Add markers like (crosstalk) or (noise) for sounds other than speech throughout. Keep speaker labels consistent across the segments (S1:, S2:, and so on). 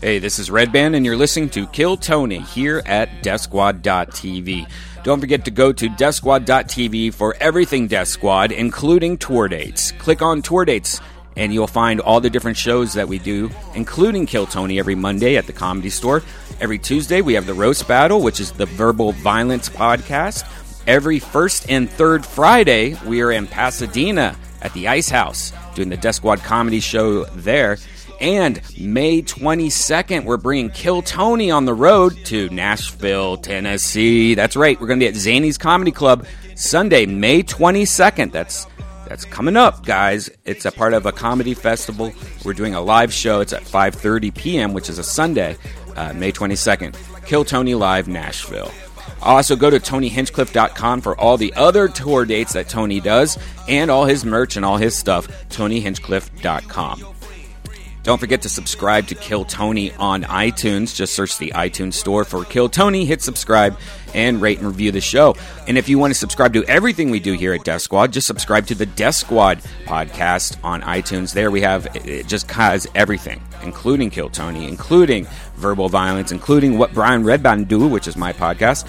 S1: Hey, this is Red Band, and you're listening to Kill Tony here at DeathSquad.tv. Don't forget to go to DeathSquad.tv for everything Death Squad, including tour dates. Click on tour dates, and you'll find all the different shows that we do, including Kill Tony every Monday at the Comedy Store. Every Tuesday, we have the Roast Battle, which is the Verbal Violence podcast. Every first and third Friday, we are in Pasadena at the Ice House doing the Death Squad comedy show there. And May 22nd, we're bringing Kill Tony on the road to Nashville, Tennessee. That's right. We're going to be at Zany's Comedy Club Sunday, May 22nd. That's that's coming up, guys. It's a part of a comedy festival. We're doing a live show. It's at 5:30 p.m., which is a Sunday, uh, May 22nd. Kill Tony Live Nashville. Also, go to TonyHinchcliffe.com for all the other tour dates that Tony does and all his merch and all his stuff. TonyHinchcliffe.com. Don't forget to subscribe to Kill Tony on iTunes. Just search the iTunes store for Kill Tony, hit subscribe, and rate and review the show. And if you want to subscribe to everything we do here at Death Squad, just subscribe to the Death Squad podcast on iTunes. There we have it just has everything, including Kill Tony, including verbal violence, including what Brian Redband do, which is my podcast.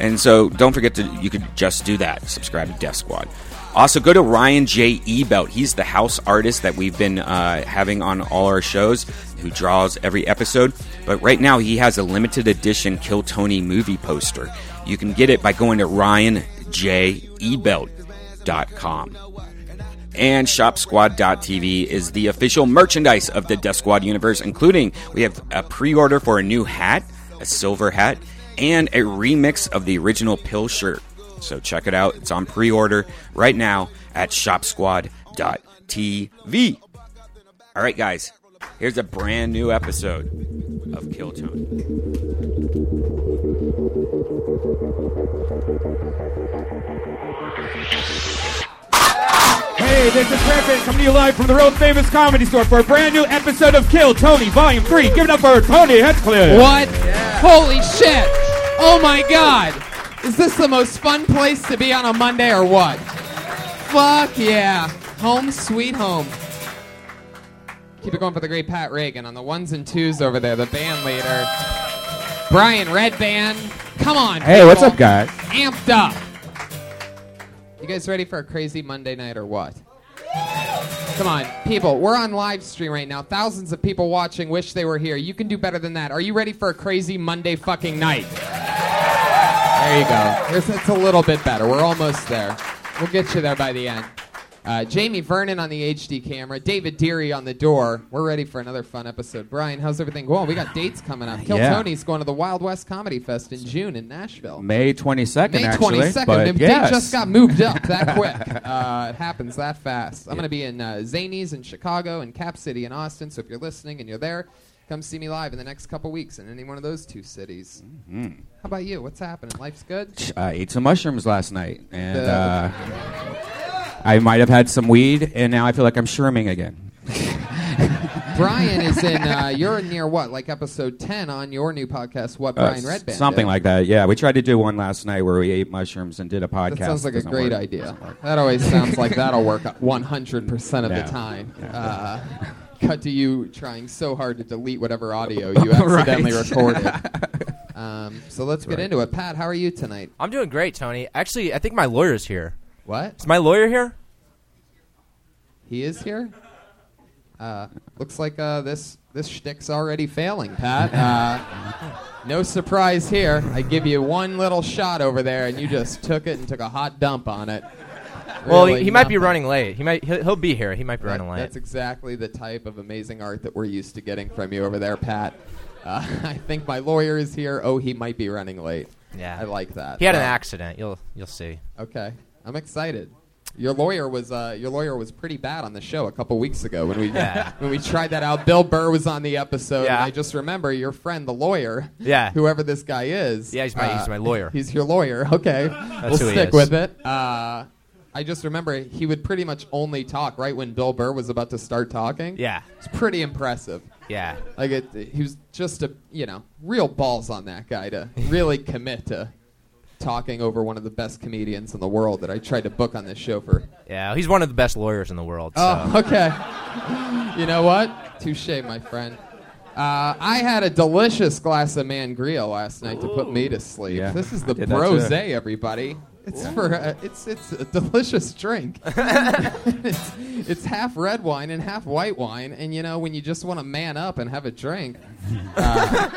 S1: And so don't forget to you could just do that. Subscribe to Death Squad. Also, go to Ryan J. Ebelt. He's the house artist that we've been uh, having on all our shows, who draws every episode. But right now, he has a limited edition Kill Tony movie poster. You can get it by going to ryanjebelt.com. And ShopSquad.tv is the official merchandise of the Death Squad universe, including we have a pre order for a new hat, a silver hat, and a remix of the original Pill shirt. So check it out. It's on pre order right now at shopsquad.tv. All right, guys, here's a brand new episode of Kill Tony.
S2: Hey, this is Redman coming to you live from the world famous comedy store for a brand new episode of Kill Tony Volume 3. Give it up for Tony Hetzcliff.
S3: What? Holy shit! Oh my god! Is this the most fun place to be on a Monday or what? Fuck yeah! Home sweet home. Keep it going for the great Pat Reagan on the ones and twos over there, the band leader. Brian Redband. Come on.
S2: Hey, what's
S3: people.
S2: up, guys?
S3: Amped up. You guys ready for a crazy Monday night or what? Come on, people. We're on live stream right now. Thousands of people watching wish they were here. You can do better than that. Are you ready for a crazy Monday fucking night? There you go. Here's, it's a little bit better. We're almost there. We'll get you there by the end. Uh, Jamie Vernon on the HD camera, David Deary on the door. We're ready for another fun episode. Brian, how's everything going? We got dates coming up. Kill
S4: Yeah.
S3: Tony's going to the Wild West Comedy Fest in June in Nashville.
S4: May 22nd,
S3: May
S4: actually.
S3: 22nd.
S4: but
S3: the
S4: yes.
S3: date just got moved up
S4: (laughs)
S3: that quick. Uh, it happens that fast. I'm going to be in uh, Zanies in Chicago and Cap City in Austin. So if you're listening and you're there, come see me live in the next couple weeks in any one of those two cities.
S4: Mm-hmm.
S3: How about you? What's happening? Life's good?
S4: I ate some mushrooms last night, and
S3: The-
S4: uh, I might have had some weed, and now I feel like I'm shrooming
S3: (laughs)
S4: again.
S3: Brian
S4: (laughs)
S3: is in, uh, you're near what? Like episode 10 on your new podcast, What
S4: Uh,
S3: Brian
S4: s-
S3: Redband.
S4: something
S3: Did.
S4: like that. Yeah, we tried to do one last night where we ate mushrooms and did a podcast.
S3: That sounds like a
S4: Doesn't
S3: great
S4: work.
S3: idea. That always sounds like that'll work 100% of
S4: No.
S3: the time.
S4: No.
S3: Uh, cut to you trying so hard to delete whatever audio you accidentally
S4: Right.
S3: recorded. Um, so let's get into it. Pat, how are you tonight?
S5: I'm doing great, Tony. Actually, I think my lawyer's here.
S3: What?
S5: Is my lawyer here?
S3: He is here? Uh, looks like uh, this, this shtick's already failing, Pat. Uh, no surprise here. I give you one little shot over there, and you just took it and took a hot dump on it.
S5: well, he,
S3: Really
S5: he might be
S3: nothing.
S5: running late. He might he'll, he'll be here. He might be
S3: That-
S5: running late.
S3: That's exactly the type of amazing art that we're used to getting from you over there, Pat. (laughs) Uh, I think my lawyer is here. Oh, he might be running late.
S5: Yeah.
S3: I like that.
S5: he had an
S3: Wow.
S5: accident. You'll you'll see.
S3: Okay, I'm excited. Your lawyer was uh, your lawyer was pretty bad on the show
S5: (laughs)
S3: a couple weeks ago when we
S5: Yeah.
S3: when we tried that out. Bill Burr was on the episode. And
S5: Yeah.
S3: I just remember your friend, the lawyer.
S5: Yeah.
S3: Whoever this guy is. Uh,
S5: Yeah, he's my- he's my lawyer.
S3: He's your lawyer. Okay. (laughs) we'll
S5: who he
S3: stick
S5: is.
S3: with it. Uh, I just remember he would pretty much only talk right when Bill Burr was about to start talking.
S5: Yeah.
S3: It's pretty impressive.
S5: Yeah.
S3: Like it, he was just a you know real balls on that guy to really
S5: (laughs)
S3: commit to talking over one of the best comedians in the world that I tried to book on this show for.
S5: Yeah. He's one of
S3: (laughs)
S5: the best lawyers in the world. So.
S3: Oh, okay. You know what? Touche, my friend. Uh, I had a delicious glass of mangria last night to put me to sleep.
S1: Yeah,
S3: This is
S1: I
S3: the
S1: did that too.
S3: brose, everybody. (laughs) It's for uh, it's it's a delicious
S2: (laughs)
S3: drink. it's, (laughs) it's half red wine and half white wine, and you know when you just want to man up and have a drink, uh,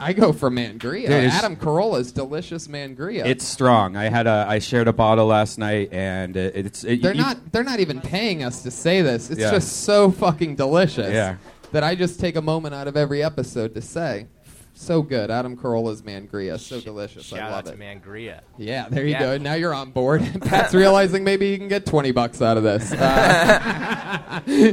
S3: I go for mangria.
S1: Dude, it's-
S3: Adam Carolla's delicious mangria.
S1: It's strong. I had a I shared a bottle last night, and it, it's it,
S3: they're
S1: you-
S3: not they're not even paying us to say this. It's
S1: Yeah.
S3: just so fucking delicious
S1: Yeah.
S3: that I just take a moment out of every episode to say, so good. Adam Carolla's mangria, so delicious.
S2: Shout
S3: I
S2: out
S3: love
S2: to
S3: it.
S2: Mangria.
S3: Yeah, there you
S2: Yeah.
S3: go. Now you're on board. Pat's realizing maybe you can get twenty bucks out of this. Uh, (laughs) yeah,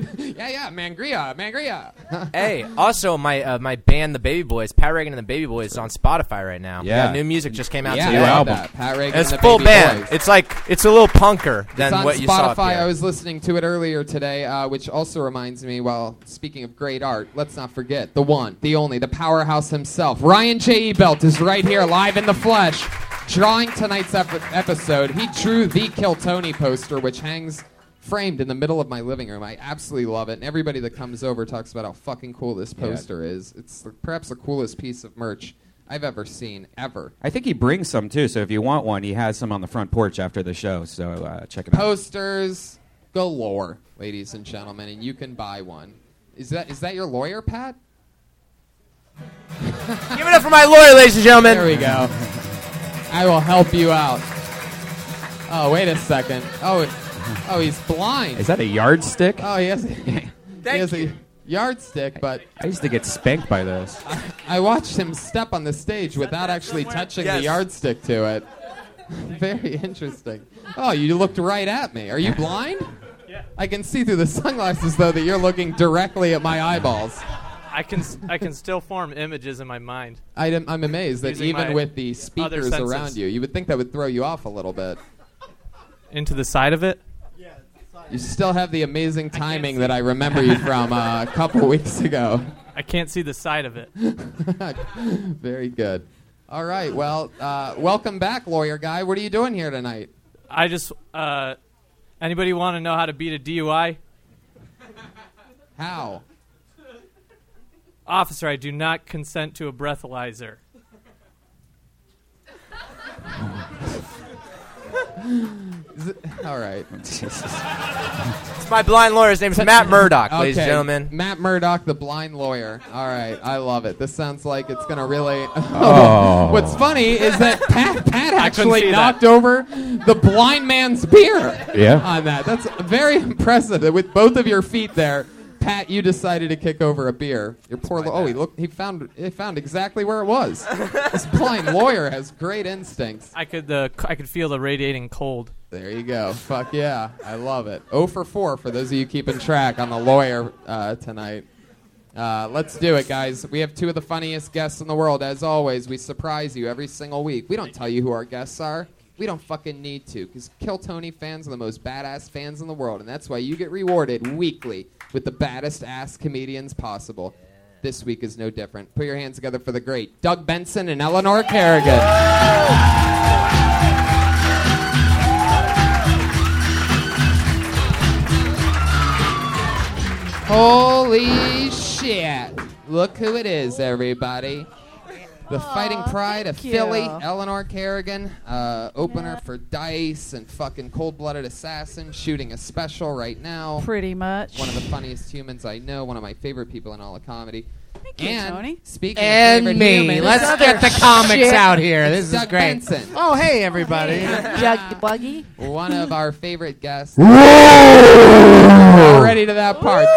S3: yeah, mangria, mangria.
S2: hey, also my uh, my band, the Baby Boys, Pat Reagan and the Baby Boys, is on Spotify right now.
S1: Yeah.
S2: new music just came out
S3: yeah,
S2: today.
S3: I heard
S1: album.
S3: that. Pat Reagan.
S2: It's
S3: and the
S2: full
S3: Baby
S2: band.
S3: Boys.
S2: It's like it's a little punker than
S3: it's on
S2: what
S3: Spotify.
S2: you saw. up there.
S3: I was (laughs) listening to it earlier today, uh, which also reminds me. Well, speaking of great art, let's not forget the one, the only, the powerhouse himself, Ryan J. E. Belt is right here, live in the flesh, drawing tonight's ep- episode. He drew the Kill Tony poster, which hangs framed in the middle of my living room. I absolutely love it, and everybody that comes over talks about how fucking cool this poster is. It's perhaps the coolest piece of merch I've ever seen, ever.
S1: I think he brings some too. So if you want one, he has some on the front porch after the show. So uh, check it out.
S3: posters galore, ladies and gentlemen, and you can buy one. Is that is that your lawyer, Pat?
S2: Give it up for my lawyer, ladies and gentlemen.
S3: There we go. I will help you out. Oh, wait a second. Oh, oh, he's blind.
S1: Is that a yardstick?
S3: oh, he has, (laughs) he has a yardstick, but
S1: I used to get spanked by this.
S3: I watched him step on the stage without actually touching
S2: Yes.
S3: the yardstick to it. (laughs) Very interesting. Oh, you looked right at me. Are you blind? Yeah. I can see through the sunglasses though that you're looking directly at my eyeballs.
S6: I can s- I can still form images in my mind.
S3: I am, I'm amazed that
S6: Using
S3: even
S6: my
S3: with the
S6: other
S3: speakers
S6: senses.
S3: around you, you would think that would throw you off a little bit.
S6: Into the side of it.
S3: You still have the amazing timing that I remember you from uh, a couple (laughs) weeks ago.
S6: I can't see the side of it.
S3: (laughs) Very good. All right. Well, uh, welcome back, lawyer guy. What are you doing here tonight?
S6: I just uh, anybody want to know how to beat a DUI?
S3: How?
S6: Officer, I do not consent to a breathalyzer.
S3: Is it- (laughs) all right.
S2: It's my blind lawyer. His name's Matt Murdock, ladies and
S3: Okay,
S2: gentlemen.
S3: Matt Murdock, the blind lawyer. All right, I love it. This sounds like it's gonna really. (laughs) What's funny is that
S2: (laughs)
S3: Pat, Pat actually
S6: see that.
S3: knocked over the blind man's beer.
S1: Yeah.
S3: On that, that's very impressive. that With both of your feet there, Pat, you decided to kick over a beer. Your poor. Lo- oh, he looked. He found. He found exactly where it was. this blind lawyer has great instincts.
S6: I could uh, c- I could feel the radiating cold.
S3: There you go. Fuck yeah. I love it. 0 for 4 for those of you keeping track on the lawyer uh, tonight. Uh, let's do it, guys. We have two of the funniest guests in the world. As always, we surprise you every single week. We don't tell you who our guests are. We don't fucking need to, because Kill Tony fans are the most badass fans in the world, and that's why you get rewarded weekly with the baddest ass comedians possible. This week is no different. Put your hands together for the great Doug Benson and Eleanor Kerrigan. Holy shit. Look who it is, everybody. The fighting pride of
S7: thank
S3: Philly,
S7: you.
S3: Eleanor Kerrigan, uh, opener for Dice and fucking Cold Blooded Assassin, shooting a special right now.
S7: Pretty much.
S3: One of the funniest humans I know, one of my favorite people in all of comedy. Thank
S7: you,
S3: and
S7: Tony.
S3: Speaking
S5: And
S3: of favorite
S5: me.
S3: humans,
S5: Let's
S7: other
S5: get the comics
S7: shit.
S5: out here. This is
S3: Doug
S5: great.
S3: Benson,
S5: Oh, hey, everybody.
S7: (laughs) Jug buggy.
S3: one of our favorite
S2: (laughs)
S3: guests. Already to that part.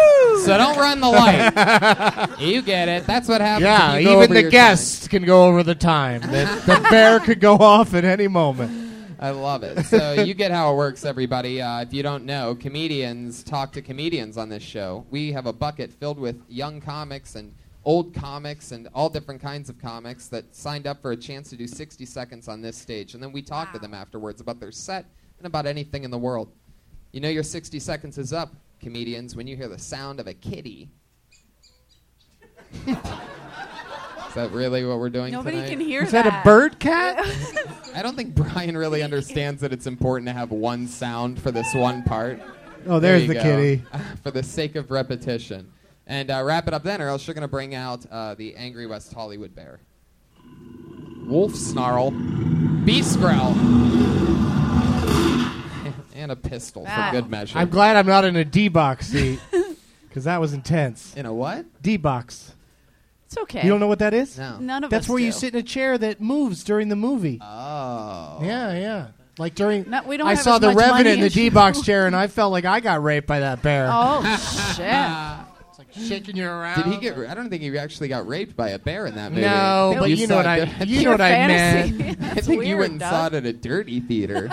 S3: So don't run the light.
S5: (laughs)
S3: you get it. That's what happens.
S5: Yeah,
S3: if you go
S5: even
S3: over
S5: the
S3: your
S5: guests can go over the time.
S3: (laughs)
S5: The, the bear could go off at any moment.
S3: time. I love it. So you get how it works, everybody. Uh, if you don't know, comedians talk to comedians on this show. We have a bucket filled with young comics and old comics and all different kinds of comics that signed up for a chance to do 60 seconds on this stage. And then we talk to them afterwards about their set and about anything in the world. You know your 60 seconds is up, comedians, when you hear the sound of
S7: (laughs)
S3: a kitty. is that really what we're doing
S7: Nobody
S3: tonight?
S7: can hear
S5: Is that a
S7: (laughs)
S5: bird cat?
S3: I don't think Brian
S5: (laughs)
S3: really understands that it's important to have one sound for this one part.
S5: Oh,
S3: There
S5: there's
S3: you (laughs)
S5: the
S3: go.
S5: kitty.
S3: for the sake of repetition. and uh, wrap it up then, or else you're going to bring out uh, the angry West Hollywood bear. (laughs) Wolf snarl, beast growl, and a pistol for good measure.
S5: I'm glad I'm not in a D
S3: (laughs)
S5: box seat because that was intense.
S3: In a what?
S5: D box.
S7: It's okay.
S5: You don't know what that is?
S3: No.
S7: None of
S5: That's
S7: us
S5: where
S7: do.
S5: you sit in a chair that moves during the movie.
S3: Oh.
S5: Yeah, yeah. Like during.
S7: No, we don't
S5: I
S7: have
S5: saw
S7: as
S5: the
S7: much
S5: Revenant
S7: money
S5: in the
S7: as you.
S5: D box chair, and I felt like I got raped by that bear.
S3: (laughs)
S7: Oh shit!
S5: It's like shaking you around.
S3: Did he get? I don't think he actually got raped by a bear in that movie. I
S5: No,
S3: think
S5: but you know
S3: saw
S5: what I.
S3: it-
S5: You know what I (laughs) meant.
S3: (laughs) I think you went and saw it at a dirty theater.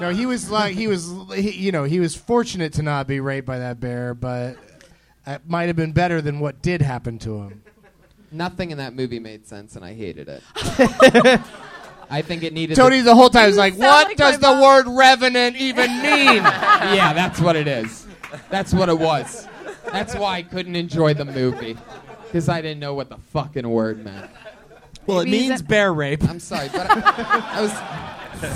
S5: No, he was like he was, he, you know, he was fortunate to not be raped by that bear, but it might have been better than what did happen to him.
S3: Nothing in that movie made sense, and I
S7: (laughs)
S3: hated it. I think it needed.
S5: Tony
S3: the-
S5: the whole time was like,
S7: sound
S5: "What
S7: like
S5: does
S7: my
S5: the
S7: mom."
S5: word revenant even
S7: (laughs)
S3: (laughs)
S5: mean?"
S3: yeah, that's what it is. That's what it was. That's why I couldn't enjoy the movie because I didn't know what the fucking word meant.
S8: Well, it
S7: Maybe he's
S8: means
S7: a-
S8: bear rape.
S3: I'm sorry, but I, I was.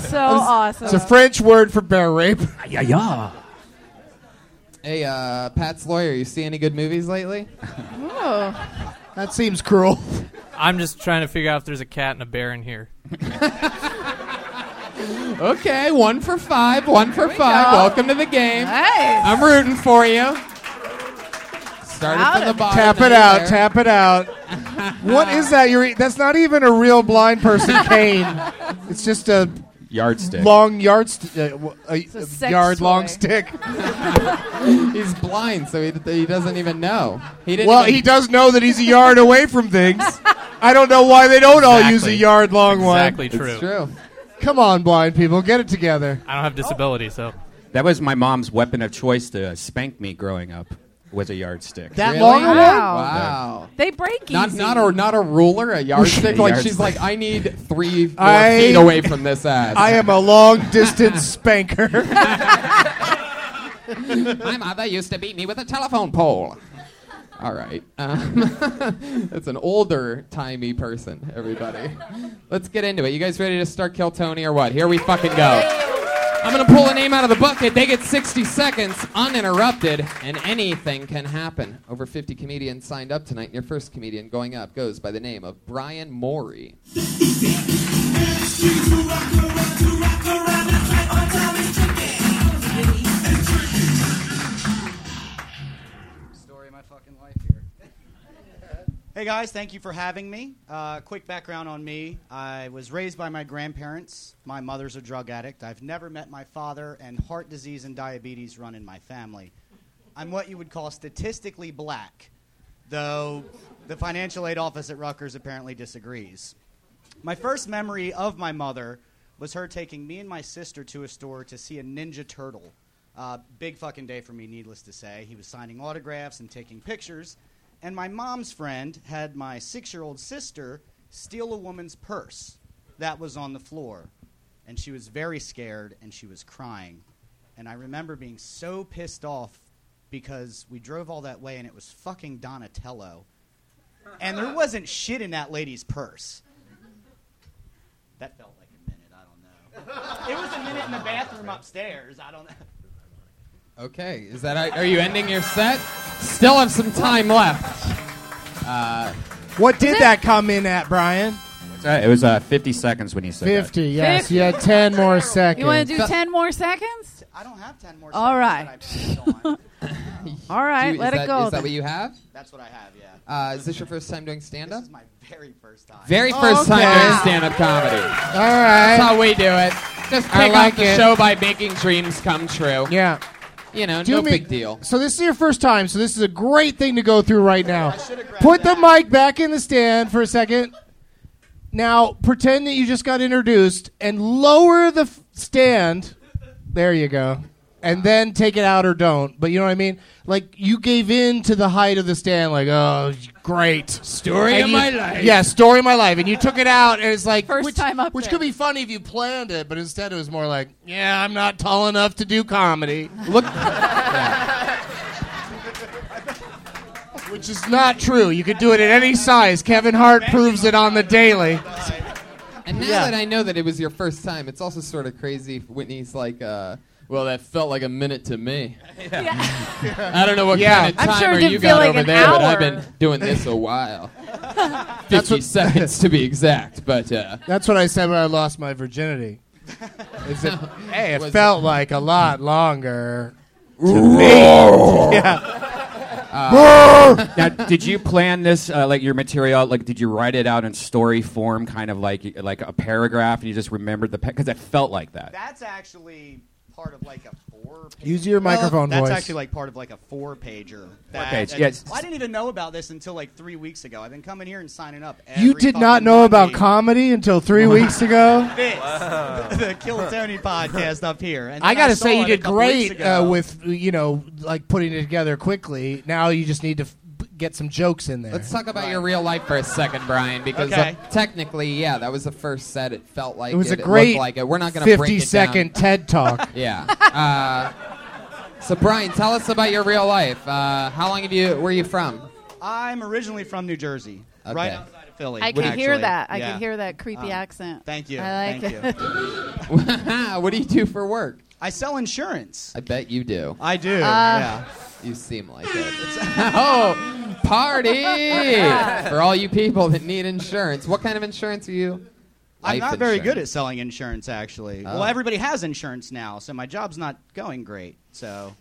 S7: So awesome.
S5: it's a French word for bear rape.
S8: Yeah, yeah.
S3: Hey, uh, Pat's lawyer, you see any good movies lately?
S7: Ooh.
S5: That seems cruel.
S6: I'm just trying to figure out if there's a cat and a bear in here.
S3: Okay, one for five, one for five.
S7: go.
S3: Welcome to the game.
S7: Nice.
S3: I'm rooting for you. Started
S7: Proud
S3: from the
S7: of you.
S3: bottom.
S5: tap
S3: now
S5: it
S3: you're
S5: out.
S3: there.
S5: Tap it out. what is that? You're e- that's not even a real
S7: (laughs)
S5: blind person cane. It's just a
S1: Yardstick.
S5: long yard, st- uh, w- a,
S7: a
S5: a
S7: sex
S5: yard long
S7: toy. (laughs)
S5: stick.
S3: He's blind, so he, he doesn't even know. He didn't.
S5: Well,
S3: even-
S5: he does know that he's a
S3: (laughs)
S5: yard away
S7: (laughs)
S5: from things. I don't know why they don't all use a
S6: Exactly.
S5: yard long
S6: Exactly true.
S3: It's true.
S5: one. Come on, blind people, get it together.
S6: I don't
S3: Oh.
S6: have disability,
S3: (laughs)
S6: so
S1: That was my mom's weapon of choice to spank me growing up. Was a yardstick.
S5: That
S3: Really?
S5: long
S7: Wow.
S5: one?
S3: Wow.
S7: They break easy.
S3: Not not a not a ruler, a
S5: (laughs)
S3: yardstick.
S1: A
S3: like she's
S1: yardstick.
S3: like, I need three more
S5: I-
S3: feet away from this ass.
S5: I am a long
S7: (laughs)
S5: distance spanker.
S3: (laughs) My mother used to beat me with a telephone pole. All right. Um, (laughs) that's an older timey person, everybody. Let's get into it. You guys ready to start Kill Tony or what? Here we fucking go. I'm going to pull a name out of the bucket. They get 60 seconds uninterrupted, and anything can happen. Over 50 comedians signed up tonight, and your first comedian going up goes by the name of Brian Morey.
S9: Story of my fucking life here. hey guys, thank you for having me. Uh, quick background on me: I was raised by my grandparents. My mother's a drug addict. I've never met my father, and heart disease and diabetes run in my family. I'm what you would call statistically black, though the financial aid office at Rutgers apparently disagrees. My first memory of my mother was her taking me and my sister to a store to see a Ninja Turtle. Uh, big fucking day for me, needless to say. He was signing autographs and taking pictures. And my mom's friend had my six year old sister steal a woman's purse that was on the floor. And she was very scared and she was crying. And I remember being so pissed off because we drove all that way and it was fucking Donatello. And there wasn't shit in that lady's purse. That felt like a minute. I don't know. It was a minute in the bathroom upstairs. I don't know.
S3: Okay, is that are you ending your set? Still have some time left. Uh,
S5: what did that come in at, Brian?
S1: Uh, it was uh, 50 seconds when he said that.
S5: 50, yes.
S7: Fifty.
S5: You had 10 more seconds.
S7: You want to do ten more seconds?
S9: I don't have ten more.
S7: All
S9: seconds that I planned on.
S7: (laughs) All right,
S3: Do you-
S7: let
S3: is
S7: it
S3: that-
S7: go.
S3: Is that what you have?
S9: That's what I have. Yeah.
S3: Uh, is this your first time doing stand
S9: This
S3: up?
S9: is my very first time.
S3: Very
S7: Oh,
S3: first time
S5: Okay.
S3: doing stand up comedy.
S5: All
S3: That's
S5: right.
S3: how we do it. Just
S5: I
S3: kick
S5: like
S3: off the
S5: it.
S3: show by making dreams come true.
S5: Yeah.
S3: You know,
S5: Do
S3: no
S5: me-
S3: big deal.
S5: So this is your first time, so this is a great thing to go through right now.
S9: should've grabbed
S5: Put the mic back in the stand for a second. Now pretend that you just got introduced and lower the f- stand. There you go. And then take it out or don't. But you know what I mean? Like you gave in to the height of the stand, like, oh great. Story
S3: of my life.
S5: Yeah, story of my life. And you took it out and it's like
S7: First
S5: which,
S7: time up
S5: which
S7: there.
S5: could be funny if you planned it, but instead it was more like, Yeah, I'm not tall enough to do comedy.
S3: Look,
S5: Which is not true. You could do it at any size. Kevin Hart proves it on the daily.
S3: and now
S5: Yeah.
S3: that I know that it was your first time, it's also sort of crazy when he's like, uh,
S8: Well, that felt like a minute to
S9: (laughs)
S8: me.
S7: Yeah.
S8: (laughs) I don't know what
S5: Yeah.
S8: kind of
S5: I'm sure it
S8: timer
S5: didn't
S8: you
S5: feel
S8: got
S5: like
S8: over
S5: an
S8: there, but I've
S5: hour.
S8: been doing this a
S5: (laughs)
S8: while. 50 seconds to be exact, but uh,
S5: That's what I said when I lost my virginity. Is it, (laughs) hey, it
S8: Was
S5: felt like a lot longer. To (laughs)
S1: Roar.
S5: me. yeah.
S1: Uh, (laughs) now, did you plan this uh, like your material? Like, did you write it out in story form, kind of like like a paragraph, and you just remembered the because I felt like that.
S9: That's actually part of like a four.
S5: Use your
S9: Well,
S5: microphone
S9: That's
S5: voice.
S9: actually like part of like a four pager.
S1: page, yes.
S9: I didn't even know about this until like three weeks ago. I've been coming here and signing up.
S5: you did not know about comedy until (laughs) three weeks ago.
S9: This, (laughs) the Kill Tony podcast up here. And
S5: I
S9: then
S5: gotta
S9: saw
S5: say,
S9: it
S5: you
S9: a
S5: did
S9: couple weeks
S5: great
S9: ago.
S5: uh, with you know like putting it together quickly. Now you just need to f- get some jokes in there.
S3: Let's talk about your real life for a second, Brian, because
S5: Okay.
S3: uh, technically, yeah, that was the first set. It felt like
S5: it was a
S3: looked
S5: great
S3: like it. We're not going to break it
S5: fifty-second
S3: down.
S5: TED (laughs) talk.
S3: Yeah. Uh, so, Brian, tell us about your real life. Uh, how long have you? Where are you from?
S9: I'm originally from New Jersey, right outside of Philly.
S7: I could hear
S9: actually.
S7: that. I
S9: Yeah.
S7: could hear that creepy
S9: Um,
S7: accent.
S9: Thank you.
S7: I like
S9: thank
S7: it. (laughs)
S9: you.
S3: (laughs) what do you do for work?
S9: I sell insurance.
S3: I bet you do.
S9: I do.
S3: yeah. You seem like it. (laughs) oh,
S9: (laughs)
S3: party for all you people that need insurance. What kind of insurance are you?
S9: I'm
S3: Life
S9: not very good
S3: insurance.
S9: at selling insurance, actually.
S3: Oh.
S9: Well, everybody has insurance now, so my job's not going great. So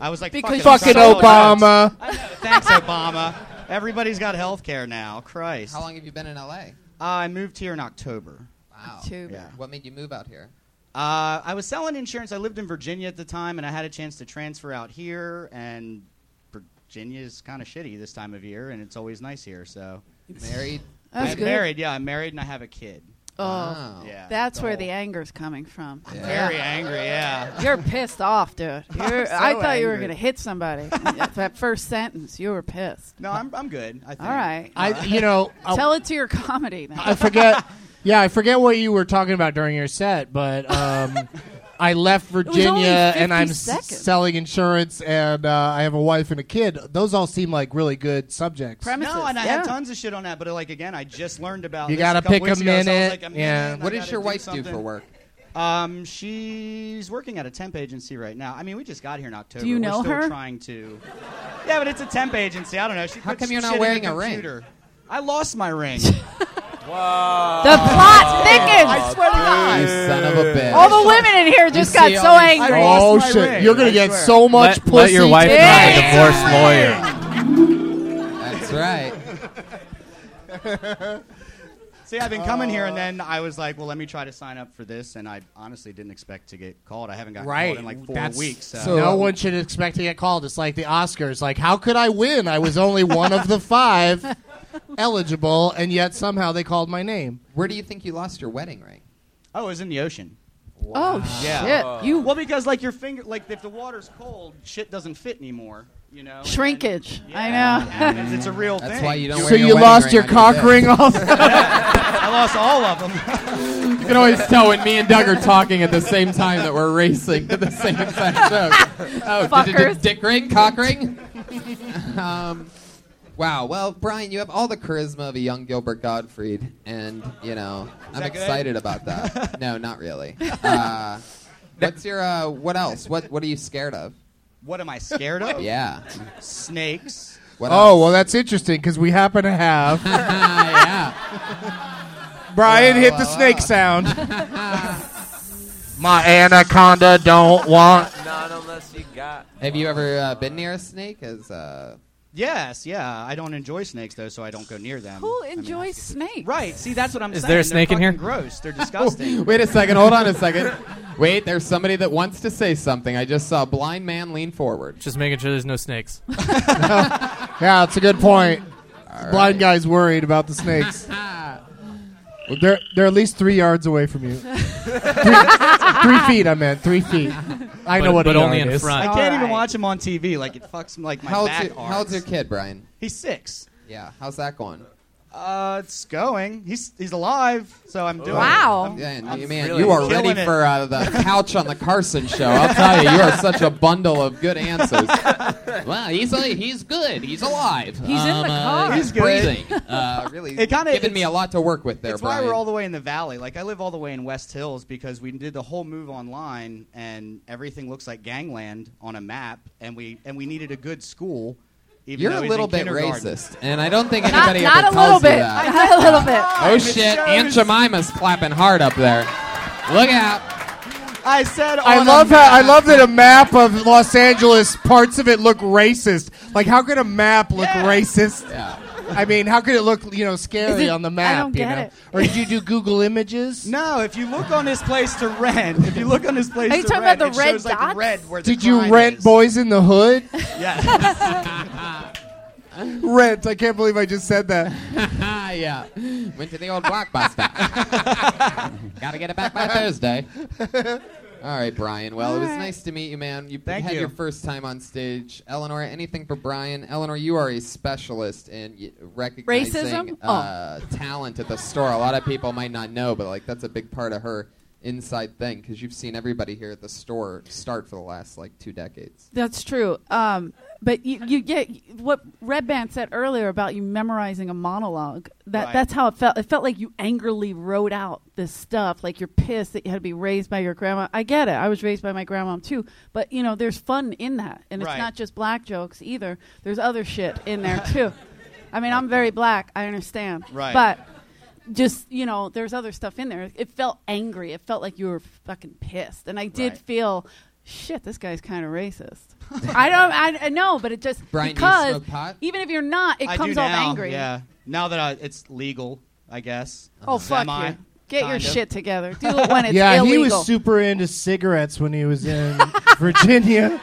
S9: I was like,
S5: Because
S9: fucking,
S5: you sold
S9: Obama.
S5: Obama.
S9: (laughs) I know. Thanks, Obama. Everybody's got health care now. Christ. Uh,
S3: How long have you been in LA?
S9: I moved here in October.
S3: Wow.
S9: October. Yeah.
S3: What made you move out here?
S9: Uh, I was selling insurance. I lived in Virginia at the time, and I had a chance to transfer out here. And Virginia's kind of shitty this time of year, and it's always nice here. So
S3: married?
S7: That's
S9: I'm
S7: good.
S9: married. Yeah, I'm married, and I have a kid.
S7: Oh,
S9: Yeah,
S7: that's
S9: the
S7: where
S9: whole-
S7: the anger's coming from.
S9: Very angry, yeah.
S7: You're pissed off,
S9: (laughs)
S7: dude.
S9: I'm
S7: You're,
S9: so
S7: I thought you were
S9: angry.
S7: going to
S9: (laughs)
S7: hit somebody. that first sentence, you were pissed.
S9: No, I'm, I'm good. I think.
S7: All right.
S5: I- you know, I'll-
S7: (laughs) tell it to your comedy now.
S5: I forget. Yeah, I forget what you were talking about during your set,
S7: (laughs)
S5: but um, I left
S7: was only
S5: Virginia
S7: 50
S5: and I'm s-
S7: seconds.
S5: selling insurance, and uh, I have a wife and a kid. Those all seem like really good subjects.
S9: No, and I
S7: yeah.
S9: have tons of shit on that, but like again, I just learned about.
S5: You
S9: this
S5: gotta
S9: a couple
S5: pick a
S9: weeks ago, so I was
S5: minute,
S9: like, I'm
S5: yeah.
S9: in, I
S5: What does
S9: gotta
S5: your wife do
S9: something.
S5: for work?
S9: Um, she's working at a temp agency right now. I mean, we just got here in October.
S7: you
S9: We're
S7: know
S9: still
S7: her?
S9: Trying to. Yeah, but it's a temp agency. I don't know. She
S3: How
S9: puts
S3: come you're not
S9: shit in
S3: wearing
S9: the
S3: a ring?
S9: computer. I lost my ring.
S7: (laughs) The
S3: Oh.
S7: plot thickens.
S9: I swear to God.
S3: You son of a bitch.
S7: All the women in here just got so angry.
S5: Oh shit! You're gonna get so much
S1: Let-
S5: pussy.
S1: let your wife
S5: tonight.
S1: not a divorce lawyer.
S3: That's right.
S9: (laughs) See, I've been coming here, and then I was like, "Well, let me try to sign up for this," and I honestly didn't expect to get called. I haven't gotten
S5: Right.
S9: called in like four
S5: That's-
S9: weeks. So,
S5: uh, no one should expect to get called. It's like the Oscars. Like, how could I win? I was only one of the five eligible, and yet somehow they called my name.
S3: Where do you think you lost your wedding ring?
S9: Oh, it was in the ocean.
S7: Oh
S9: Yeah.
S7: shit! You
S9: well because like your finger, like if the water's cold, shit doesn't fit anymore. You know.
S7: shrinkage.
S9: (laughs) Yeah, it
S7: I
S9: happens.
S7: know.
S9: it's a real thing.
S3: That's why you don't
S5: So
S3: wear your
S5: you
S3: wedding
S5: lost
S3: ring
S5: your
S3: on
S5: cock
S3: dick.
S5: ring off?
S9: (laughs) I lost all of them.
S8: you can always tell when me and Doug are talking at the same time that we're racing to the same exact
S3: (laughs)
S8: joke.
S3: Oh, d- d- d- dick ring, cock ring. (laughs) um, wow. Well, Brian, you have all the charisma of a young Gilbert Gottfried, and you know I'm
S9: that good?
S3: excited about
S9: (laughs)
S3: that. no, not really. Uh, what's your uh, what else? What what are you scared of?
S9: What am I scared of?
S3: Yeah.
S9: Oh. Snakes.
S3: What
S5: oh, well, that's interesting because we happen
S2: (laughs)
S5: to have.
S3: (laughs)
S5: Brian hit
S2: uh,
S5: the
S2: (laughs)
S5: snake sound.
S3: (laughs)
S5: My anaconda don't want.
S2: Not unless you got.
S3: Uh, Have you ever uh, been near a snake? As uh,
S9: Yes, yeah. I don't enjoy snakes though, so I don't go near them.
S7: Who enjoys snakes?
S9: Right. See, that's what I'm
S6: Is
S9: saying.
S6: there a
S9: They're
S6: snake in here?
S9: fucking Gross. They're disgusting.
S3: (laughs) wait a second. Hold on a second. (laughs) Wait, there's somebody that wants to say something. I just saw a blind man lean forward.
S6: Just making sure there's no snakes.
S5: Yeah, it's a good point. Blind guy's worried about the snakes. Well, they're they're at least three yards away from you. three, three feet, I meant three feet. (laughs) I know
S6: But-
S5: what
S6: but
S5: a
S6: only
S5: yard
S6: in
S5: is.
S9: I
S6: front.
S9: can't even
S7: right.
S9: watch him on TV. Like it fucks him like my
S3: How old's,
S9: back
S3: your, how old's your
S9: arcs.
S3: kid, Brian?
S9: He's six.
S3: Yeah, how's that going?
S9: Uh, it's going. He's he's alive, so I'm doing.
S3: Wow.
S9: It. I'm-
S3: Yeah,
S9: I'm
S3: man,
S9: really
S3: you are
S9: killing
S3: ready
S9: it.
S3: for
S9: (laughs)
S3: uh, the couch on the Carson show. I'll tell you, you are such a bundle of good answers. Wow, he's uh, he's good. He's alive.
S9: (laughs) He's in the
S3: Um, uh,
S9: car. He's good.
S3: breathing.
S9: (laughs)
S3: Uh, really,
S9: It kinda-
S3: given me a lot to work with there,
S9: That's
S3: Brian.
S9: why we're all the way in the valley. Like I live all the way in West Hills because we did the whole move online, and everything looks like gangland on a map, and we and we needed a good school. Even
S3: You're
S9: though
S3: a
S9: he's
S3: little
S9: in
S3: bit
S9: kindergarten.
S3: racist, and I don't think
S9: Not-
S3: anybody
S9: not
S3: ever
S9: a
S3: tells
S9: little
S3: you
S9: bit.
S7: (laughs)
S3: that.
S9: Not a little bit.
S3: Oh
S9: It
S3: shit,
S9: shows.
S3: Aunt Jemima's clapping hard up there.
S9: (laughs)
S3: Look out!
S9: I said
S5: I
S9: on
S5: love
S9: a
S5: how I love that a map of Los Angeles parts of it look racist. Like how could a map look racist? I mean, how could it look you know scary
S9: it-
S5: on the
S9: I
S5: map?
S9: don't
S5: you
S9: get
S5: know?
S9: it. (laughs)
S5: Or did you do Google Images?
S9: No, if you look on this place to rent, if you look on this place,
S7: Are you
S9: to
S7: talking
S9: rent,
S7: about the
S9: it
S7: red
S9: shows, Like,
S7: dots?
S9: red where the
S5: Did you
S9: crime
S5: rent Boys in the Hood? (laughs)
S9: Is. Yeah. (laughs)
S5: rent. I can't believe I just said that. (laughs)
S3: yeah, went to the old blockbuster. Gotta get it back by Thursday. All right, Brian. Well, it was
S9: All right.
S3: nice to meet you, man. You
S9: Thank
S3: had
S9: you.
S3: your first time on stage. Eleanor, anything for Brian? Eleanor, you are a specialist in y- recognizing
S7: Racism?
S3: uh,
S9: Oh.
S3: talent at the store. A lot of people might not know, but like that's a big part of her inside thing because you've seen everybody here at the store start for the last like two decades.
S7: That's true. Um, but you, you get what Red Band said earlier about you memorizing a monologue. That
S10: Right.
S7: that's how it felt. It felt like you angrily wrote out this stuff. Like you're pissed that you had to be raised by your grandma. I get it. I was raised by my grandma too. But you know, there's fun in that, and it's
S10: Right.
S7: not just black jokes either. There's other shit in there too. I mean, I'm very black. I understand.
S10: Right.
S7: But just you know, there's other stuff in there. It felt angry. It felt like you were fucking pissed, and I did
S10: Right.
S7: feel. Shit, this guy's kind of racist. (laughs) I don't. I, I know, but it just
S9: Brian, do you
S7: because
S9: smoke pot?
S7: even if you're not, it
S9: I
S7: comes
S9: do
S7: off
S9: now,
S7: angry.
S9: Yeah, now that I, it's legal, I guess.
S3: Uh-huh.
S7: Oh fuck
S9: Semi,
S7: you! Get your
S9: kinda.
S7: shit together. Do it when it's
S5: (laughs) yeah,
S7: illegal.
S5: he was super into cigarettes when he was in (laughs)
S7: (laughs)
S5: Virginia.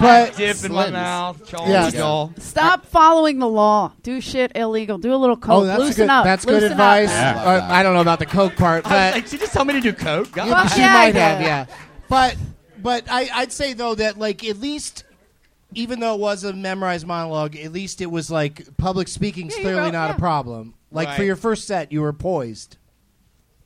S7: but
S9: dip in my mouth, Joel,
S5: Yeah.
S9: Joel.
S7: Stop following the law. Do shit illegal. Do a little coke.
S5: Oh, that's
S7: Loosen
S5: good.
S7: up.
S5: That's good
S7: Loosen
S5: advice.
S7: Up.
S5: Uh, I don't know about the coke part,
S9: I was
S5: but
S9: like, did you just tell me to do coke? God.
S5: Yeah, she might have, yeah. But but I, I'd say though that like at least even though it was a memorized monologue, at least it was like public speaking's
S9: Yeah, you
S5: clearly
S9: wrote-
S5: not
S9: yeah.
S5: a problem. Like for
S9: Right.
S5: your first set, you were poised.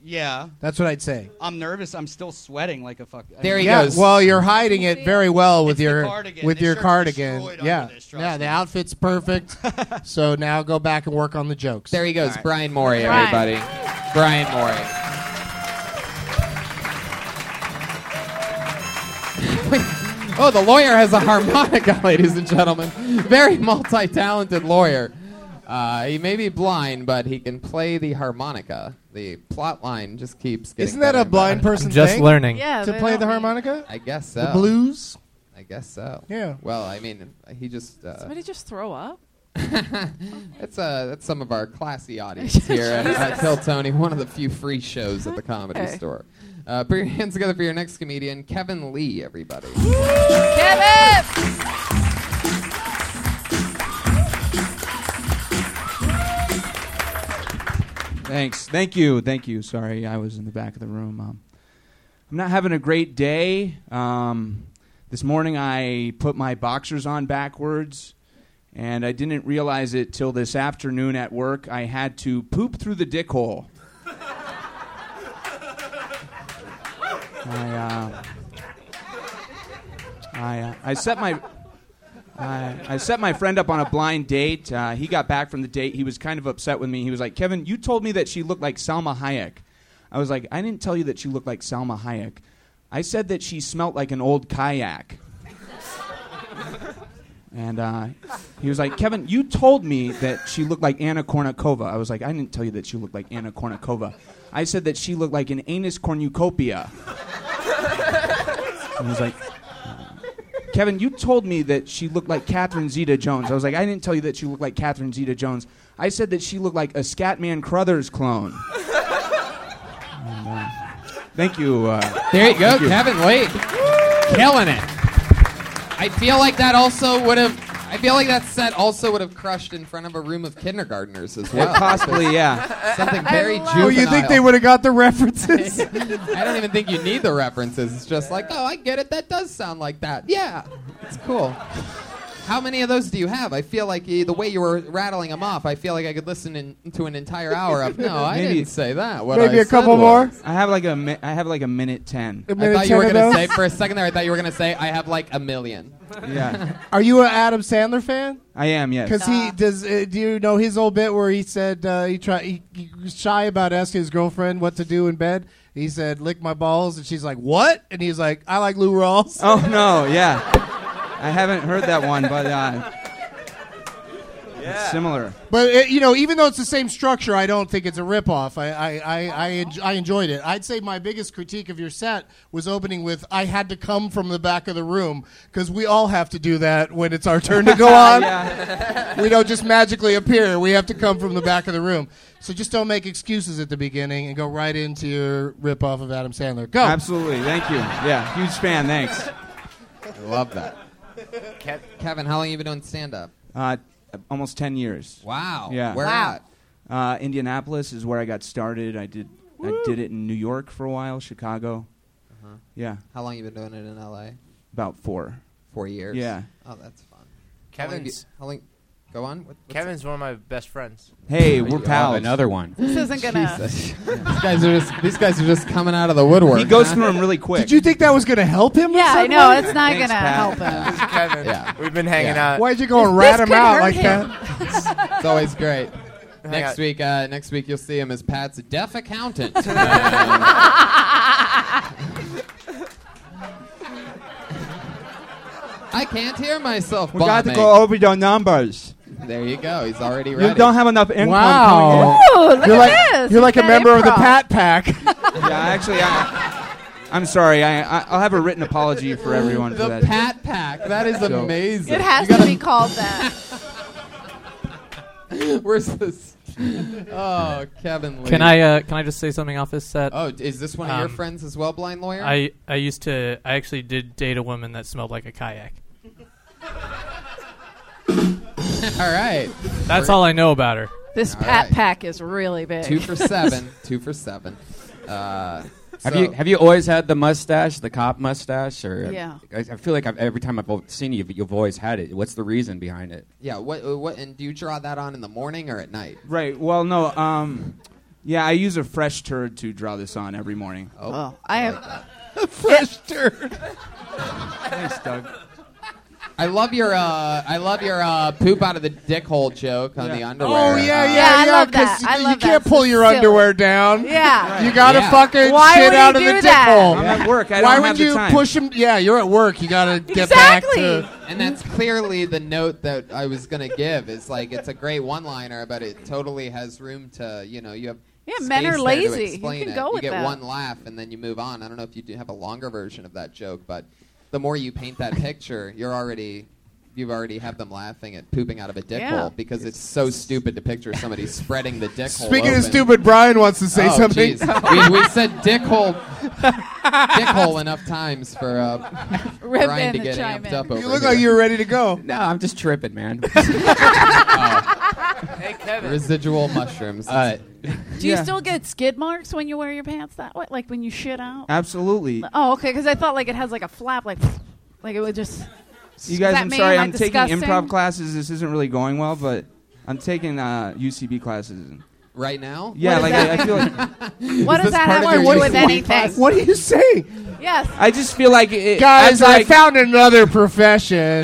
S9: Yeah.
S5: That's what I'd say.
S9: I'm nervous. I'm still sweating like a fuck. I
S3: There
S9: mean-
S5: yeah, Well, you're hiding it very well with your
S9: cardigan.
S5: with
S9: This
S5: your
S9: shirt's
S5: cardigan.
S9: destroyed under
S5: Yeah,
S9: this, trust
S5: yeah. The
S3: (laughs)
S5: outfit's perfect. so now go back and work on the jokes.
S3: There he goes,
S5: All right.
S3: Brian Morey, everybody. Brian Morey. oh, the lawyer has a harmonica, (laughs) ladies and gentlemen. Very multi talented lawyer. Uh, he may be blind, but he can play the harmonica. The plot line just keeps getting
S5: Isn't that
S3: better
S5: a
S3: and
S5: blind
S3: better.
S5: person? thing? to play the harmonica.
S3: I guess so.
S5: The blues.
S3: I guess so.
S5: Yeah.
S3: Well, I mean, he just. Uh,
S7: Somebody just throw up.
S3: That's uh, that's some of
S7: (laughs)
S3: our classy audience here at uh,
S7: Jesus.
S3: Kill Tony, one of the few free shows at the Comedy
S7: Okay.
S3: Store. Uh, put your hands together for your next comedian, Kevin Lee, everybody.
S7: Kevin.
S11: Thanks. Thank you. Thank you. Sorry, I was in the back of the room. Um, I'm not having a great day. Um, this morning I put my boxers on backwards, and I didn't realize it till this afternoon at work. I had to poop through the dick
S2: (laughs)
S11: hole. I, uh, I, uh, I set my. I, I set my friend up on a blind date. Uh, he got back from the date. He was kind of upset with me. He was like, Kevin, you told me that she looked like Salma Hayek. I was like, I didn't tell you that she looked like Salma Hayek. I said that she smelt like an old kayak. And uh, he was like, Kevin, you told me that she looked like Anna Kournikova. I was like, I didn't tell you that she looked like Anna Kournikova. I said that she looked like an anus cornucopia. And he was like, Kevin, you told me that she looked like Catherine Zeta Jones. I was like, I didn't tell you that she looked like Catherine Zeta Jones. I said that she looked like a Scatman Crothers clone. And, uh, thank you. Uh,
S3: There you go,
S11: thank
S3: Kevin Lee. Killing it. I feel like that also would have. I feel like that set also would have crushed in front of a room of kindergartners as well.
S11: Yeah, possibly, yeah.
S3: Something very juvenile.
S5: Oh, you think they would have got the references?
S3: (laughs) I don't even think you need the references. It's just like, oh, I get it. That does sound like that. Yeah, it's cool. How many of those do you have? I feel like you, the way you were rattling them off, I feel like I could listen in, to an entire hour of. No, I
S11: Maybe-
S3: didn't say that. What
S5: Maybe
S3: I
S5: a couple
S3: said
S5: more?
S3: was-
S11: I have like a mi- I have like a minute ten.
S3: I thought you were
S5: ten of
S3: gonna
S5: those?
S3: say for a second there. I thought you were gonna say I have like a million.
S11: Yeah.
S5: (laughs) Are you an Adam Sandler fan?
S11: I am, yes.
S5: Because he does. Uh, do you know his old bit where he said uh, he tried he, he was shy about asking his girlfriend what to do in bed? He said, "Lick my balls," and she's like, "What?" And he's like, "I like Lou Rawls."
S11: Oh
S5: (laughs)
S11: no, yeah. I haven't heard that one, but uh, it's similar.
S5: But it, you know, even though it's the same structure, I don't think it's a ripoff. I I I, I, enj- I enjoyed it. I'd say my biggest critique of your set was opening with "I had to come from the back of the room" because we all have to do that when it's our turn to go on. We don't just magically appear. We have to come from the back of the room. So just don't make excuses at the beginning and go right into your ripoff of Adam Sandler. Go.
S11: Absolutely, thank you. Yeah, huge fan. Thanks.
S5: I love that.
S3: Kev- Kevin, how long have you been doing stand up?
S11: Uh, almost ten years.
S3: Wow.
S11: Yeah.
S3: Where Wow.
S11: Uh, Indianapolis is where I got started. I did I did it in New York for a while, Chicago.
S3: Uh-huh.
S11: Yeah,
S3: How long you been doing it in L.A.?
S11: about four.
S3: Four years.
S11: Yeah.
S3: Oh, that's fun. How long have you-
S2: Kevin's
S3: How long? Go on. What,
S2: Kevin's one of my best friends.
S11: Hey,
S3: we're
S11: pals.
S1: Another one.
S7: This isn't gonna.
S5: (laughs)
S3: Jesus.
S11: (laughs)
S3: these guys are just these guys are just coming out of the woodwork.
S11: He goes through them really quick.
S5: Did you think that was going to help him? in
S7: Yeah, I
S5: some
S7: know
S5: way?
S7: it's not
S11: Thanks,
S7: gonna
S11: Pat.
S7: help him.
S3: (laughs)
S2: Kevin, we've been hanging out.
S5: Why'd you go and rat him out like that?
S7: (laughs)
S3: It's always great.
S2: out.
S3: Next week, uh, next week you'll see him as Pat's deaf
S2: (laughs)
S3: accountant. I can't hear myself.
S11: We got to
S3: bombing.
S11: go over your numbers.
S3: There you go. He's already ready.
S11: You don't have enough income.
S5: Wow.
S11: coming
S7: Ooh, look
S5: you're
S7: at
S5: like
S7: this.
S5: you're like a
S7: That
S5: member of the
S7: improv.
S5: Pat
S7: (laughs)
S5: Pack.
S11: in. yeah, actually, I, I'm sorry. I, I I'll have a written apology for everyone for
S3: the
S11: that.
S3: Pat Pack. That is
S11: So-
S3: amazing.
S7: It has
S3: You gotta-
S7: to be called that.
S3: (laughs) Where's this? Oh, Kevin. Lee.
S6: Can I uh, can I just say something off this set?
S3: Oh, is this one of your
S6: Um,
S3: friends as well, blind lawyer?
S6: I I used to I actually did date a woman that smelled like a kayak.
S3: (laughs) all
S7: (laughs)
S3: right.
S6: That's all I know about her.
S7: This
S3: All
S7: Pat
S3: right.
S7: Pack is really big.
S3: Two
S9: (laughs)
S3: for seven. Two for seven. Uh,
S1: Have
S3: so-
S1: you have you always had the mustache, the cop mustache, or
S7: Yeah.
S1: I, I feel like I've, every time I've o- seen you, you've always had it. What's the reason behind it?
S3: Yeah. What? uh, What? And do you draw that on in the morning or at night?
S11: Right. Well, no. Um, yeah, I use a fresh turd to draw this on every morning.
S7: Oh, I have.
S3: (laughs)
S5: Fresh turd.
S11: Thanks, Doug.
S3: I love your. Uh, I love your uh, poop out of the dick hole joke on the underwear.
S5: Oh
S7: Yeah,
S3: Uh,
S5: yeah, yeah,
S7: I
S5: yeah.
S7: love that.
S5: Because
S7: I
S5: you,
S7: love
S5: you can't
S7: that.
S5: pull your
S7: Silly.
S5: underwear down.
S7: Yeah.
S5: You gotta
S3: Yeah.
S5: fucking
S7: Why
S5: shit
S7: would
S5: out
S7: you
S5: of the
S7: do
S5: dick
S7: that?
S5: hole.
S11: I'm at work. I
S5: Why
S11: don't
S5: would
S11: have
S5: you
S11: the time.
S5: push him? Yeah, you're at work. You gotta get
S7: Exactly.
S5: back to.
S3: And that's clearly the note that I was gonna give. It's like it's a great one-liner, but it totally has room to, you know, you have.
S7: Yeah, men are
S3: space there to
S7: lazy. You
S3: explain
S7: can
S3: it.
S7: go
S3: You
S7: with
S3: get
S7: that.
S3: one laugh and then you move on. I don't know if you do have a longer version of that joke, but the more you paint
S7: (laughs)
S3: that picture, you're already. You've already have them laughing at pooping out of a dick
S7: Yeah.
S3: hole because it's so stupid to picture somebody spreading the dick hole.
S5: Speaking of
S3: open.
S5: stupid, Brian wants to say
S3: Oh,
S5: something.
S3: jeez. we, we said
S7: (laughs)
S3: dick hole, dick hole enough times for uh,
S7: Red
S3: Brian
S7: Band
S3: to
S7: to
S3: get
S7: chime
S3: amped
S7: in.
S3: up over
S5: You look
S3: here.
S5: like you're ready to go.
S1: No, I'm
S7: (laughs)
S1: just tripping,
S3: (laughs)
S1: man.
S3: Oh.
S2: Hey, Kevin.
S3: Residual mushrooms.
S1: uh,
S7: Do you
S11: Yeah.
S7: still get skid marks when you wear your pants that way? Like when you shit out?
S11: Uh, Absolutely.
S7: Oh, okay. Because I thought like it has like a flap, like like it would just. Does
S11: You guys,
S7: that
S11: I'm
S7: mean
S11: sorry.
S7: I'm
S11: I'm taking
S7: disgusting?
S11: improv classes. This isn't really going well, but I'm taking uh, UCB classes.
S3: right now?
S11: Yeah,
S7: does
S11: like
S7: that
S11: I, I feel. Like,
S7: What does
S3: this
S7: that
S3: part
S7: have
S3: of
S7: to
S3: your
S7: do with
S3: uniform?
S7: anything?
S5: What are you saying,
S7: Yes.
S3: (laughs)
S11: I just feel like it,
S5: guys?
S11: after
S5: I found
S11: (laughs)
S5: another profession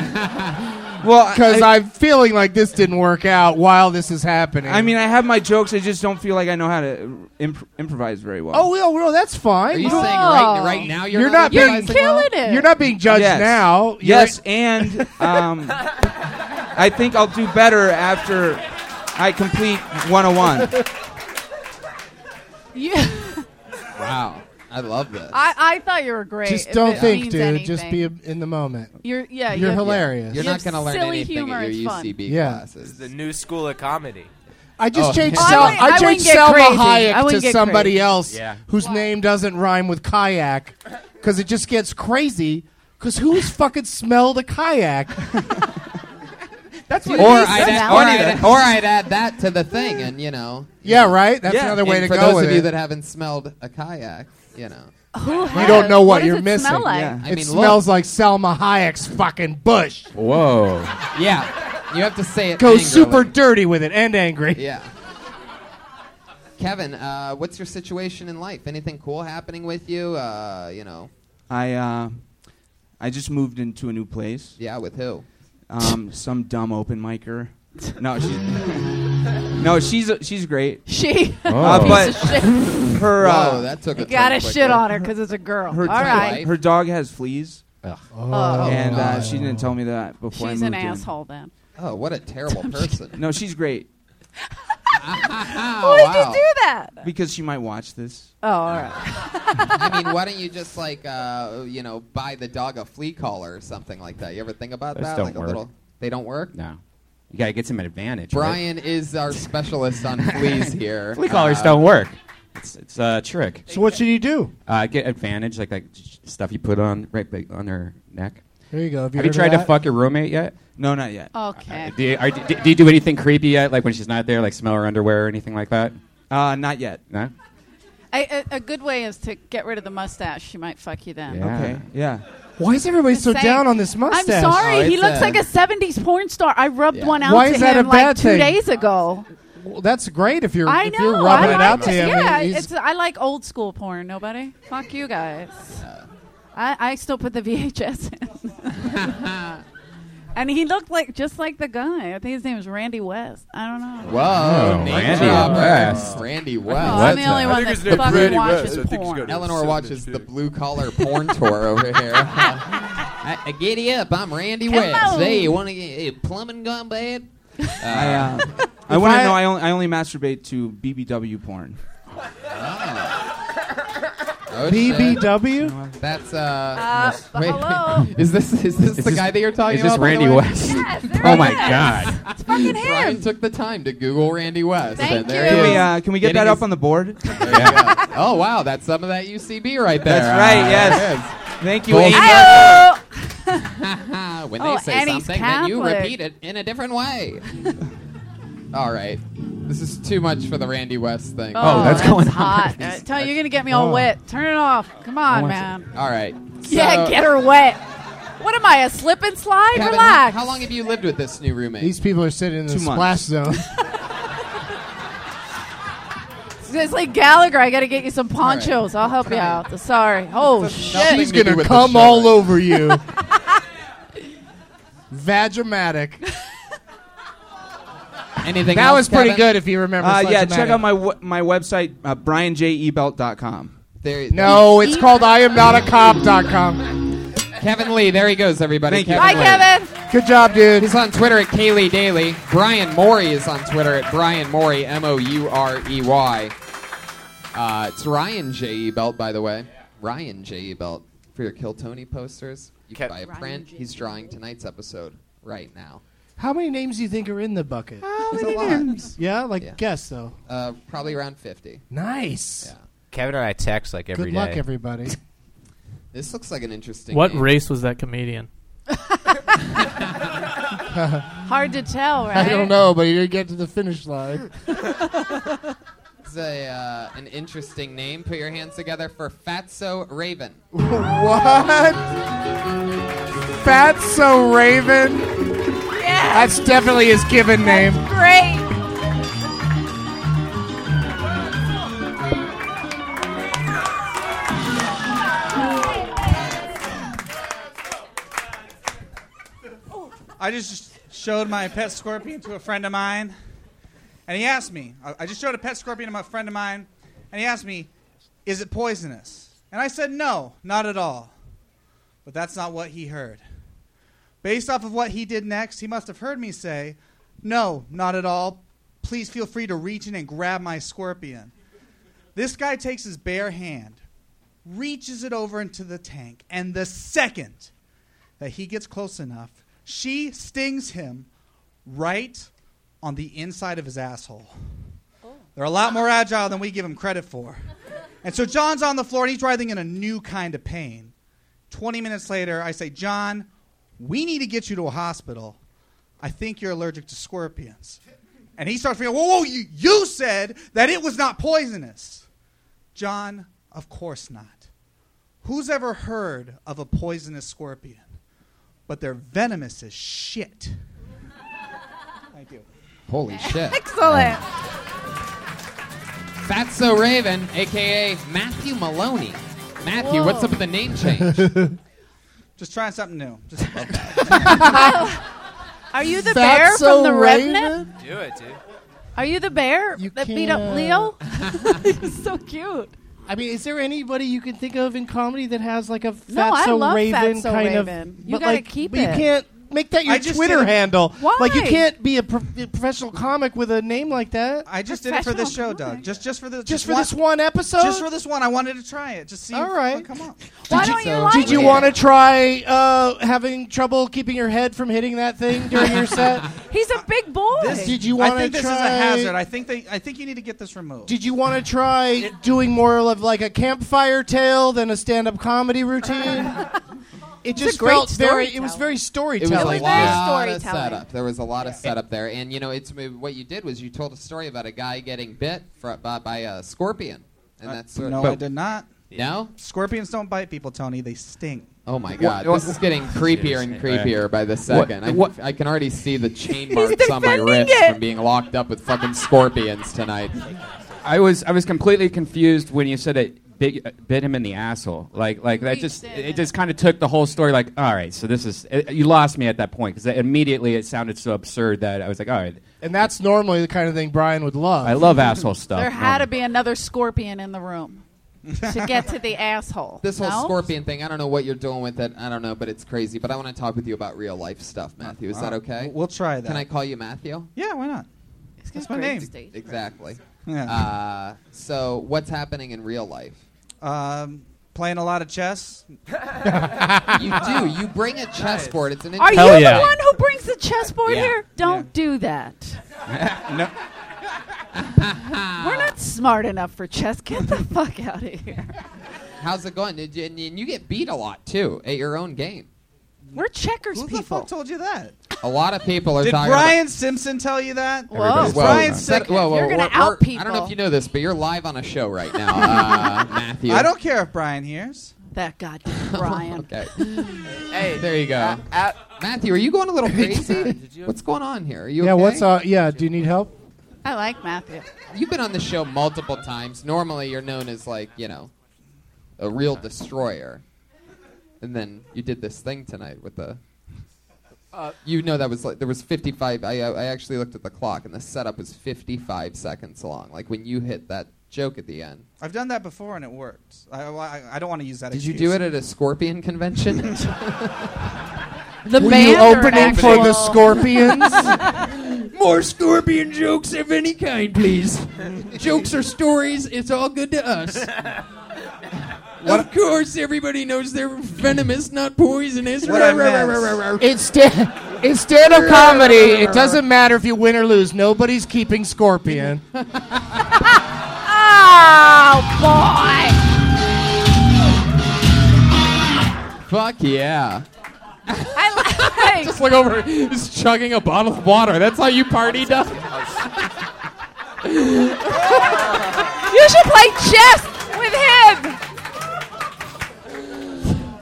S11: well
S5: because
S11: I,
S5: I'm feeling like this didn't work out while this is happening.
S11: I mean, I have my jokes. I just don't feel like I know how to imp- improvise very well.
S5: oh well, well that's fine.
S3: Are you
S5: You
S3: saying right,
S5: don't-
S3: right now you're,
S5: You're
S3: not,
S5: not being
S7: You're
S3: realizing well?
S7: killing it.
S5: you're not being judged
S11: Yes.
S5: now. You're-
S11: Yes, and um, I think I'll do better after I complete 101.
S7: (laughs) You-
S3: Wow. I love this.
S7: I, I thought you were great.
S5: Just
S7: if
S5: don't
S7: it
S5: think,
S7: means
S5: dude. Just be
S7: anything.
S5: a, in the moment.
S7: You're yeah.
S5: You're
S7: you-
S5: hilarious.
S3: you're
S7: You
S3: not
S7: have
S3: going to learn
S7: silly
S3: anything
S7: humor
S3: at
S7: is
S3: your
S7: fun.
S3: UCB
S5: Yeah.
S2: This is
S3: classes.
S2: the new school of comedy.
S5: I just
S3: Oh.
S5: changed
S3: Oh,
S7: (laughs) I
S5: Sel-
S7: wouldn't- I
S5: I
S7: wouldn't
S5: changed
S7: get
S5: Selma
S7: crazy. I
S5: Hayek
S7: wouldn't
S5: to
S7: get
S5: somebody
S7: crazy.
S5: else
S1: Yeah.
S5: whose name doesn't rhyme with kayak because it just gets crazy. Because who's fucking smelled a
S7: (laughs)
S5: kayak?
S3: That's what
S7: you
S3: or,
S7: need
S3: I'd
S7: to
S3: add,
S7: know.
S3: or, I'd, or I'd add that to the thing, and you know.
S5: yeah, right. That's another way
S3: and
S5: to
S3: for
S5: go
S3: those
S5: with
S3: of you
S5: it.
S3: that haven't smelled a kayak, you know.
S7: Who
S5: You
S7: has?
S5: don't know what,
S7: does
S5: you're
S7: it
S5: missing.
S7: Smell like?
S5: It smells like Selma Hayek's fucking bush.
S1: Whoa.
S3: Yeah, you have to say it.
S5: Go
S3: angrily.
S5: super dirty with it and angry.
S3: Yeah. Kevin, uh, what's your situation in life? Anything cool happening with you? Uh, you know,
S11: I uh, I just moved into a new place.
S3: Yeah, with who?
S11: Um, some dumb open micer. No, she's no, she's she's great.
S7: She-
S11: Uh,
S7: (laughs) Piece
S11: but
S7: of shit.
S11: her uh,
S3: Whoa, that took
S7: You gotta shit on her because it's a girl.
S11: Her,
S7: All
S11: dog-
S7: right.
S11: her dog has fleas.
S7: Oh.
S11: and uh,
S3: Oh.
S11: she didn't tell me that before
S7: She's
S11: I
S7: an
S11: moved in.
S7: asshole then.
S3: Oh, what
S7: (laughs)
S3: a
S5: (laughs)
S3: terrible person.
S11: No, she's great
S7: Why did you do that?
S11: because she might watch this.
S7: Oh, all right.
S3: (laughs) I mean, why don't you just like uh, you know buy the dog a flea collar or something like that? You ever think about
S1: Those
S3: that?
S1: don't
S3: like
S1: work.
S3: a little. They don't work.
S1: No, you gotta get some advantage. right?
S3: Brian is our specialist on fleas
S1: (laughs)
S3: here.
S1: Flea collars
S3: Uh,
S1: don't work. It's, it's a trick.
S5: So what should you do?
S1: Uh, get advantage, like that stuff you put on right big- on her neck.
S5: There you go. Have you heard of
S1: tried to
S5: that?
S1: fuck your roommate yet? No, not yet.
S3: Uh,
S7: Okay.
S1: Uh, Do you, are, do, do you do anything creepy yet? Like when she's not there, like smell her underwear or anything like that?
S11: Uh, not yet.
S1: No.
S7: I, a, a good way is to get rid of the mustache. She might fuck you then.
S11: Okay. Oh, Yeah.
S5: Why is everybody so
S7: Saying-
S5: down on this mustache?
S7: I'm sorry. he looks like a 70s porn star. I rubbed one out
S5: Why
S7: to
S5: is that a
S7: him like
S5: bad
S7: two
S5: thing?
S7: days ago.
S5: Well, that's great if you're
S7: I
S5: if
S7: know.
S5: you're rubbing
S7: I
S5: it
S7: like
S5: out to
S7: it.
S5: him.
S7: Yeah,
S5: He's-
S7: it's, uh, I like old school porn. Nobody, fuck you guys. I, I still put the (laughs) VHS in. and he looked like just like the guy. I think his name was Randy West. I don't know.
S3: Whoa, (laughs)
S1: Oh,
S3: name
S1: Randy
S3: dropper.
S1: West.
S3: Randy
S7: Oh,
S3: West.
S7: I'm the only one that fucking watches porn.
S3: Eleanor watches the blue collar porn tour
S7: (laughs)
S3: over here.
S7: uh,
S3: I, I giddy up, I'm Randy
S7: Come
S3: West.
S7: on.
S3: Hey, you want to get eh, plumbing gone bad?
S11: I, uh, I
S3: um, If
S11: want
S3: I-
S11: to know. I only, I only masturbate to BBW porn.
S5: Ah.
S3: Oh,
S5: BBW?
S3: shit. That's uh.
S7: Uh, but hello.
S3: (laughs) Is this is this
S1: Is
S3: the
S1: this-
S3: guy that you're talking
S1: is this
S3: about? by the
S1: Randy
S3: way?
S1: West? Yes, there Oh, my he is. God.
S7: It's fucking
S3: (laughs) Brian
S7: him.
S3: took the time to Google Randy West.
S7: Thank
S3: and there he
S11: Can
S3: is.
S11: we, uh, can we get
S3: Getting
S11: that
S3: his-
S11: up on the board? (laughs)
S3: Oh wow, that's some of that UCB right there.
S11: That's right.
S3: Ah,
S11: yes.
S3: there it
S11: Thank
S3: is.
S11: you.
S3: Full
S11: Amy.
S3: (laughs) when
S7: Oh,
S3: they say
S7: and he's
S3: something, then you
S7: Catholic.
S3: repeat it in a different way. all right, this is too much for the Randy West thing.
S7: Oh, hot. I tell you, you're gonna get me all
S3: Oh.
S7: wet. Turn it off. Come on,
S3: want
S7: man.
S3: All right.
S7: (laughs) yeah,
S3: So,
S7: get her wet. What am I, a slip and slide?
S3: Kevin,
S7: Relax.
S3: How long have you lived with this new roommate?
S5: These people are sitting in the
S3: Two
S5: splash (laughs) zone.
S7: It's like Gallagher. I got to get you some ponchos. I'll help you out. Sorry. Oh shit.
S5: She's gonna
S7: (laughs)
S5: come all over you.
S7: (laughs)
S5: Vagimatic.
S3: Anything?
S5: That
S3: else,
S5: was pretty
S3: Kevin?
S5: good if you remember.
S11: Uh, yeah,
S5: Sledge-O-Matic.
S11: check out my w- my website, uh, brianjebelt.com.
S3: There,
S5: No,
S7: E-
S5: it's called I am not a cop.com.
S3: Kevin Lee. There he goes, everybody.
S11: Thank you.
S3: Kevin
S7: Hi,
S3: Lee.
S7: Kevin.
S5: Good job, dude.
S3: He's on Twitter at Kaylee Daily. Brian Morey is on Twitter at Brian Morey, M O U R E Y. Uh, it's Ryan J E Belt, by the way. Ryan J E Belt for your Kill Tony posters. You can buy a
S7: Ryan E
S3: print. He's drawing tonight's episode right now.
S5: How many names do you think are in the bucket?
S3: There's a lot.
S5: Yeah, like
S3: Yeah.
S5: guess though.
S3: Uh, probably around 50.
S5: Nice.
S2: Kevin and I text like every
S5: Good
S2: day.
S5: luck,
S2: (laughs)
S5: everybody.
S3: This looks like an interesting.
S6: What
S3: game.
S6: race was that comedian?
S7: Hard to tell, right?
S5: I don't know, but you didn't get to the finish line.
S3: It's a, uh, an interesting name. Put your hands together for Fatso (laughs) Raven.
S5: what? Fatso Raven?
S7: Yeah.
S5: That's definitely his given name.
S7: Great.
S10: I just showed my pet scorpion to a friend of mine, and he asked me. I I just showed a pet scorpion to my friend of mine, and he asked me, "Is it poisonous?" And I said, "No, not at all." But that's not what he heard. Based off of what he did next, he must have heard me say, "No, not at all. Please feel free to reach in and grab my scorpion." This guy takes his bare hand, reaches it over into the tank, and the second that he gets close enough, she stings him right on the inside of his asshole. They're a lot more agile than we give them credit for. And so John's on the floor and he's writhing in a new kind of pain. 20 minutes later, I say, John, we need to get you to a hospital. I think you're allergic to scorpions. And he starts freaking, whoa, whoa, you, you said that it was not poisonous. John, of course not. Who's ever heard of a poisonous scorpion? But they're venomous as shit. Thank you.
S3: Holy shit.
S7: Excellent.
S3: That's So Raven, aka Matthew Maloney. Matthew,
S10: Whoa.
S3: what's up with the name (laughs) change?
S10: Just trying something new.
S3: (laughs)
S10: Just
S7: (laughs) Are you the
S3: That's
S7: bear
S3: so
S7: from the
S3: Raven?
S7: Revenant?
S2: Do it, dude.
S7: Are you the bear that beat up
S5: (laughs)
S7: Leo? (laughs) He's so cute.
S5: I mean, is there anybody you can think of in comedy that has like a Fatso
S7: I love
S5: Raven
S7: Fatso
S5: kind
S7: Raven.
S5: of?
S7: You
S5: but
S7: gotta
S5: like,
S7: keep
S5: but
S7: it.
S5: You can't make that your
S10: I just
S5: Twitter
S10: did it-
S5: handle.
S10: Why?
S5: Like, you can't be a pro- a professional comic with a name like that.
S10: I just did it for this show, Doug. Just just for this.
S5: Just for this one episode?
S10: Just for this one, I wanted to try it. Just see.
S5: All
S10: if-
S5: right.
S10: Come on.
S5: Why
S10: don't you like
S5: Did you
S10: it?
S5: want to try uh, having trouble keeping your head from hitting that (laughs) thing during
S10: (laughs)
S5: your set?
S7: (laughs) He's a big boy.
S5: did you want
S10: I
S5: to
S10: think this
S5: try?
S10: is a hazard. I think they. I think you need to get this removed.
S5: Did you want to try doing more of like a campfire tale than a stand-up
S10: (laughs)
S5: comedy routine? it
S3: It's a
S5: just
S3: great
S5: felt very. It
S3: storytelling.
S5: was very
S3: It was
S5: storytelling.
S3: a lot of
S5: storytelling.
S3: setup. There was a lot of setup there, and you know, it's what you did was you told a story about a guy getting bit fro- by, by a scorpion, and that's sort
S10: no,
S3: of-
S10: I did not.
S3: No,
S10: scorpions don't bite people, Tony. They sting.
S3: Oh my God, this is
S5: (laughs)
S3: getting creepier and creepier by the second. I, I can already see the chain marks on my wrist from being locked up with fucking scorpions tonight.
S1: I was I was completely confused when you said it big, uh, bit him in the asshole. Like like that
S3: He
S1: just it just kind of took the whole story. Like all right, so this is it, you lost me at that point because immediately it sounded so absurd that I was like all right,
S5: And that's normally the kind of thing Brian would love.
S1: I love asshole stuff.
S7: There had to be another scorpion in the room to get to the (laughs) asshole.
S3: This whole
S7: no?
S3: scorpion thing, I don't know what you're doing with it. I don't know, but it's crazy. But I want to talk with you about real life stuff, Matthew. Is that
S10: Uh,
S3: okay?
S10: We'll try that.
S3: Can I call you Matthew?
S10: Yeah, why not? That's my name.
S3: Exactly.
S10: Yeah.
S3: Uh, so, what's happening in real life?
S10: Um, playing a lot of
S3: (laughs)
S5: (laughs)
S10: chess.
S3: (laughs)
S10: (laughs)
S3: you do. You bring a chessboard. It's an
S7: Are
S10: Hell
S7: you
S10: yeah.
S7: the one who brings the chessboard
S10: Yeah.
S7: here? Don't do that.
S3: (laughs)
S10: no.
S7: We're not smart enough for chess. Get the (laughs) fuck out of here.
S3: How's it going? Did you, and you get beat a lot too at your own game.
S7: We're checkers
S10: Who the fuck told you that?
S3: A lot of people are
S10: Did
S3: talking.
S10: Brian Simpson tell you that?
S3: about,
S10: Did Brian Simpson.
S3: Whoa, whoa,
S10: You're
S3: we're-
S10: gonna
S3: we're-
S10: out
S3: I don't know
S10: people.
S3: if you know this, but you're live on a show right
S10: (laughs)
S3: now, uh, Matthew.
S10: I don't care if Brian hears.
S7: That
S3: (laughs)
S7: goddamn Brian.
S3: Okay.
S2: Hey,
S3: there you go.
S2: uh, uh,
S3: Matthew, are you going
S10: (laughs)
S3: a little crazy? What's going on here? Are you
S5: yeah.
S3: okay?
S5: What's uh? Yeah. Do you need help?
S7: I like Matthew.
S3: You've been on the show multiple times. Normally, you're known as like you know, a real destroyer, and then you did this thing tonight with the. You know that was like there was 55. I uh, I actually looked at the clock and the setup was 55 seconds long. Like when you hit that joke at the end.
S10: I've done that before and it worked. I, I, I don't want to use that.
S3: Did you
S10: excuse.
S3: do it at a scorpion
S5: (laughs)
S3: convention?
S7: The
S5: Were you opening for the
S12: scorpions?
S3: (laughs) More scorpion jokes of any kind, please.
S12: Jokes or stories, it's all good to us. Of course, everybody knows they're venomous, not poisonous.
S5: It's sta- it's stand-up comedy. It doesn't matter if you win or lose. Nobody's keeping Scorpion.
S7: Oh,
S3: Fuck yeah.
S7: boy.
S3: (laughs)
S7: I like
S8: Just look over. He's chugging a bottle of water. That's how you party, Doug.
S2: (laughs) Oh,
S7: You should play chess with him.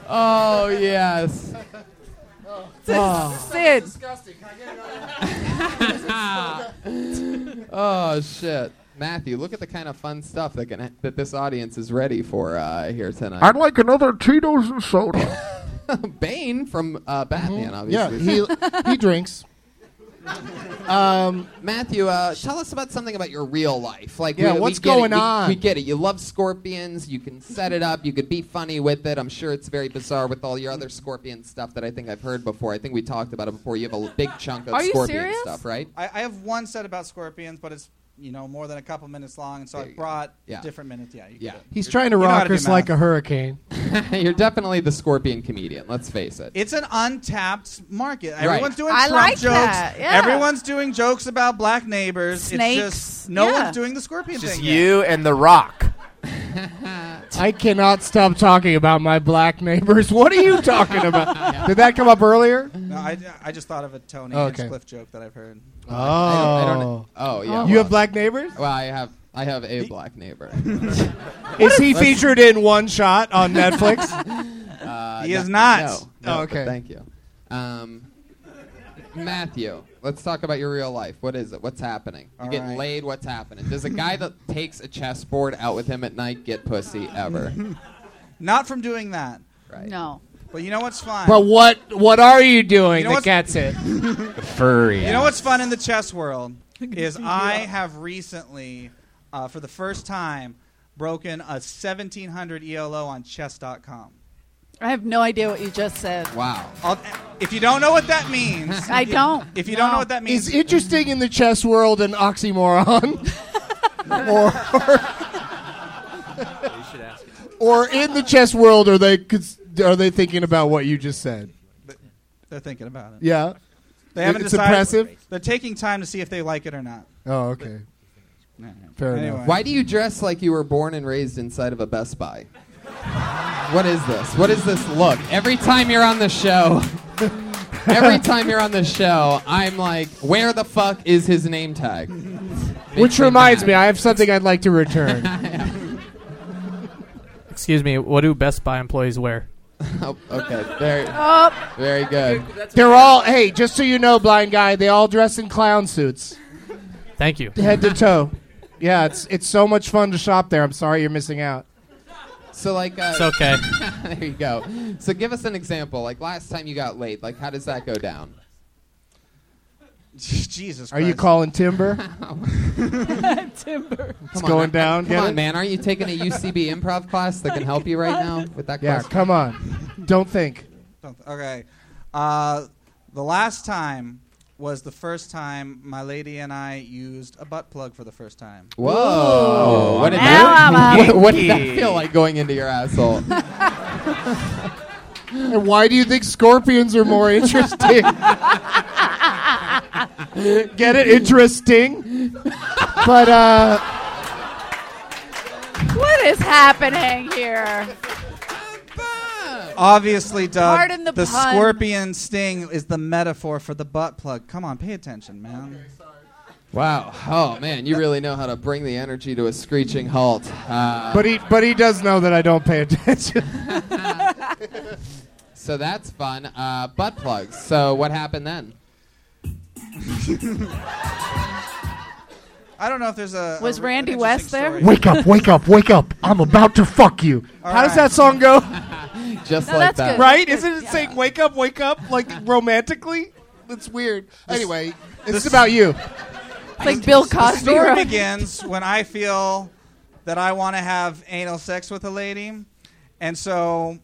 S3: Oh yes.
S7: Oh. Sid.
S3: oh shit, Matthew! Look at the kind of fun stuff that can that this audience is ready for uh, here tonight.
S12: like another Cheetos and soda.
S3: Bane from uh, Batman,
S5: (laughs) Mm-hmm. yeah.
S3: obviously.
S5: He
S3: (laughs)
S5: he drinks.
S3: um, Matthew, uh, tell us about something about your real life. Like,
S5: Yeah,
S3: we- we
S5: what's
S3: get it.
S5: going
S3: We-
S5: on?
S3: We, get it. You love scorpions. You can set it up. You could be funny with it. I'm sure it's very bizarre with all your other scorpion stuff that I think I've heard before. I think we talked about it before. You have a big chunk of
S10: Are you
S3: scorpion
S10: serious?
S3: stuff, right?
S10: I, I have one set about scorpions, but it's you know more than a couple minutes long, and so I brought
S3: Yeah.
S10: different minutes. Yeah, you
S3: Yeah.
S5: He's trying to rock us like a hurricane.
S3: (laughs) You're definitely the scorpion comedian. Let's face it.
S10: It's an untapped market.
S3: Right.
S10: Everyone's doing
S3: I
S10: Trump
S3: like
S10: jokes.
S3: that, yeah.
S10: Everyone's doing jokes about black neighbors.
S3: Snakes.
S10: It's just no
S3: Yeah.
S10: one's doing the scorpion
S2: It's just
S10: thing.
S2: you and The Rock.
S5: (laughs) I cannot stop talking about my black neighbors. What are you talking (laughs)
S10: (laughs)
S5: about? Did that come up earlier? Oh,
S10: yet. No, I, I just thought of a Tony
S5: Okay.
S10: Hinchcliffe joke that I've heard.
S5: Oh.
S3: I don't- I don't- oh, yeah.
S5: You
S3: well-
S5: have black neighbors?
S3: Well, I have. I have a black neighbor.
S5: (laughs)
S3: (laughs)
S5: Is he featured in one shot on (laughs) Netflix?
S3: Uh,
S5: He is
S3: no-
S5: not.
S3: No, no,
S5: Oh,
S3: but
S5: okay.
S3: Thank you. Um, Matthew, let's talk about your real life. What is it? What's happening? You
S8: All
S3: getting
S8: right.
S3: laid? What's happening? Does a guy that takes a chessboard out with him at night get pussy ever?
S10: Not from doing that.
S3: Right.
S7: No.
S10: But you know what's fun?
S5: But what what are you
S10: You
S5: doing (laughs)
S10: know
S5: that
S10: what's-
S5: gets it?
S1: Furry.
S10: You know what's fun in the chess world is I have recently, uh, for the first time, broken a 1700 ELO on chess.com.
S7: I have no idea what you just said.
S3: Wow.
S10: I'll, if you don't know what that means,
S7: (laughs) I don't.
S10: If you don't know what that means,
S5: Is interesting in the chess world an oxymoron?
S3: (laughs)
S5: or
S2: You should ask.
S5: or in the chess world are they cons- are they thinking about what you just said?
S10: they're thinking about it.
S5: Yeah.
S10: They haven't
S5: it's
S10: decided.
S5: impressive.
S10: They're taking time to see if they like it or not.
S5: Oh, okay. Fair enough.
S3: Why do you dress like you were born and raised inside of a Best Buy? What is this? What is this look? Every time you're on the
S5: (laughs)
S3: show, every time you're on the show, I'm like, where the fuck is his name tag?
S5: Which reminds me, I have something I'd like
S2: (laughs)
S5: to return.
S6: Excuse me. What do Best Buy employees wear?
S3: (laughs) oh, okay. Very,
S7: Oh.
S3: very good.
S5: They're all hey, just so you know, blind guy, they all dress in clown suits,
S6: Thank
S5: (laughs)
S6: you.
S3: (laughs)
S5: head to toe. Yeah, it's it's so much fun to shop there. I'm sorry you're missing out.
S3: So like, uh,
S6: It's okay.
S3: (laughs) there you go. So give us an example. Like last time you got laid. Like how does that go down?
S10: Jesus.
S5: Are you calling timber?
S7: (laughs)
S3: (laughs)
S10: (laughs)
S7: Timber.
S5: It's going down.
S3: Come
S5: Get
S3: on,
S5: it?
S3: man. Aren't you taking a UCB improv class that can help you right
S10: (laughs)
S3: now with that
S5: Yeah,
S3: question?
S5: come on. Don't think.
S10: Don't- Okay. Uh, the last time was the first time my lady and I used a butt plug for the first time.
S3: Whoa! What did,
S10: Now
S3: that,
S10: I'm a
S3: (laughs) what, what did that
S10: Yankee.
S3: feel like going into
S10: (laughs)
S3: your asshole?
S5: (laughs) And why do you think scorpions are more interesting? Get it? Interesting. But uh
S7: What is happening here?
S10: Obviously, Doug,
S7: Pardon the pun.
S10: scorpion sting is the metaphor for the butt plug. Come on, pay attention, man.
S3: Wow. Oh man, you really know how to bring the energy to a screeching halt. Uh,
S5: but he but he does know that I don't pay attention.
S3: (laughs) so that's fun. Uh, butt plugs. So what happened
S5: (laughs)
S3: then?
S10: I don't know if there's a.
S7: Was
S10: a-
S7: Randy
S10: an
S7: West
S10: interesting
S7: there?
S10: story.
S5: (laughs) wake up, wake up, wake up. I'm about to fuck you.
S10: All
S5: How does
S10: right.
S5: that song go?
S3: Just like that.
S5: Right? Isn't it saying wake up, wake up like romantically? It's weird. Anyway, this is about you.
S7: It's like Bill Cosby.
S10: The story
S7: right?
S10: begins when I feel that I want to have anal sex with a lady, and so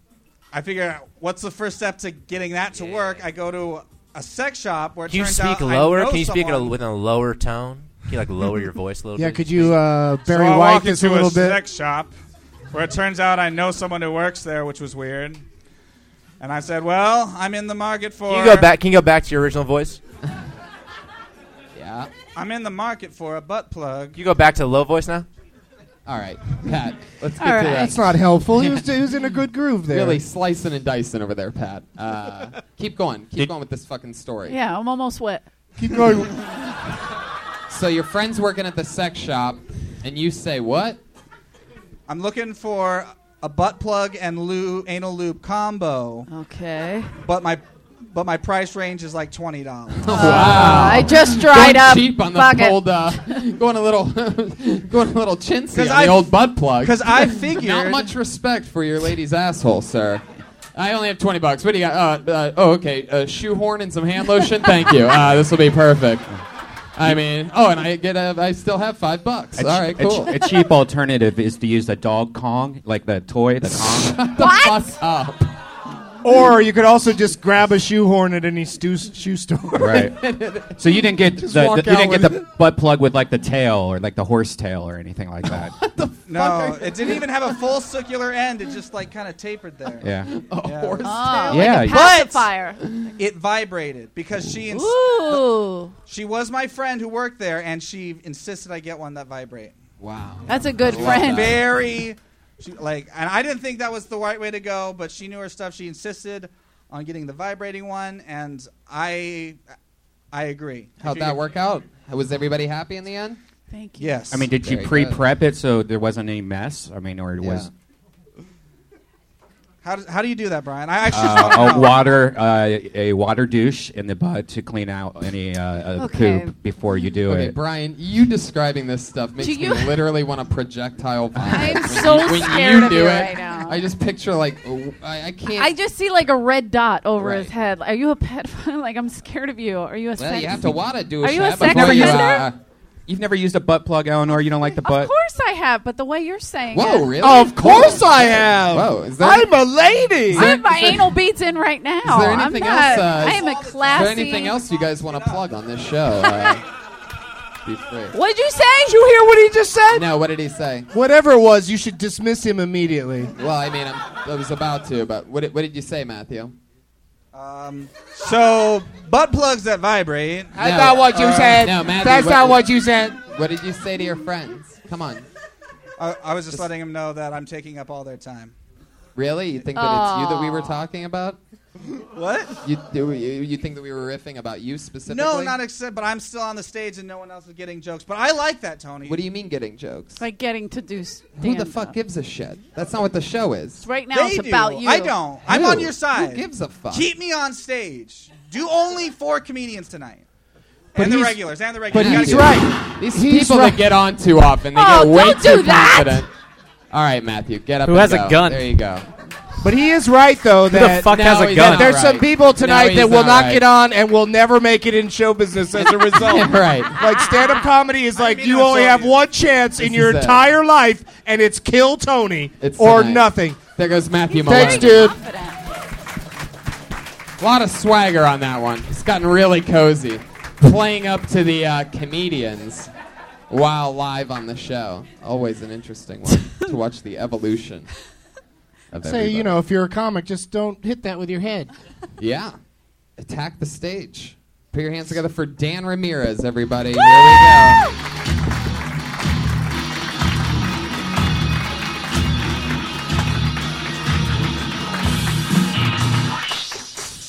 S10: I figure out what's the first step to getting that to work. I go to a sex shop where it
S2: Can you
S10: turns
S2: speak
S10: out I
S2: lower?
S10: know
S2: Can you speak at a,
S10: someone-
S2: with a lower tone? Can you like lower your voice a little
S5: Yeah,
S2: bit?
S5: could you uh Barry
S10: so I
S5: White
S10: walk
S5: this
S10: into
S5: a little bit?
S10: sex shop where it turns out I know someone who works there, which was weird. And I said, "Well, I'm in the market for."
S2: Can you go back? Can you go back to your original voice?
S3: Yeah.
S10: I'm in the market for a butt plug.
S2: Can you go back to low voice now?
S3: All right, Pat. Let's
S7: All
S3: get to
S7: right.
S3: that.
S5: That's not helpful.
S3: (laughs)
S5: He was, he was in a good groove there.
S3: Really slicing and dicing over there, Pat.
S10: (laughs)
S3: Uh, keep going. Keep going with this fucking story.
S7: Yeah, I'm almost wet.
S5: Keep going.
S3: So your friend's working at the sex shop, and you say what?
S10: I'm looking for a butt plug and lube, anal lube combo,
S7: Okay.
S10: but my but my price range is like twenty dollars.
S7: Uh, I just dried
S3: going
S7: up.
S3: cheap on the
S7: Fuck it.
S3: old, uh, going a little, (laughs) going a little chintzy on
S10: 'Cause
S3: the
S10: I-
S3: old butt plug.
S10: Because
S3: (laughs)
S10: I figured
S3: Not much respect for your lady's asshole, sir. I only have 20 bucks. What do you got? Uh, uh, oh, okay. Uh, shoehorn and some hand lotion. (laughs) Thank you. Uh, this will be perfect. I mean, oh, and I get a, I still have five bucks. All right,
S1: A ch-
S3: cool.
S1: A,
S3: (laughs)
S1: cheap alternative is to use the dog Kong, like the toy,
S3: (laughs)
S1: the Kong.
S3: Shut the fuck up.
S5: Or you could also just grab a shoehorn at any stu- shoe store.
S1: right. So you didn't (laughs) get the,
S5: Just
S1: the-
S5: walk
S1: you didn't get
S5: out
S1: the butt plug with like the tail or like the horse tail or anything like that. (laughs)
S10: No, it didn't even have a full circular end. It just like kind of tapered there.
S1: yeah.
S10: A horse
S7: Oh,
S10: tail.
S1: Yeah,
S7: Like a
S1: you-
S7: pacifier.
S10: It vibrated because she ins-
S7: Ooh.
S10: she was my friend who worked there, and she insisted I get one that vibrate.
S3: Wow.
S7: That's a good
S3: I love
S7: friend.
S3: that.
S10: Very, she, like, and I didn't think that was the right way to go, but she knew her stuff. She insisted on getting the vibrating one, and I, I agree.
S3: How'd that work out? Was everybody happy in the end?
S7: Thank
S10: you. Yes.
S1: I mean, did you
S10: Very
S1: pre
S10: good.
S1: prep it so there wasn't any mess? I mean, or it was
S10: How do, how do you do that, Brian? I actually want to
S1: uh, a (laughs)
S10: know.
S1: water uh, a water douche in the bud to clean out any uh, uh,
S3: Okay.
S1: poop before you do
S3: okay,
S1: it.
S3: Brian, you describing this stuff makes
S7: Do you-
S3: me literally want to projectile vomit.
S7: (laughs) I'm
S3: When
S7: so
S3: you, when
S7: scared
S3: you
S7: of
S3: do
S7: you
S3: it,
S7: right now.
S3: I just picture like oh, I, I can't.
S7: I just see like a red dot over his head. Are you a pedophile? (laughs) like I'm scared of you. Are you a?
S3: well,
S7: sex-
S3: you have to want to do
S7: Are you a
S3: that
S7: sex
S3: before you,
S7: offender?
S3: uh,
S1: You've never used a butt plug, Eleanor. You don't like the butt.
S7: Of course I have, but the way you're saying
S1: Whoa,
S7: it.
S1: really?
S5: Of course I have.
S1: Whoa,
S3: is that-
S5: I'm a lady.
S7: I have my anal beads in right now.
S3: Is there anything
S7: I'm not,
S3: else? Uh,
S7: I am a
S3: Is
S7: classy.
S3: there anything else you guys want to plug on this
S5: (laughs)
S3: show? Uh, be free.
S7: What did you say?
S5: Did you hear what he just said?
S3: No, what did he say?
S5: Whatever it was, you should dismiss him immediately.
S3: Well, I mean, I'm, I was about to, but what did, what did you say, Matthew?
S10: Um, so butt plugs that vibrate.
S3: No, uh, No, Matthew, What did you say to your friends? Come on.
S10: I, I was just, letting him know that I'm taking up all their time.
S3: Really? You think that it's you that we were talking about?
S10: What?
S3: You, you, you think that we were riffing about you specifically?
S10: No, not except. But I'm still on the stage and no one else is getting jokes. But I like that, Tony.
S3: What do you mean getting jokes?
S7: Like getting to do. s-
S3: Who the
S7: damn
S3: fuck
S7: stuff.
S3: gives a shit? That's not what the show is.
S7: Right now,
S10: They
S7: it's
S10: do.
S7: about you.
S10: I don't. I'm
S3: Who?
S10: on your side.
S3: Who gives a fuck?
S10: Keep me on stage. Do only four comedians tonight.
S3: But
S10: and the
S3: he's-
S10: regulars. And the
S3: but
S10: regulars. You
S3: he's
S10: gotta keep-
S3: right. These people that get on too often, they
S10: Oh,
S3: get way
S10: don't
S3: too
S10: do that!
S3: confident. All right, Matthew, get up.
S10: Who
S3: and
S10: has a
S3: go.
S10: gun?
S3: There you go.
S5: (laughs) But he is right though
S3: Who the
S5: that,
S3: fuck has a Now he's gun?
S5: that there's
S3: not
S5: some
S3: right.
S5: people
S3: Now
S5: tonight
S3: he's
S5: that will
S3: not
S5: not
S3: right.
S5: get on and will never make it in show business
S3: (laughs)
S5: as a result.
S3: Right.
S5: Like stand up comedy is like you
S10: I'm
S5: only
S10: sorry.
S5: have one chance in
S10: This
S5: your
S10: is it.
S5: entire life and it's kill Tony
S3: It's
S5: or
S3: tonight.
S5: nothing.
S3: There goes Matthew Malone.
S5: Thanks, dude.
S3: A lot of swagger on that one. It's gotten really cozy. Playing up to the uh, comedians while live on the show. Always an interesting one to watch the evolution of
S5: Say,
S3: everybody.
S5: you know, if you're a comic, just don't hit that with your head.
S3: Yeah. Attack the stage. Put your hands together for Dan Ramirez, everybody. Here we go.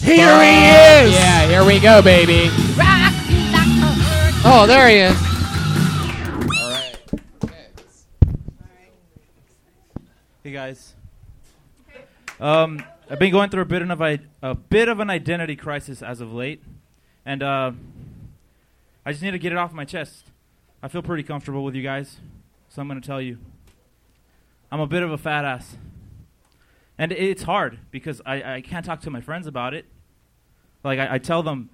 S5: Here he is.
S3: Yeah, here we go, baby. Oh, there he is.
S13: Hey guys. Um, I've been going through a bit of I- a bit of an identity crisis as of late, and uh, I just need to get it off my chest. I feel pretty comfortable with you guys, so I'm going to tell you. I'm a bit of a fat ass, and i- it's hard because I, I can't talk to my friends about it. Like I, I tell them,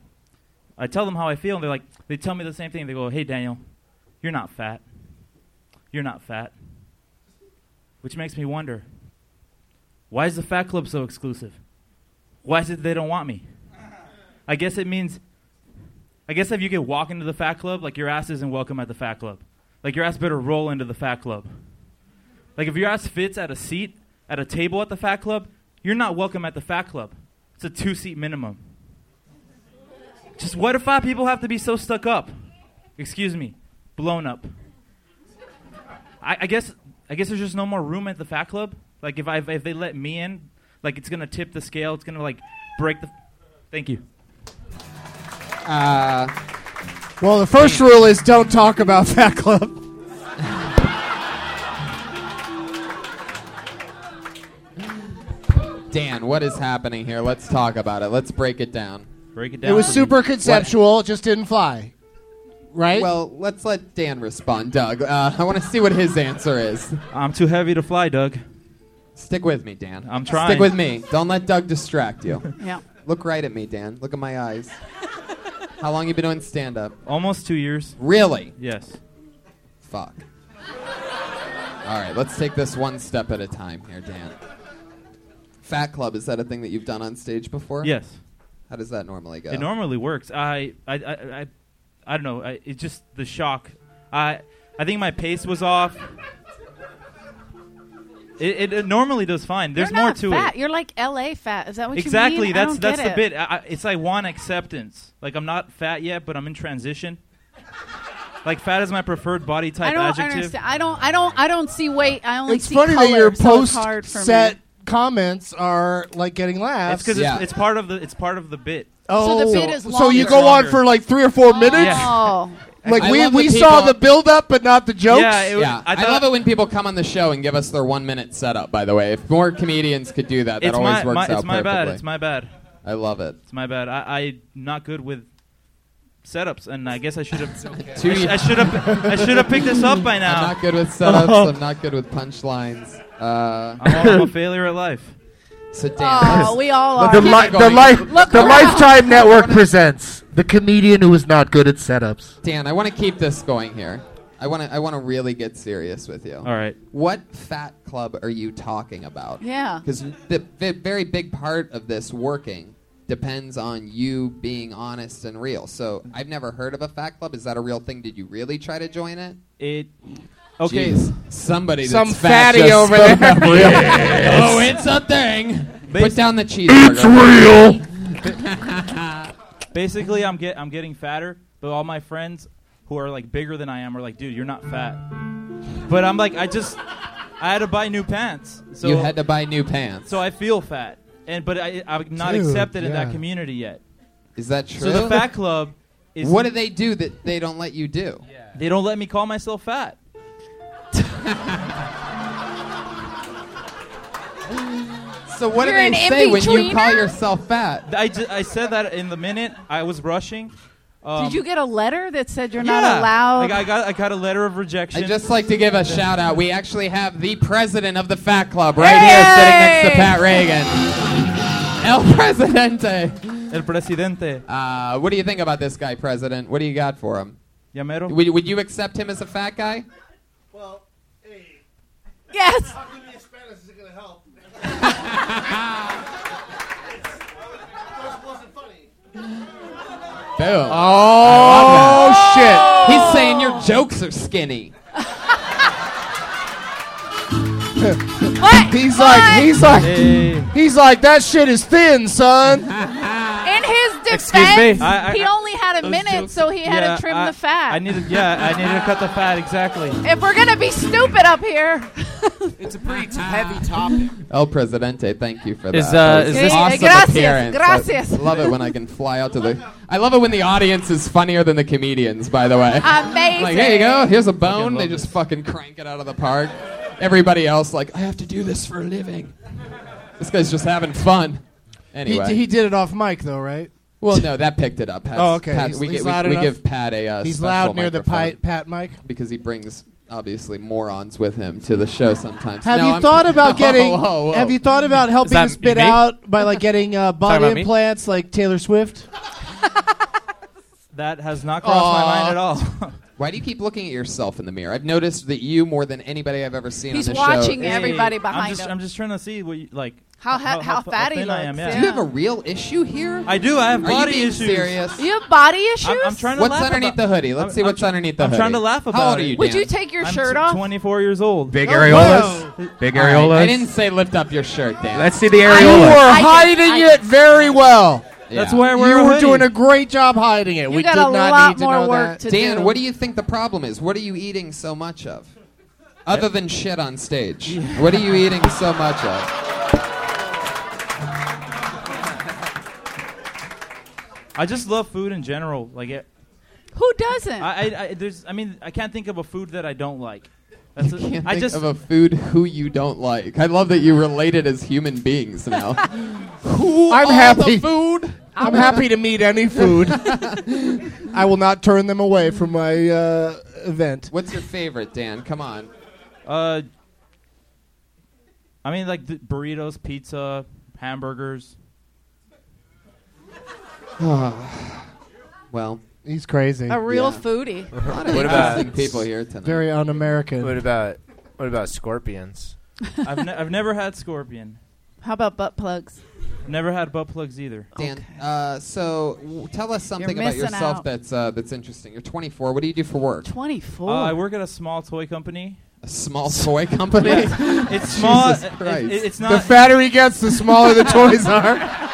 S13: I tell them how I feel, and they're like, they tell me the same thing. They go, "Hey Daniel, you're not fat. You're not fat." Which makes me wonder why is the Fat Club so exclusive? Why is it they don't want me? I guess it means, I guess if you could walk into the Fat Club, like your ass isn't welcome at the Fat Club. Like your ass better roll into the Fat Club. Like if your ass fits at a seat, at a table at the Fat Club, you're not welcome at the Fat Club. It's a two seat minimum. Just what if fat people have to be so stuck up? Excuse me, blown up. I, I guess I guess there's just no more room at the fat club. Like if I if they let me in, like it's gonna tip the scale. It's gonna like break the. Thank you.
S3: Uh,
S5: well, the first rule is don't talk about (laughs) Fat Club.
S3: Dan, what is happening here? Let's talk about it. Let's break it down.
S13: Break
S5: It was super conceptual. It just didn't fly. Right?
S3: Well, let's let Dan respond, Doug. Uh, I want to see what his answer is.
S13: I'm too heavy to fly, Doug.
S3: Stick with me, Dan.
S13: I'm trying.
S3: Stick with me. Don't let Doug distract you.
S7: Yeah.
S3: Look right at me, Dan. Look at my eyes. How long you been doing stand up?
S13: Almost two years.
S3: Really?
S13: Yes.
S3: Fuck. All right, let's take this one step at a time here, Dan. Fat Club, is that a thing that you've done on stage before?
S13: Yes.
S3: How does that normally go?
S13: It normally works. I I I I, I don't know. I, it's just the shock. I I think my pace was off. It, it, it normally does fine. There's
S7: You're
S13: more
S7: not
S13: to it.
S7: fat. You're like L.A. fat. Is that what you
S13: exactly.
S7: mean? I
S13: That's
S7: don't
S13: that's
S7: get
S13: the
S7: it.
S13: bit. I, I, it's like want acceptance. Like I'm not fat yet, but I'm in transition. like fat is my preferred body type
S7: I don't
S13: adjective.
S7: understand. I don't. I don't. I don't see weight. I only
S5: it's
S7: see
S5: funny
S7: color.
S5: that your
S7: so it's
S5: post
S7: hard for me.
S5: set comments are like getting laughs.
S13: It's because it's, it's part of the it's part of the bit.
S5: oh,
S7: So the bit is
S5: so you
S7: longer. Oh.
S5: go on for like three or four minutes.
S13: Yeah.
S5: Like
S3: I
S5: we,
S3: love the
S5: we saw
S3: people-
S5: the build up, but not the jokes.
S3: Yeah, I, love it when people come on the show and give us their one minute setup. By the way, if more comedians could do that, that
S13: it's
S3: always
S13: my,
S3: works
S13: my,
S3: out
S13: It's my
S3: perfectly.
S13: bad. It's my bad.
S3: I love it.
S13: It's my bad. I, I'm not good with setups, and I guess I should have.
S3: Too-
S13: I, sh- I should have. I should have picked this up by now. Oh.
S3: (laughs) I'm not good
S13: (laughs)
S3: with setups. I'm not good with punchlines. Uh,
S13: I'm a failure at life.
S3: So damn.
S7: Oh,
S3: let's-
S7: we all
S3: let's
S7: are.
S5: The,
S3: keep
S5: li-
S3: it
S5: the,
S3: going.
S5: life,
S7: Look
S5: the
S7: around.
S5: Lifetime Network presents the comedian who is not good at setups.
S3: Dan, I want to keep this going here. I want to. I want to really get serious with you. All
S13: right.
S3: What fat club are you talking about?
S7: Yeah.
S3: Because the, the very big part of this working depends on you being honest and real. So I've never heard of a fat club. Is that a real thing? Did you really try to join it?
S13: It. Okay.
S3: Jeez, somebody. that's
S12: Some
S3: fat
S12: fatty
S3: just
S12: over
S3: (laughs) spoke
S12: there.
S3: up real-
S12: Yes. Oh, it's a thing.
S3: Put down the cheese.
S13: Basically, I'm get I'm getting fatter, but all my friends who are like bigger than I am are like, dude, you're not fat. But I'm like, I just I had to buy new pants. So
S3: (laughs) you had to buy new pants.
S13: So I feel fat, and but I, I'm not
S3: Dude,
S13: accepted in that
S3: yeah.
S13: community yet.
S3: Is that true?
S13: So the fat club is.
S3: What do they do that they don't let you do?
S13: They don't let me call myself fat.
S3: So what do they say when you call yourself fat?
S13: I, ju- I said that in the minute I was rushing. Um,
S7: Did you get a letter that said you're
S13: yeah.
S7: not allowed?
S13: Like I got I got a letter of rejection.
S3: I'd just like to give a shout out. We actually have the president of the Fat Club right here sitting next to Pat Reagan. El Presidente.
S13: El Presidente.
S3: Uh, what do you think about this guy, President? What do you got for him?
S13: Yamero.
S3: Would, would you accept him as a fat guy?
S7: Yes.
S3: (laughs) Boom.
S5: Oh,
S3: shit. He's saying your jokes are skinny.
S7: What?
S5: He's like, he's like, he's like, that shit is thin, son.
S7: In his
S13: Excuse
S7: defense,
S13: me? I- I-
S7: he only had a
S13: Those
S7: minute,
S13: jokes-
S7: so he had
S13: Yeah,
S7: to trim
S13: I-
S7: the fat.
S13: I need to, yeah, I needed to cut the fat exactly.
S7: if we're gonna be stupid up here,
S14: It's a pretty t- heavy topic.
S3: El Presidente, thank you for that.
S13: Is, uh,
S3: That was
S13: is
S3: an
S13: this-
S3: awesome
S13: Gracias,
S3: appearance. I
S7: gracias.
S3: love it when I can fly out to the. I love it when the audience is funnier than the comedians. By the way,
S7: (laughs) (laughs) Amazing.
S3: Like, here you go. Here's a bone. They just fucking crank it out of the park. Everybody else, like, I have to do this for a living. This guy's just having fun. Anyway.
S5: He, he did it off mic though, right?
S3: well, no, that picked it up. Pat's,
S5: Oh, okay.
S3: Pat-
S5: He's-
S3: we
S5: he's
S3: gi- we-
S5: loud
S3: we
S5: enough?
S3: give Pat a. Uh,
S5: He's
S3: special
S5: loud near the
S3: microphone
S5: pi-
S3: (laughs)
S5: Pat mic
S3: because he brings obviously morons with him to the show sometimes.
S5: Have
S3: No,
S5: you
S3: I'm-
S5: thought
S3: (laughs)
S5: about
S3: Whoa,
S5: getting?
S3: whoa, whoa.
S5: Have you thought about helping
S3: that
S5: us bit
S3: me?
S5: out by like getting uh, body
S13: about me?
S5: implants, like
S7: (laughs)
S5: Taylor Swift?
S13: That has not crossed my mind at all.
S5: (laughs)
S3: Why do you keep looking at yourself in the mirror? I've noticed that you more than anybody I've ever seen
S7: He's
S3: on this
S7: watching
S3: show.
S7: it. Everybody
S13: I'm
S7: behind
S13: just-
S7: him.
S13: I'm just trying to see what you like.
S7: How ha- how
S13: th-
S7: fat he
S13: thin I am.
S7: looks,
S13: Yeah.
S3: Do you have a real issue here?
S13: I do. I have
S3: Are you
S13: body
S3: being
S13: issues.
S3: serious?
S7: you have body issues.
S13: I'm, I'm trying to
S3: What's
S13: laugh
S3: underneath
S13: about-
S3: the hoodie? Let's
S13: I'm-
S3: see
S13: I'm
S3: what's
S13: tr-
S3: underneath the
S13: I'm
S3: hoodie.
S13: trying to laugh about
S3: How old
S13: it.
S3: are you,
S7: Would
S3: Dan?
S7: you take your
S13: I'm
S7: shirt
S13: t-
S7: off?
S13: 24 years old.
S1: Big
S13: Oh,
S1: areolas?
S13: wow.
S1: Big
S3: All right,
S1: areolas?
S3: I didn't say lift up your shirt, Dan.
S1: Let's see the
S5: You
S1: areola.
S5: were
S7: I can-
S5: hiding
S7: I
S5: it very well.
S13: That's why I wear
S5: You
S13: a
S5: were
S13: hoodie.
S5: doing a great job hiding it.
S7: You
S5: we
S7: got
S5: did
S7: a
S5: not
S7: lot
S5: need to
S7: more
S5: know
S7: work
S5: that.
S7: to
S3: Dan,
S7: do.
S3: what do you think the problem is? What are you eating so much (laughs) of? Other than shit on stage. What are you eating so much of?
S13: I just love food in general. Like, it,
S7: Who doesn't?
S13: I, I, I, there's, I mean, I can't think of a food that I don't like. That's a-
S3: Can't
S13: I
S3: think
S13: just
S3: of a food who you don't like. I love that you related as human beings (laughs) now. who
S5: I'm
S3: are
S5: happy.
S3: the food?
S5: I'm happy to
S7: (laughs)
S5: meet
S3: (laughs)
S5: any food. I will not turn them away from my uh,
S7: (sighs)
S5: event.
S3: What's your favorite, Dan? Come on.
S13: Uh, I mean, like the burritos, pizza, hamburgers.
S3: well,
S5: He's crazy.
S7: a real
S5: Yeah.
S7: foodie.
S2: (laughs)
S7: (laughs)
S2: What about
S3: people here tonight?
S5: Very un-American.
S2: What about what about scorpions?
S13: I've, ne- I've never had scorpion.
S7: How about butt plugs?
S13: Never had butt plugs either.
S3: Dan, uh, so w- tell us something
S7: You're
S3: about
S7: missing
S3: yourself
S7: out.
S3: that's uh, that's interesting. You're 24. What do you do for work?
S7: 24.
S13: Uh, I work at a small toy company.
S3: A small toy company.
S13: Yeah. (laughs) It's small.
S3: Jesus
S13: It- it-
S3: Christ.
S13: it- it's not.
S5: The fatter he gets, the smaller
S13: (laughs)
S5: the toys are.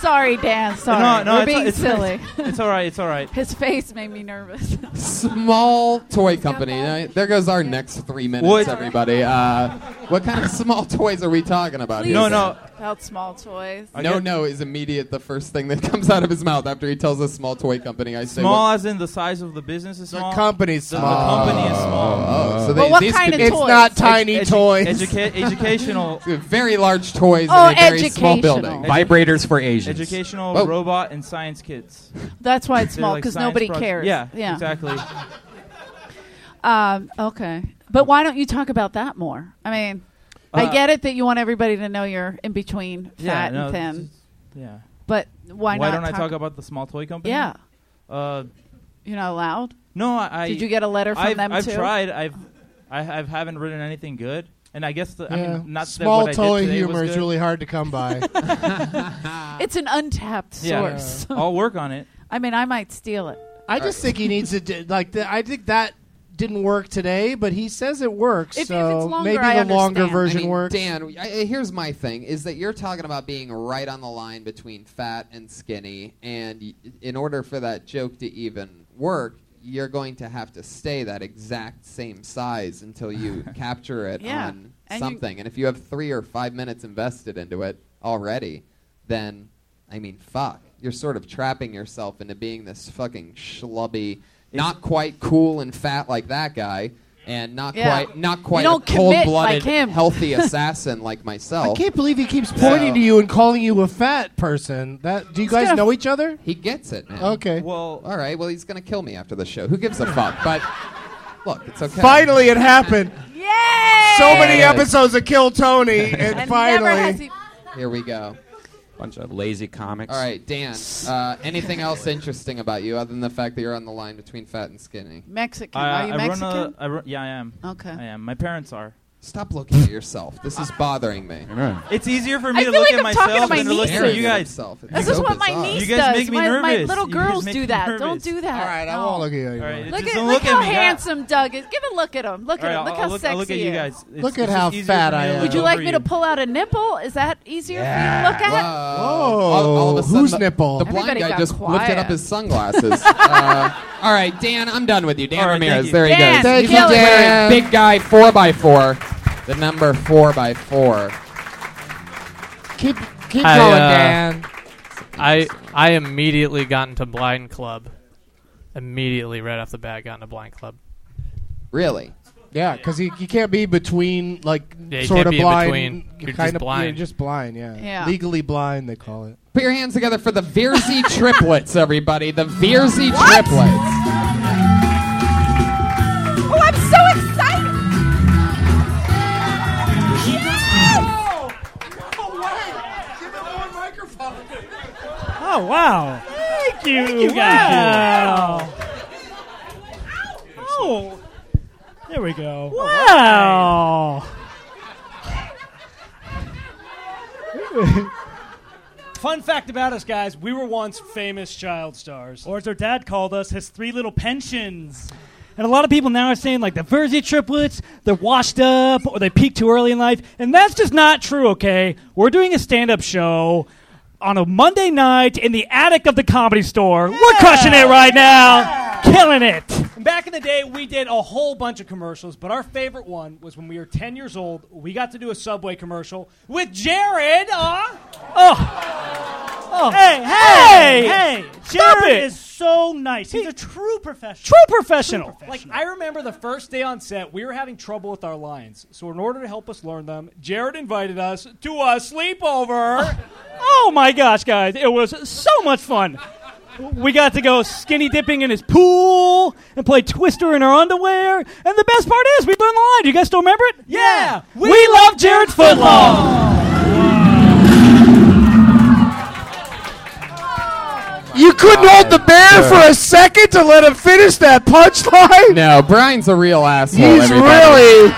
S7: sorry, Dan. Sorry.
S13: No, no,
S7: We're
S13: it's,
S7: being
S13: it's,
S7: silly.
S13: It's, all right. It's all right.
S7: (laughs) His face made me nervous.
S3: (laughs)
S7: (laughs)
S3: small toy company. Uh, There goes our next three minutes,
S13: What-
S3: everybody. Uh, what kind of small toys are we talking about? here,
S13: No,
S3: Dan?
S13: no.
S7: About small toys.
S8: No, no is immediate. The first thing
S3: (laughs)
S8: that comes out of his mouth after he tells a small toy company, I say,
S13: Small
S8: what-
S13: as in the size of the business is small.
S8: company's
S13: The, the
S8: small.
S13: company is small.
S8: Oh,
S1: Uh,
S8: oh, so But they- what these kind could of be- toys? It's not tiny toys. (laughs)
S13: educa- educational.
S8: very large toys
S7: Oh,
S8: in a very small
S7: educational.
S8: building.
S1: Vibrators for Asians.
S13: Educational
S1: Whoa.
S13: robot and science kits.
S7: That's why it's
S13: They're
S7: small
S13: like
S7: because
S13: science
S7: nobody
S13: project-
S7: cares.
S13: Yeah,
S7: yeah. (laughs)
S13: exactly.
S7: Um, okay, but why don't you talk about that more? I mean,
S13: Uh,
S7: I get it that you want everybody to know you're in between fat
S13: Yeah,
S7: and
S13: no,
S7: thin.
S13: this is- yeah.
S7: But why, not?
S13: don't I talk about the small toy company?
S7: Yeah.
S13: Uh,
S7: You're not allowed.
S13: no, I.
S7: Did you get a letter from
S13: I've,
S7: them
S13: I've
S7: too?
S13: tried. I've, I, I haven't written anything good, and I guess the, I
S5: Yeah.
S13: mean, not
S5: Small
S13: that what I
S5: toy
S13: did today
S5: humor
S13: was
S5: is
S13: good.
S5: really hard to
S13: (laughs)
S5: come by. Uh,
S7: It's an untapped
S13: Yeah.
S7: source.
S13: I'll work on it.
S7: (laughs) I mean, I might steal it.
S5: I just think he needs to d- like. The, I think that didn't work today, but he says it works.
S3: If- if
S5: so
S3: it's longer,
S5: maybe the
S3: I
S5: longer
S3: understand.
S5: version
S3: I mean,
S5: works.
S3: Dan, I, I- here's my thing: is that you're talking about being right on the line between fat and skinny, and y- in order for that joke to even work, you're going to have to stay that exact same size
S8: (laughs)
S3: until you capture it
S7: Yeah.
S3: on
S7: And you-
S3: something. and if you have three or five minutes invested into it already, then I mean, fuck. You're sort of trapping yourself into being this fucking schlubby, not quite cool and fat like that guy, and not
S5: Yeah.
S3: quite not
S5: You
S3: quite
S5: don't
S3: a
S5: commit
S3: cold blooded
S5: like him. (laughs)
S3: healthy assassin like myself.
S5: I can't believe he keeps pointing
S3: So-
S5: to you and calling you a fat person. That do you
S3: He's
S5: guys
S3: gonna-
S5: know each other?
S3: He gets it, man.
S5: Okay.
S13: Well,
S3: all right. Well, he's gonna kill me after the show. Who gives a fuck? But look, it's okay.
S5: Finally, it happened.
S7: Yay!
S5: So many episodes of Kill Tony, and,
S3: And
S5: finally,
S3: never has he- Here we go.
S1: Bunch of lazy comics.
S3: All right, Dan. Uh, anything else interesting about you other than the fact that you're on the line between fat and skinny?
S7: Mexican.
S13: I,
S7: Are you
S13: I Run
S7: Mexican?
S13: a, I run, yeah, I am.
S7: Okay.
S13: I am. My parents are.
S3: Stop looking at yourself. This is bothering me.
S13: It's easier for me
S7: I
S13: to
S7: feel
S13: look
S7: like
S13: at
S7: I'm talking to
S13: myself
S7: my
S13: than to look
S7: nieces.
S13: at you guys.
S7: This is what
S5: Uh,
S7: my niece
S13: You guys
S7: does.
S13: make me
S7: my, my
S13: nervous.
S7: little
S13: You guys
S7: girls
S13: make
S7: do
S13: me
S7: that.
S13: nervous.
S7: Don't do that. All right,
S5: I won't look at you.
S13: All right,
S7: Look
S13: just
S7: at
S13: don't
S7: look,
S13: at
S7: how
S13: me. Yeah.
S7: handsome Doug is. Give a look at him. Look
S13: All
S7: at
S13: right,
S7: him. Look
S13: I'll-
S7: how
S13: I'll look-
S7: sexy
S13: I'll look at
S7: he
S13: you
S7: is.
S13: guys. It's-
S5: Look at
S13: it's just
S5: how
S13: easier
S5: fat
S13: for me
S5: I
S13: to
S5: am.
S13: look
S7: Would you
S13: over
S7: like me to pull out a nipple? Is that easier for you to look at?
S3: Uh,
S5: Whoa!
S3: all of a sudden
S5: whose
S3: the-
S5: nipple?
S3: The blind
S7: Everybody
S3: guy
S7: got
S3: just lifted up
S7: quiet.
S3: his sunglasses. (laughs) uh, all right, Dan, I'm done with you. Dan
S5: All right,
S3: Ramirez,
S5: thank you.
S3: there he
S5: Dan,
S3: goes.
S5: Thank
S3: He's
S5: you,
S3: wearing
S5: Dan.
S3: Big guy, four by four. The number four by four.
S5: keep keep
S6: I,
S5: going,
S6: uh,
S5: Dan.
S6: I I immediately got into blind club. Immediately, right off the bat, got into blind club.
S3: Really?
S5: Yeah, because he, he can't be between like
S6: Yeah, you
S5: sort
S6: can't
S5: of
S6: be in
S5: blind,
S6: between. You're
S5: kind
S6: just
S5: of
S6: blind.
S5: You're just blind, yeah.
S3: Yeah.
S5: Legally blind, they call it.
S3: Put your hands together for the Veersey triplets, everybody. The Veersey
S7: What?
S3: triplets.
S7: Oh, I'm so excited.
S15: Oh wow! Thank you. Wow.
S16: Wow.
S15: Oh. There we go.
S16: Wow. Fun fact about us, guys: we were once famous child stars, or as our dad called us, his three little pensions. And a lot of people now are saying like the Verzi triplets, they're washed up, or they peak too early in life, and that's just not true. Okay, we're doing a stand-up show on a Monday night in the attic of the Comedy Store. We're crushing it right now, killing it. And Back in the day, we did a whole bunch of commercials, but our favorite one was when we were 10 years old. We got to do a Subway commercial with Jared. Uh, oh.
S15: Oh. Hey, hey, hey!
S16: Stop
S15: Jared
S16: it.
S15: is so nice. He's a true professional.
S16: True professional.
S15: Like I remember the first day on set, we were having trouble with our lines. So in order to help us learn them, Jared invited us to a sleepover.
S16: (laughs) Oh my gosh, guys, it was so much fun. We got to go skinny dipping in his pool and play Twister in our underwear. And the best part is, we learned the line. Do you guys still remember it? Yeah. We, love Jared Footlong.
S5: You
S3: Oh,
S5: couldn't hold the bear for a second to let him finish that punchline.
S3: No, Brian's a real asshole.
S5: He's
S3: everybody.
S5: really,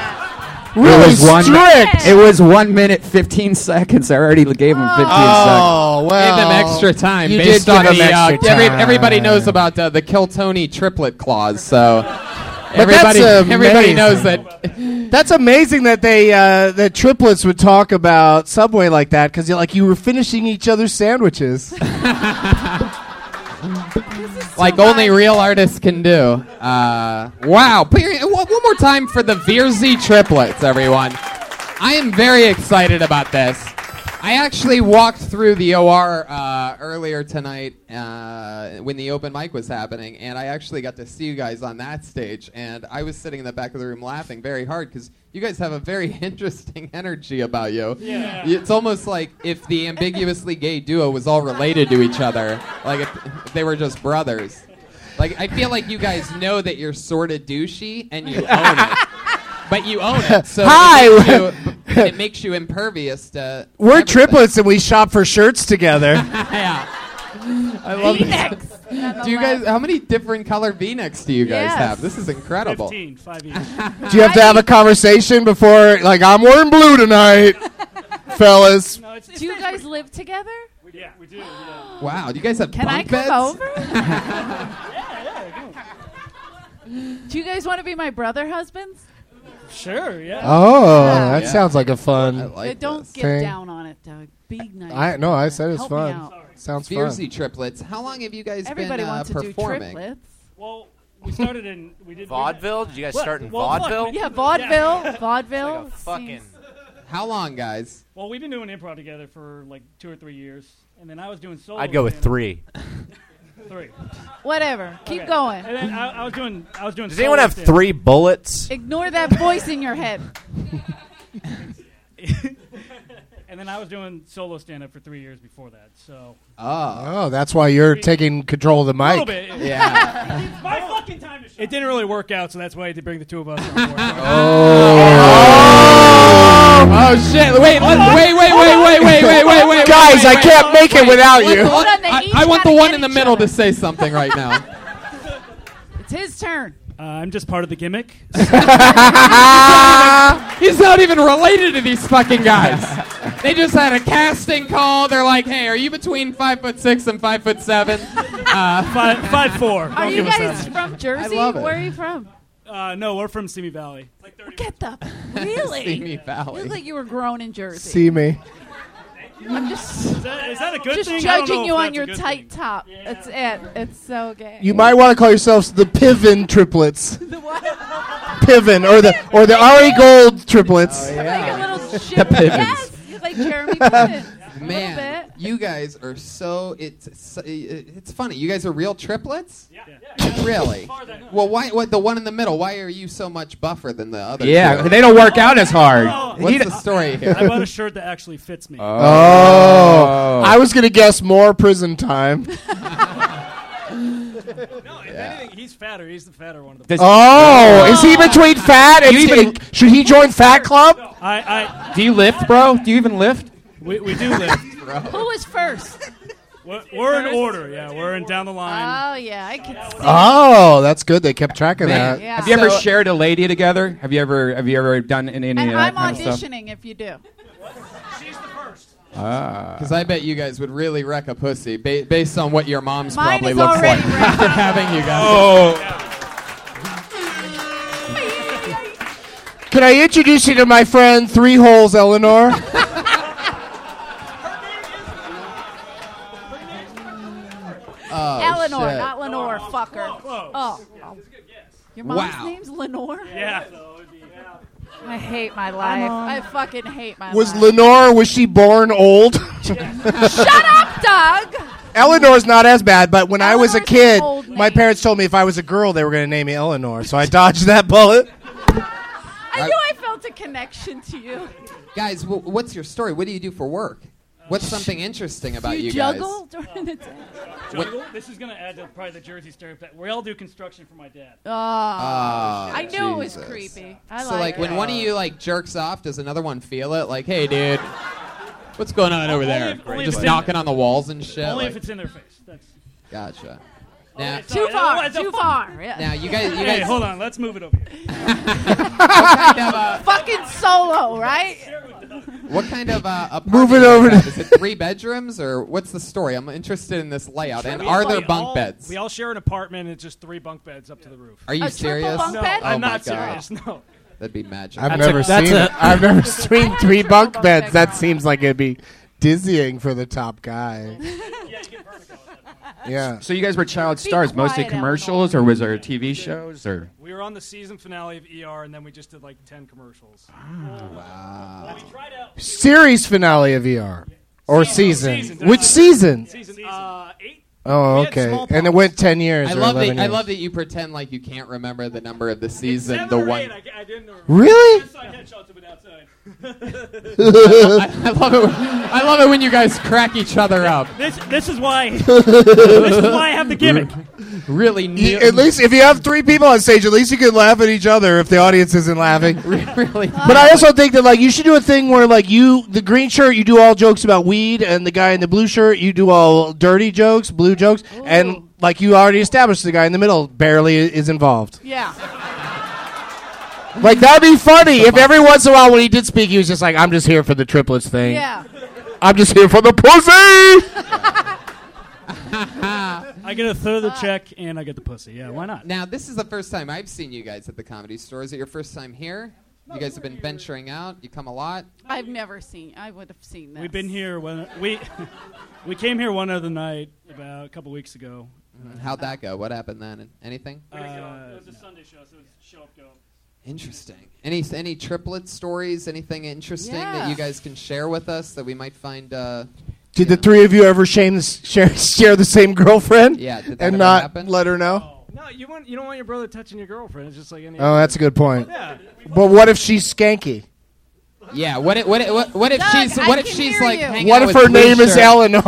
S5: really
S1: it was one,
S5: strict.
S1: It was one minute, fifteen seconds. I alady gave him fifteen
S3: Oh,
S1: seconds.
S3: Gave them extra time
S1: You
S3: based
S1: did give
S3: on
S1: them
S3: the. uh,
S1: extra
S3: every-
S1: time.
S3: everybody knows about uh, the Kill Tony triplet clause, so everybody
S5: that's
S3: everybody
S5: amazing.
S3: knows that
S5: That's amazing that they uh, that triplets would talk about Subway like that because like you were finishing each
S7: (laughs)
S5: other's sandwiches.
S3: like only real artists can do. Uh, wow! Put your, one one more time for the Veersey triplets, everyone. I am very excited about this. I actually walked through the OR uh, earlier tonight uh, when the open mic was happening, and I actually got to see you guys on that stage. And I was sitting in the back of the room laughing very hard because you guys have a very (laughs) interesting energy about you.
S12: Yeah.
S3: It's almost like if the ambiguously gay duo was all related to each other, like if, if they were just brothers. Like I feel like you guys know that you're sort of douchey and you own it. But you own it, so
S5: Hi.
S3: It, makes you, it makes you impervious to
S5: We're triplets and we shop for shirts together.
S3: yeah. (laughs) I love
S12: V-necks.
S3: this. Do you guys? How many different color V-necks do you guys
S12: Yes.
S3: have? This is incredible.
S16: 15, five each.
S5: Do you have to have a conversation before, like, I'm wearing
S7: (laughs)
S5: blue tonight, fellas?
S17: Do you guys live together?
S16: Yeah, we do.
S3: Wow. Do Oh, you guys have
S17: Can I
S3: bunk
S17: come
S3: beds?
S17: over?
S3: (laughs)
S7: Do you guys want to be my brother husbands?
S16: Sure, yeah.
S5: Oh, that sounds like a fun.
S7: Uh, don't get
S5: thing.
S7: down on it, Doug. Be nice.
S5: I no, I said it's
S7: Help me
S5: fun.
S7: out.
S5: Sounds
S3: Fiercely
S5: fun.
S3: triplets. How long have you guys
S7: Everybody
S3: been uh,
S7: wants to do
S3: performing?
S7: triplets.
S16: Well, we started in we did
S2: Vaudeville? Did you guys
S16: Well,
S2: start in
S16: well, fuck,
S2: vaudeville?
S16: we-
S7: Yeah,
S16: (laughs)
S7: vaudeville. Vaudeville.
S2: fucking.
S3: How long, guys?
S16: Well, we've been doing improv together for like two or three years, and then I was doing solo.
S2: I'd go with
S16: stand-
S2: three.
S16: Three. (laughs)
S7: Whatever. Keep
S16: Okay.
S7: going.
S16: And then I, I was doing. I was doing.
S2: Does anyone have three bullets?
S7: Ignore that voice in your head.
S16: three? and then I was doing solo stand up for three years before that. So.
S5: (laughs) Oh, that's why you're taking control of the
S16: A little
S5: mic.
S16: bit.
S7: (laughs)
S16: (laughs)
S5: Yeah.
S16: it's my fucking time to shine. It didn't really work out, so that's why I had to bring the two of us on board.
S3: Oh. shit! Wait, let, wait, wait, wait, wait, wait, wait, wait, wait,
S5: Guys,
S3: wait,
S5: I
S3: wait,
S5: can't
S3: wait,
S5: make it
S3: wait.
S5: without
S3: Let
S5: you.
S3: the
S7: Hold
S3: one-
S7: on, they
S3: I,
S7: each
S3: I want
S7: gotta
S3: the one
S7: get
S3: in the
S7: each
S3: middle
S7: other.
S3: to say something right (laughs) now.
S7: It's his turn.
S16: Uh, I'm just part of
S3: (laughs)
S16: the gimmick.
S3: He's not even related to these fucking guys. They just had a casting call. They're like, "Hey, are you between five foot six and five foot seven? Uh,
S16: (laughs) five five four.
S7: Are you guys from Jersey?
S3: love it.
S7: Where are you from?
S16: Uh, no, we're from Simi (laughs) Valley.
S7: Get the really.
S16: (laughs) Simi Valley.
S7: You look like you were grown in Jersey.
S5: See me.
S7: I'm just.
S16: Is that, is that a good
S7: just
S16: thing? I don't know
S7: judging you
S16: if
S7: on
S16: that's a
S7: your
S16: good
S7: tight top. That's it. It's so gay.
S5: You might want to call yourselves the Piven triplets. Piven or the or the Ari Gold triplets.
S7: Like a little shit.
S5: The Pivens.
S3: (laughs)
S7: Yes, you're like Jeremy Piven.
S3: Man, you guys are so it's so, it's funny. You guys are real triplets. Yeah. (laughs) Really? Well, why? What the one in the middle? Why are you so much buffer than the other?
S1: Yeah,
S3: two?
S1: they don't work out as hard. Oh.
S3: What's the story here?
S16: I bought a shirt that actually fits me.
S3: (laughs)
S5: Oh, I was gonna guess more prison time.
S16: no, if anything, he's fatter. He's the fatter one of the.
S5: oh, is he between fat and
S1: You even-
S5: should he join Fat Club?
S16: I,
S1: Do you lift, bro? Do you even lift?
S16: I, we, we do
S7: (laughs)
S16: lift.
S7: Who was first?
S16: We're, we're in order. Yeah, we're in down the line.
S7: Oh yeah, I can. see.
S5: Oh, that's good. They kept track of that.
S7: Yeah.
S1: Have you ever
S7: So-
S1: shared a lady together? Have you ever have you ever done any, any of
S7: And
S1: that
S7: I'm
S1: kind of stuff?
S7: auditioning if you do.
S3: Because I bet you guys would really wreck a pussy ba- based on what your mom's
S7: Mine
S3: probably
S7: is
S3: looks like
S7: already wrecked.
S3: after (laughs) having you guys.
S1: Oh.
S5: Can I introduce you to my friend Three Holes
S7: (laughs)
S5: Eleanor?
S3: Oh,
S7: Eleanor,
S3: shit.
S7: not Lenore. fucker. Oh. Your mom's
S3: Wow.
S7: name's Lenore.
S16: Yeah.
S7: I hate my life.
S16: Um,
S7: I fucking hate my
S5: was
S7: life.
S5: Lenore was she born old?
S7: Shut up, Doug.
S5: (laughs) Eleanor's not as bad, but when I was a
S7: Eleanor's an
S5: kid,
S7: old
S5: my parents told me if I was a girl, they were going to name me Eleanor, so I dodged that bullet.
S7: I knew I felt a connection to you.
S3: (laughs) Guys, wh- what's your story? What do you do for work? What's something interesting about you,
S7: juggle during the day.
S16: Juggle? This is gonna add to probably the Jersey stereotype. We all do construction for my dad.
S7: Oh,
S3: Ah,
S7: I knew it was
S3: Jesus.
S7: creepy. I
S3: guys? So, like, when one of you like jerks off, does another one feel it? Like, hey, dude, what's going on over there?
S16: if- only if
S3: Just
S16: it's-
S3: knocking on the walls and shit.
S16: Only
S3: Like,
S16: if it's in their face. That's. (laughs)
S3: gotcha. Now, (laughs)
S7: too
S16: Sorry,
S7: far,
S16: otherwise-
S7: too far. Yeah.
S3: Now, you guys- you
S16: Hey,
S3: guys-
S16: hold on. Let's move it over here.
S7: (laughs) fucking solo, right?
S3: what kind of
S16: (laughs)
S3: uh, apartment?
S5: Move it
S3: do you
S5: over to-
S3: have? Is it three bedrooms or what's the story? I'm interested in this layout. And
S16: We
S3: are there
S16: all-
S3: bunk beds?
S16: We all share an apartment. and It's just three bunk beds up to the roof.
S3: Are you A triple serious? bunk
S16: no,
S3: bed?
S16: I'm
S3: Oh my
S16: not
S3: God.
S16: serious. No.
S3: That'd be magic.
S5: I've never seen. it.
S3: (laughs)
S5: I've never
S16: (laughs)
S5: seen three bunk beds. That seems like it'd be dizzying for the top guy. Yeah.
S1: So you guys were child
S15: Be
S1: stars, mostly
S15: quiet, Eleanor.
S1: commercials, or was there TV shows, or
S15: We were on the season finale of
S16: E
S15: ER, and then we just did like ten commercials.
S5: Wow. Series finale of ER. Or season.
S15: Season.
S5: Which season?
S15: Season uh, eight.
S5: Oh, okay. And it went 10 years.
S3: I
S5: or
S3: love
S5: 11
S3: that.
S5: years.
S3: I love that you pretend like you can't remember the number of the season. The one.
S5: Really?
S3: I, (laughs) I love it. When, I love it when you guys crack each other up.
S16: This this is why
S3: (laughs)
S16: this is why I have the gimmick.
S3: Really,
S5: You-
S3: (laughs)
S5: at least if you have three people on stage, at least you can laugh at each other if the audience isn't laughing.
S3: (laughs) really?
S5: But I also think that like you should do a thing where like you the green shirt you do all jokes about weed and the guy in the blue shirt you do all dirty jokes, blue jokes, and like you already established the guy in the middle barely i- is involved.
S3: (laughs)
S7: Yeah.
S5: Like that'd be funny if every once in a while when he did speak he was just like I'm just here for the triplets thing.
S7: Yeah.
S5: I'm just here for the pussy.
S16: (laughs) I get a third of the check and I get the pussy. Yeah, why not?
S3: Uh, Now this is the first time I've seen you guys at the comedy store. Is it your first time here? You guys have been venturing out. You come a lot.
S7: I've never seen. I would have seen this.
S16: We've been here when we (laughs) we came here one other night about a couple weeks ago.
S3: How'd that go? What happened then? Anything?
S16: Uh,
S15: was a Sunday show, so it was show up go.
S3: Interesting. Any any triplet stories? Anything interesting that
S15: Yeah.
S3: you guys can share with us that we might find?
S16: (laughs)
S3: Uh,
S5: Did the three of you ever shame the, share share the same girlfriend?
S3: Yeah, did that
S5: and
S3: ever
S5: not
S3: happen?
S5: let her know.
S16: No, you want you don't want your brother touching your girlfriend. It's just like any.
S5: Oh, that's a good point.
S16: Yeah.
S5: But what if she's skanky?
S3: yeah. What if, what if, what, what if
S16: Doug,
S3: she's
S16: I
S3: what if
S16: can
S3: she's
S16: hear
S3: like
S16: you.
S3: hanging
S5: What
S3: out
S5: if
S3: with
S5: her
S3: Blue
S5: name is
S3: Shirt? (laughs)
S5: Eleanor?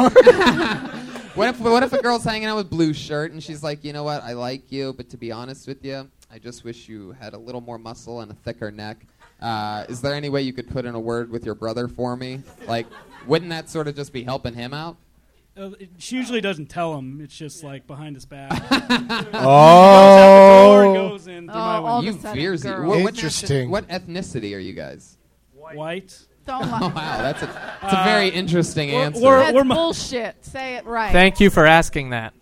S3: What if what if a girl's hanging out with blue shirt and she's like, you know what, I like you, but to be honest with you, I just wish you had a little more muscle and a thicker neck. Uh, is there any way you could put in a word with your brother for me? Like, wouldn't that sort of just be helping him out?
S16: Uh, it- she usually doesn't tell him. It's just like behind his back. (laughs)
S5: Oh.
S16: Goes out the door and goes in through my window.
S3: you veersy. What- what nation- What, ethnicity are you guys?
S16: White.
S7: Don't
S3: Oh, (laughs) wow, that's a, that's
S16: Uh,
S3: a very interesting answer.
S7: That's bullshit. Say it right.
S6: Thank you for asking that.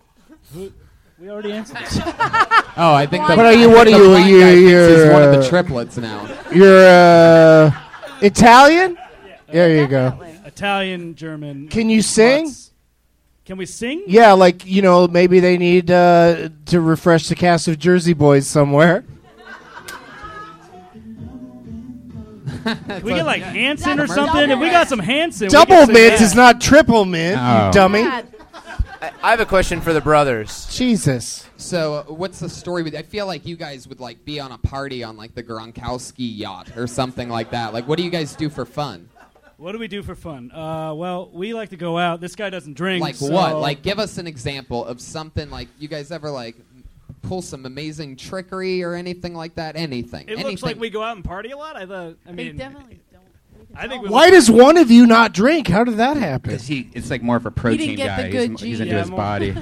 S16: We
S7: (laughs)
S16: already answered.
S3: Oh, I think.
S5: What
S3: the-
S5: are you?
S3: I
S5: What are
S3: think
S5: you?
S3: the blind
S5: You-
S3: guy thinks
S5: You're
S3: he's one of
S5: uh,
S3: the triplets now.
S5: You're uh, Italian. There you go.
S16: Italian, German.
S5: Can you sing?
S16: Can we
S5: (laughs)
S16: sing?
S5: Yeah, like you know, maybe they need uh, to refresh the cast of Jersey Boys somewhere.
S16: Can we get like Hanson or
S14: Double
S16: something? If we
S14: mints.
S16: got some Hanson,
S5: Double mint
S16: mints
S5: is not triple mint, you
S3: Oh.
S2: No.
S5: dummy.
S2: I, I have a question for the brothers.
S5: Jesus.
S3: So, uh, what's the story with? I feel like you guys would like be on a party on like the Gronkowski yacht or something like that. Like, what do you guys do for fun?
S16: What do we do for fun? Uh, well, we like to go out. This guy doesn't drink.
S3: Like
S16: so-
S3: what? Like, give us an example of something. Like, you guys ever like pull some amazing trickery or anything like that? Anything?
S16: it
S3: anything?
S16: looks like we go out and party a lot. I, thought I mean,
S7: definitely
S16: don't. I think we
S5: Why
S7: (laughs)
S5: does one of you not drink? How did that happen?
S1: Because he, it's like more of a protein
S7: get the
S1: guy.
S7: good
S1: He's, he's
S7: G.
S1: into
S7: Yeah,
S1: his
S7: more-
S1: body.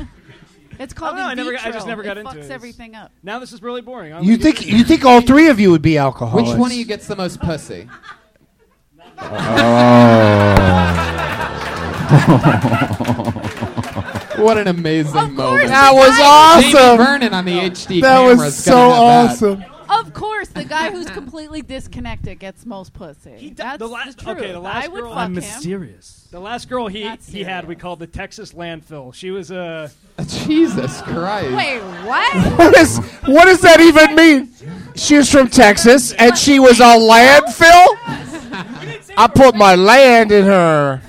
S7: It's called.
S16: I
S7: in
S16: never got- I
S7: vitro.
S16: just never got
S7: it
S16: into
S7: fucks
S16: it.
S7: everything up.
S16: Now this is really boring.
S5: You think you think all three of you would be alcoholics?
S3: Which one of you gets the most pussy?
S5: Oh.
S3: What an amazing moment!
S7: That was
S3: Jamie
S7: awesome.
S3: Vernon on the
S7: Oh.
S3: HD
S5: That
S3: camera
S5: was
S3: is
S5: so
S3: gonna have that.
S5: awesome.
S7: Of course, the guy who's completely disconnected gets most pussy. That's the, truth.
S16: Okay, the last
S7: I would
S16: girl.
S7: fuck him.
S16: The last girl he
S7: Not
S16: he had, we called the Texas landfill. She was uh,
S5: (laughs)
S16: a.
S3: Jesus Christ.
S7: Wait, what?
S5: What is what does that even mean? She was from Texas and she was a landfill. I put my land in her.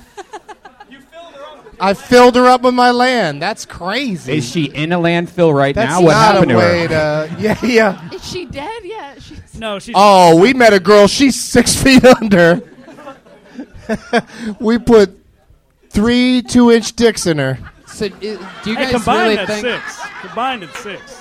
S5: I filled her up with my land. That's crazy.
S1: Is she in a landfill right
S5: That's
S1: now? What
S5: not
S1: happened
S5: a
S1: to her?
S5: way
S1: (laughs)
S5: to. Yeah, yeah.
S7: Is she dead? Yeah, she's
S16: no. She's
S5: Oh, we met a girl. She's six (laughs) feet under. we put three two-inch dicks in her.
S3: So, do you
S16: hey,
S3: guys
S16: combined
S3: really
S16: at
S3: think-
S16: six? Combined at six.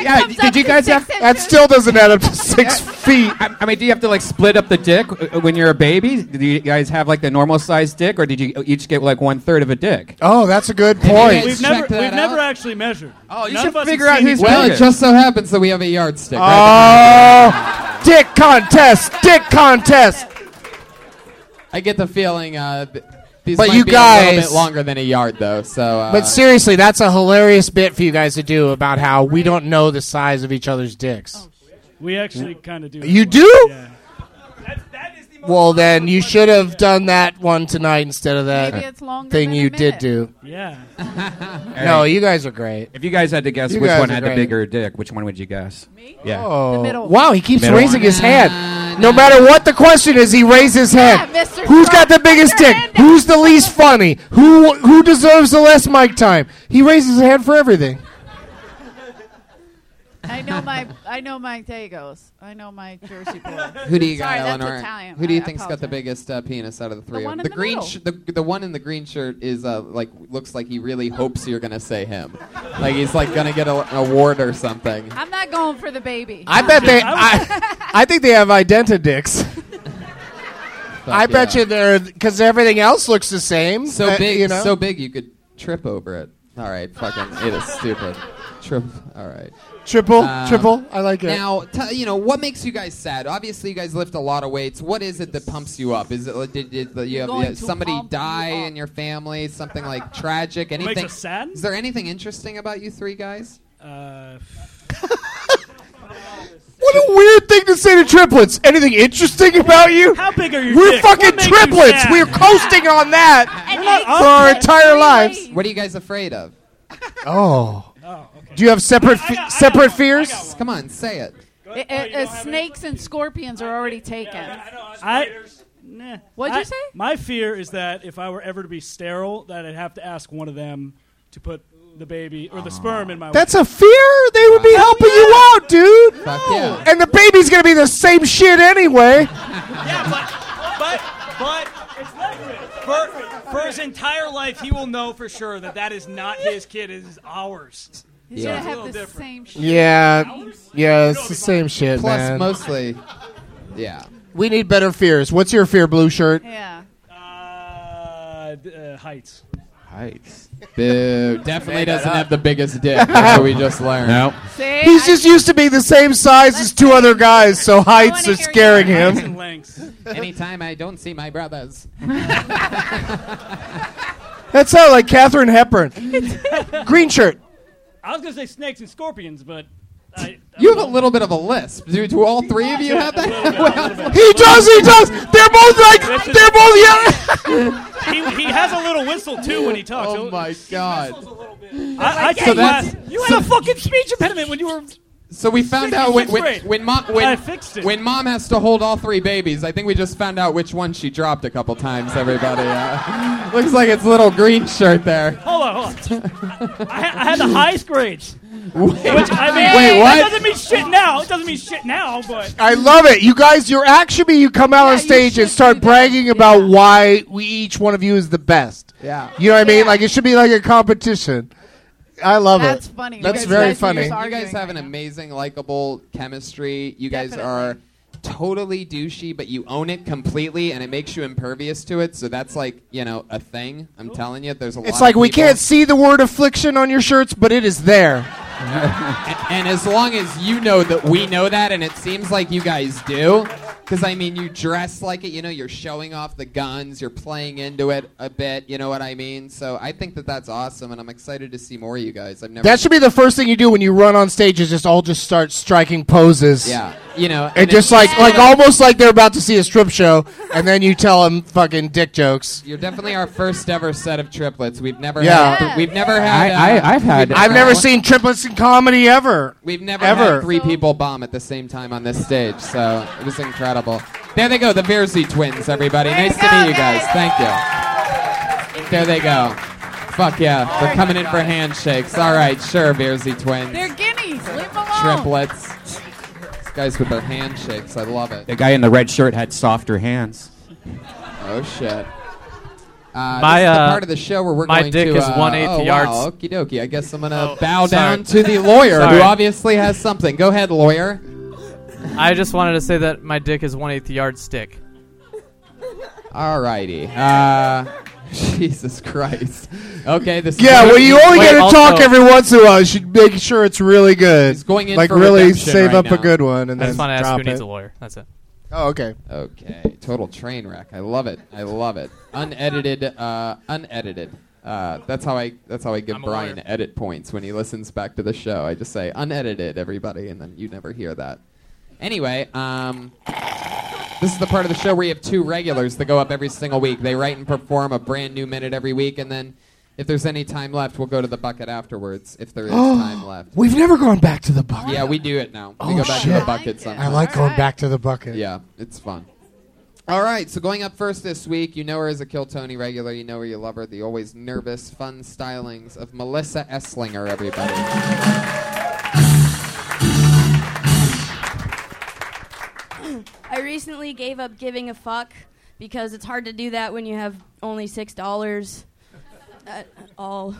S1: Yeah, did you guys have?
S5: That still doesn't
S3: (laughs)
S5: add up to six feet.
S1: I, I mean, do you have to like split up the dick uh, when you're a baby? Do you guys have like the normal sized dick, or did you each get like one third of a dick?
S5: Oh, that's a good
S1: point.
S16: We've never we've never actually measured. Oh,
S1: you
S16: None
S1: should
S16: of us have
S1: figure out
S16: seen
S1: who's
S16: each
S3: Well,
S16: other.
S3: it just so happens that we have a yardstick.
S5: Oh, dick contest, dick contest.
S3: I get the feeling uh, th- these
S5: But
S3: might
S5: you
S3: be a little
S5: guys-
S3: bit longer than a yard, though. So, uh,
S5: But seriously, that's a hilarious bit for you guys to do about how we don't know the
S7: Oh,
S5: size of each other's dicks.
S16: We actually kind of do.
S5: You do?
S16: Yeah.
S5: Well, then you should have done that one tonight instead of that
S7: Maybe it's longer
S5: thing
S7: than a
S5: you did
S7: minute. (laughs)
S5: do.
S3: (laughs)
S16: Yeah.
S5: No, you guys are great.
S1: If you guys had to guess
S5: You
S1: which
S5: guys
S1: one
S5: are
S1: had
S5: great.
S1: the bigger dick, which one would you guess? Me? Yeah.
S5: Oh. Wow, he keeps raising his hand. No matter what the question is, he raises his hand.
S7: Yeah,
S5: Who's
S7: Mr.
S5: got the biggest dick? Who's the least funny? Who who deserves the less mic time? He raises his hand for everything.
S7: I know my I know my Dagos. I know my Jersey
S16: (laughs)
S7: boy.
S3: Who do you got,
S7: Sorry, that's
S3: Eleanor?
S7: Italian.
S3: Who do you
S7: I
S3: think's got the biggest uh, penis out of the three?
S7: one
S3: of
S7: in
S3: them? the
S7: the
S3: green,
S7: middle.
S3: sh- the the one in the green shirt is uh like looks like he really hopes you're gonna say him, like he's like gonna get a, an award or something.
S7: I'm not going for the baby.
S5: I bet they. I, I think they have identidicks. I bet you they're because everything else looks the same.
S3: So
S5: uh,
S3: big,
S5: you know?
S3: so big you could trip over it. All right, fucking, it is
S7: (laughs)
S3: stupid. Trip. All right.
S5: Triple,
S3: Um,
S5: triple. I like it.
S3: Now, t- you know, what makes you guys sad? Obviously, you guys lift a lot of weights. What is it that pumps you up? Is it like, did, did, you have
S16: going
S3: yeah,
S16: to
S3: somebody
S16: pump you
S3: die in your family? Something like tragic?
S16: What makes
S3: Anything?
S16: us sad?
S3: Is there anything interesting about you three guys?
S16: Uh,
S5: What a weird thing to say to triplets. Anything interesting about you? How
S16: big are
S5: you? We're
S3: dick?
S5: fucking
S3: What makes you
S5: triplets.
S3: sad?
S5: We're coasting on that for our entire lives.
S3: What are you guys afraid of?
S5: Oh. Do you have separate fe- separate fears?
S3: Come on, say it.
S7: (laughs) I-
S16: Oh,
S7: I- uh, snakes and scorpions are already taken.
S16: I. Nah.
S7: What'd you
S16: I-
S7: say?
S16: My fear is that if I were ever to be sterile, that I'd have to ask one of them to put the baby or the sperm in my.
S5: That's a fear. They would be helping you out, dude.
S16: Oh, Fuck yeah.
S5: And the baby's gonna be the same shit anyway.
S18: But but for, for his entire life, he will know for sure that that is not his kid. It is ours.
S7: He's
S5: Yeah.
S7: gonna
S18: It's a
S7: have
S18: little
S7: the
S18: different.
S7: same. Sh-
S5: Yeah, yeah, it's the same shit,
S3: Plus,
S5: man.
S3: mostly, yeah.
S5: We need better fears. What's your fear, blue shirt?
S7: yeah.
S16: Uh, d- uh,
S5: (laughs)
S16: heights.
S1: Heights.
S3: Boo. Definitely
S16: Made that
S3: doesn't
S16: up.
S3: have the biggest (laughs) dick. That's what we just learned.
S1: No.
S5: He's just used to being the same size as two other guys, so heights are scaring him.
S3: Anytime I don't see my brothers. (laughs)
S16: (laughs)
S5: That sounded like Katherine Hepburn. Green shirt.
S16: I was gonna say snakes and scorpions, but
S3: You have a little bit of a lisp. Do, do all three of you have
S16: (laughs)
S3: that? (laughs) Well,
S5: He does, he does. They're both like, they're both yelling.
S16: he, he has a little whistle too
S5: (laughs)
S16: when he talks. Oh
S3: my god!
S16: I, I
S3: So
S16: took
S3: that's-
S16: last. You had a fucking speech impediment when you were.
S3: So (laughs) we found
S16: Sixth
S3: out
S16: and
S3: when,
S16: fifth
S3: when,
S16: grade.
S3: when mom when,
S16: I
S2: (laughs)
S16: fixed it.
S3: when mom has to hold all three babies. I think we just found out which one she dropped a couple times.
S16: (laughs)
S3: Everybody, uh, looks like it's little green shirt there.
S16: (laughs) Hold on, hold on. I, I had the highest
S5: (laughs)
S16: grades. Which I mean,
S5: Wait, what?
S16: It doesn't mean shit now. It doesn't mean shit now, but
S5: I love it. You guys, your action be you come out on stage and start bragging about why we each one of you is the best.
S3: Yeah.
S5: You know what I mean? Like it should be like a competition. I love
S7: That's
S5: it.
S7: funny.
S5: That's
S7: You guys-
S5: very
S7: you guys are
S5: funny.
S7: just
S3: You guys have an amazing, likable chemistry. You guys are totally douchey, but you own it completely, and it makes you impervious to it. So that's like you know a thing. I'm telling you, there's a lot.
S5: It's like
S3: of
S5: we
S3: people-
S5: can't see the word affliction on your shirts, but it is there.
S3: and, and as long as you know that we know that, and it seems like you guys do, because I mean, you dress like it. You know, you're showing off the guns. You're playing into it a bit. You know what I mean? So I think that that's awesome, and I'm excited to see more of you guys. I've never.
S5: That should be the first thing you do when you run on stage is just all just start striking poses.
S3: Yeah, you know,
S5: And, just like like almost like they're about to see a strip show, and then you tell them fucking dick jokes.
S3: You're definitely our first ever set of triplets. We've never
S5: Yeah.
S3: had. We've never had. uh, we've
S5: I've never seen triplets in comedy ever.
S3: We've never
S5: ever.
S3: had three people bomb at the same time on this stage, so it was incredible. There they go, the Verzi twins, everybody. nice to meet you guys. Thank you. There they go. Fuck yeah, they're coming in for handshakes. All right, sure, Verzi twins,
S7: They're guineas. Leave 'em alone.
S3: triplets. These guys with their handshakes, I love it.
S1: The guy in the red shirt had softer hands.
S3: Oh shit. Uh,
S1: My,
S3: this is the
S1: uh,
S3: part of the show where we're
S1: my
S3: going
S1: dick
S3: to.
S1: is
S3: uh,
S1: 1/8
S3: oh,
S1: yards.
S3: Wow, okie dokie. I guess I'm gonna
S6: Oh,
S3: bow
S6: sorry.
S3: down to the lawyer,
S6: Sorry.
S3: who obviously has something. Go ahead, lawyer.
S6: I just wanted to say that my dick is one eighth yardstick.
S3: Alrighty. Uh, (laughs) Jesus Christ. Okay, this.
S5: Yeah,
S3: is
S5: well, you only
S3: Wait,
S5: get to
S3: also-
S5: talk every once in a while. You should make sure it's really good.
S3: He's going in
S5: like
S3: for
S5: really
S3: redemption
S5: save
S3: right
S5: up
S3: now.
S5: a good one and
S6: I
S5: then
S6: just want to ask
S5: drop
S6: who needs
S5: it.
S6: a lawyer. That's it.
S5: Oh, okay.
S3: Okay, total train wreck. I love it. I love
S5: (laughs)
S3: it. Unedited. Uh, unedited. Uh, that's how I. That's how I give Brian edit points when he listens back to the show. I just say unedited, everybody, and then you never hear that. Anyway, um, This is the part of the show where you have two regulars that go up every single week. They write and perform a brand new minute every week, and then if there's any time left, we'll go to the bucket afterwards. If
S5: (gasps)
S3: there is time left.
S5: We've never gone back to the bucket.
S3: Yeah, we do it now.
S5: Oh
S3: we go back
S5: shit!
S3: to the bucket sometimes.
S5: I like going back to the bucket.
S3: Yeah, it's fun. All right, so going up first this week, you know her as a Kill Tony regular, you know her, you love her, the always nervous, fun stylings of Melissa Esslinger, everybody.
S19: (coughs) I recently gave up giving a fuck because it's hard to do that when you have only six dollars at all.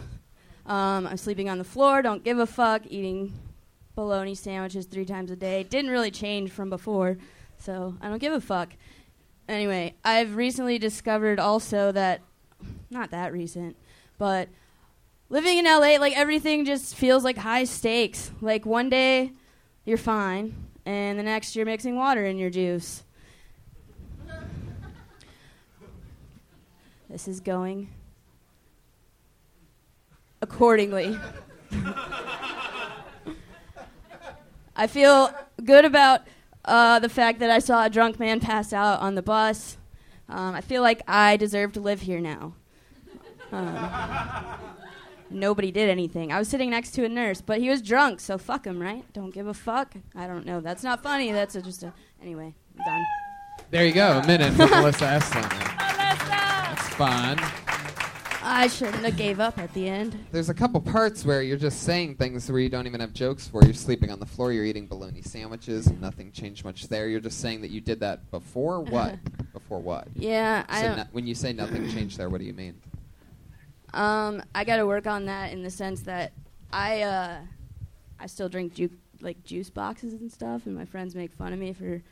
S19: Um, I'm sleeping on the floor, don't give a fuck, eating bologna sandwiches three times a day. Didn't really change from before, so I don't give a fuck. Anyway, I've recently discovered also that, not that recent, but living in LA, like everything just feels like high stakes. Like one day you're fine, and the next you're mixing water in your juice. this is going accordingly. I feel good about uh, the fact that I saw a drunk man pass out on the bus. Um, I feel like I deserve to live here now. Um, nobody did anything. I was sitting next to a nurse, but he was drunk, so fuck him, right? Don't give a fuck. I don't know. That's not funny. That's a, just a. Anyway, I'm done.
S3: There you go, a minute for
S5: (laughs)
S3: Melissa Esslinger. It's fun.
S19: I shouldn't have gave up at the end.
S3: There's a couple parts where you're just saying things where you don't even have jokes for. You're sleeping on the floor, you're eating bologna sandwiches, and nothing changed much there. You're just saying that you did that before
S5: (laughs)
S3: what? before what?
S19: Yeah, I
S3: So
S19: don't-
S3: no- when you say nothing changed there, what do you mean?
S19: Um, I got to work on that in the sense that I uh, I still drink ju- like juice boxes and stuff, and my friends make fun of me for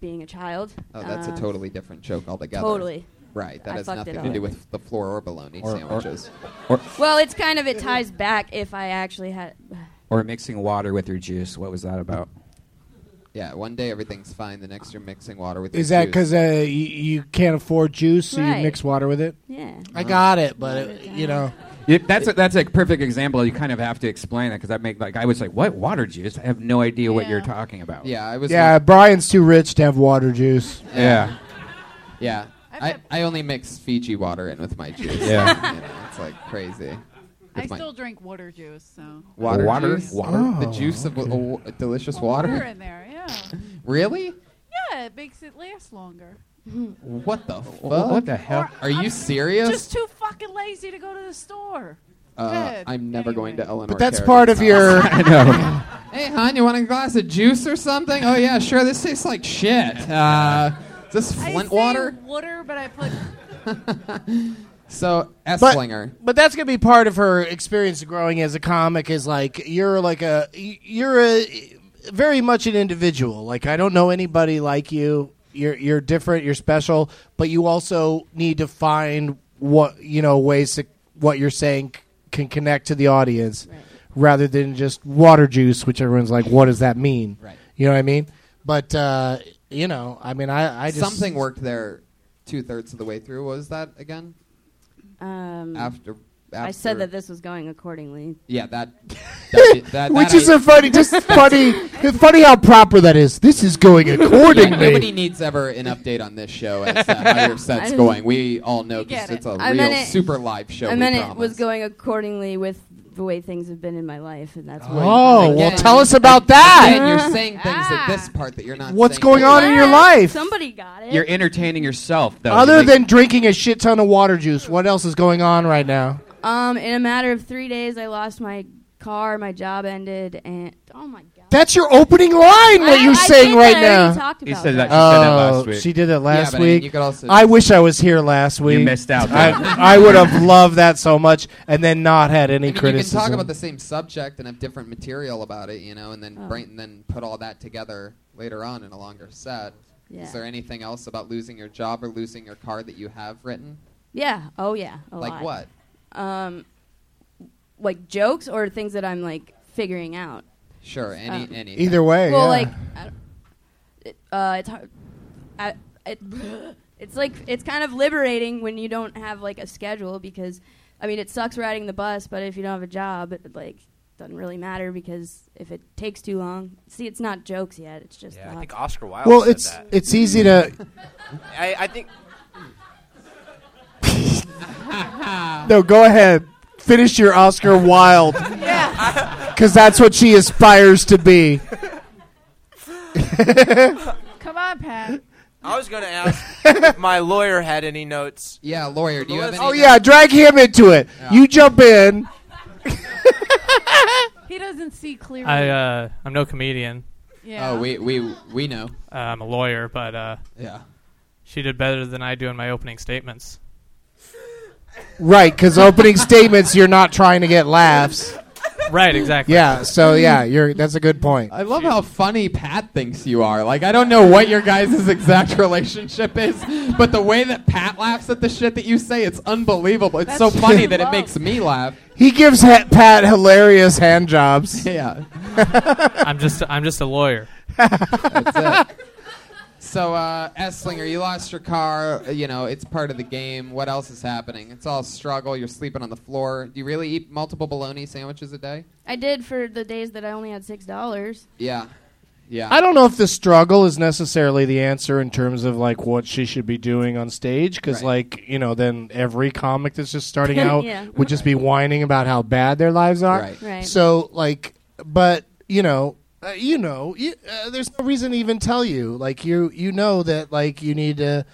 S19: being a child.
S3: Oh, that's
S19: Um,
S3: a totally different joke altogether.
S19: Totally.
S3: Right. That
S19: I
S3: has
S19: fucked it
S3: nothing to
S19: up.
S3: do with the floor or bologna
S1: Or- or-
S3: sandwiches.
S1: or-
S19: Well, it's kind of it ties back if I actually had.
S1: Or mixing water with your juice. What was that about?
S3: yeah, one day everything's fine. The next you're mixing water with.
S5: Is
S3: your
S5: that
S3: juice.
S5: because uh, you, you can't afford juice, so
S3: Right.
S5: you mix water with it?
S19: Yeah.
S3: Uh-huh.
S5: I got it, but it, you know.
S1: (laughs) Yeah, that's a, that's a perfect example. You kind of have to explain that because I make like I was like, what water juice? I have no idea what you're talking about.
S3: Yeah, I was.
S5: Yeah, Brian's too rich to have water juice.
S1: Yeah.
S3: Yeah. I, I only mix Fiji water in with my juice.
S1: Yeah.
S3: (laughs) You know, it's like crazy.
S7: I
S3: With my
S7: still drink water juice, so
S3: water,
S1: Water?
S3: juice?
S1: Water?
S3: the
S1: Oh,
S3: juice of
S1: okay.
S3: w- w- delicious water.
S7: water in there, yeah.
S3: Really?
S7: Yeah, it makes it last longer.
S3: What the fuck?
S1: what the hell? Or
S3: Are you serious?
S7: Just too fucking lazy to go to the store.
S3: uh, I'm never going to Eleanor.
S5: But that's
S3: Carrington's
S5: part of
S3: house. (laughs)
S5: your.
S3: Hey, hon, you want a glass of juice or something? Oh yeah, sure. This tastes like shit. Uh, is this Flint
S7: I say
S3: water?
S7: Water, but I
S3: (laughs)
S7: put.
S3: So
S5: But-
S3: Esslinger.
S5: But, that's gonna be part of her experience growing as a comic. Is like you're like a you're a very much an individual. Like I don't know anybody like you. You're you're different. You're special. But you also need to find what you know ways to what you're saying c- can connect to the audience, rather than just water juice, which everyone's like, what does that mean? Right. You know what I mean? But uh, you know, I mean, I I just
S3: something worked there. Two thirds of the way through. What was that again?
S19: Um,
S3: After-
S19: I said
S3: after-
S19: that this was going accordingly.
S3: Yeah, that.
S5: (laughs)
S3: that, that
S5: Which
S3: that
S5: is
S3: I-
S5: a funny,
S3: (laughs)
S5: just funny, funny how proper that is. This is going
S3: Yeah,
S5: accordingly.
S3: nobody needs ever an update on this show as
S19: (laughs)
S3: to how your set's going. We all know because it's a
S19: I
S3: real
S19: meant it-
S3: super live show.
S19: I
S3: we
S19: meant it
S3: promise.
S19: was going accordingly with the way things have been in my life, and that's why.
S5: Oh, well,
S3: Again,
S5: tell us about that.
S3: Again, you're saying things at this part that you're not.
S5: What's
S3: saying
S5: going on in your life?
S19: Somebody got it.
S1: You're entertaining yourself though.
S5: Other
S1: Like,
S5: than drinking a shit ton of water juice, what else is going on right now?
S19: Um, in a matter of three days, I lost my car, my job ended, and oh my god.
S5: That's your opening line. What
S19: I-
S5: you're
S19: I
S5: saying
S19: did
S5: right
S19: that. I already
S5: now?
S19: talked He about
S1: said that. that. She said that
S5: Oh,
S1: last week.
S5: she did it last
S1: Yeah, but I mean,
S5: week.
S1: you could also-
S5: I wish I was here last week.
S1: missed out.
S5: I, I would have loved that so much, and then not had any
S3: I mean,
S5: criticism.
S3: You can talk about the same subject and have different material about it, you know, and
S19: Oh.
S3: then bring, and then put all that together later on in a longer set.
S19: Yeah.
S3: Is there anything else about losing your job or losing your car that you have written?
S19: Yeah. Oh yeah. A
S3: Like
S19: lot. what? Um, like jokes or things that I'm like figuring out.
S3: Sure, any any.
S5: Either way,
S19: um, Well,
S5: yeah.
S19: like, I don't- it, uh, it's hard. I, it, (laughs) it's like it's kind of liberating when you don't have like a schedule because, I mean, it sucks riding the bus, but if you don't have a job, it, like doesn't really matter because if it takes too long, see, it's not jokes yet. It's just
S2: Yeah, I
S19: thoughts.
S2: think Oscar Wilde.
S5: Well,
S2: said
S5: it's
S2: that.
S5: it's easy to.
S2: (laughs) I, I think
S5: No, go ahead. Finish your Oscar Wilde. (laughs)
S7: Yeah.
S5: Because that's what she aspires to
S19: (laughs)
S5: be. (laughs)
S7: Come on, Pat.
S2: I was going to ask
S5: (laughs)
S2: if my lawyer had any notes.
S3: Yeah, lawyer. Do you have any?
S5: oh yeah, drag him into it. You jump in. (laughs)
S7: He doesn't see
S3: (laughs)
S7: clearly.
S6: I uh, I'm no comedian.
S7: Yeah.
S3: Oh, we we we know.
S6: Uh, I'm a lawyer, but uh,
S3: yeah,
S6: she did better than I do in my opening statements.
S5: Right, because opening statements, you're not trying to get laughs.
S6: Right, exactly.
S5: Yeah. So yeah, you're. That's a good point.
S8: I love how funny Pat thinks you are. Like, I don't know what your guys' exact relationship is, but the way that Pat laughs at the shit that you say, it's unbelievable. It's so funny that it makes me laugh.
S5: (laughs) He gives ha- Pat hilarious
S3: (laughs)
S5: hand jobs. (laughs)
S8: Yeah.
S6: I'm just I'm just a lawyer.
S3: That's it. So, uh, Esslinger, you lost your car. uh, You know, it's part of the game. What else is happening? It's all struggle. You're sleeping on the floor. Do you really eat multiple bologna sandwiches a day?
S19: I did for the days that I only had six dollars.
S3: Yeah. Yeah.
S5: I don't know if the struggle is necessarily the answer in terms of like what she should be doing on stage because like you know then every comic that's just starting out
S20: (laughs) Yeah.
S5: would just be whining about how bad their lives are.
S20: Right. Right.
S5: So like, but you know, uh, you know, you, uh, there's no reason to even tell you like you you know that like you need to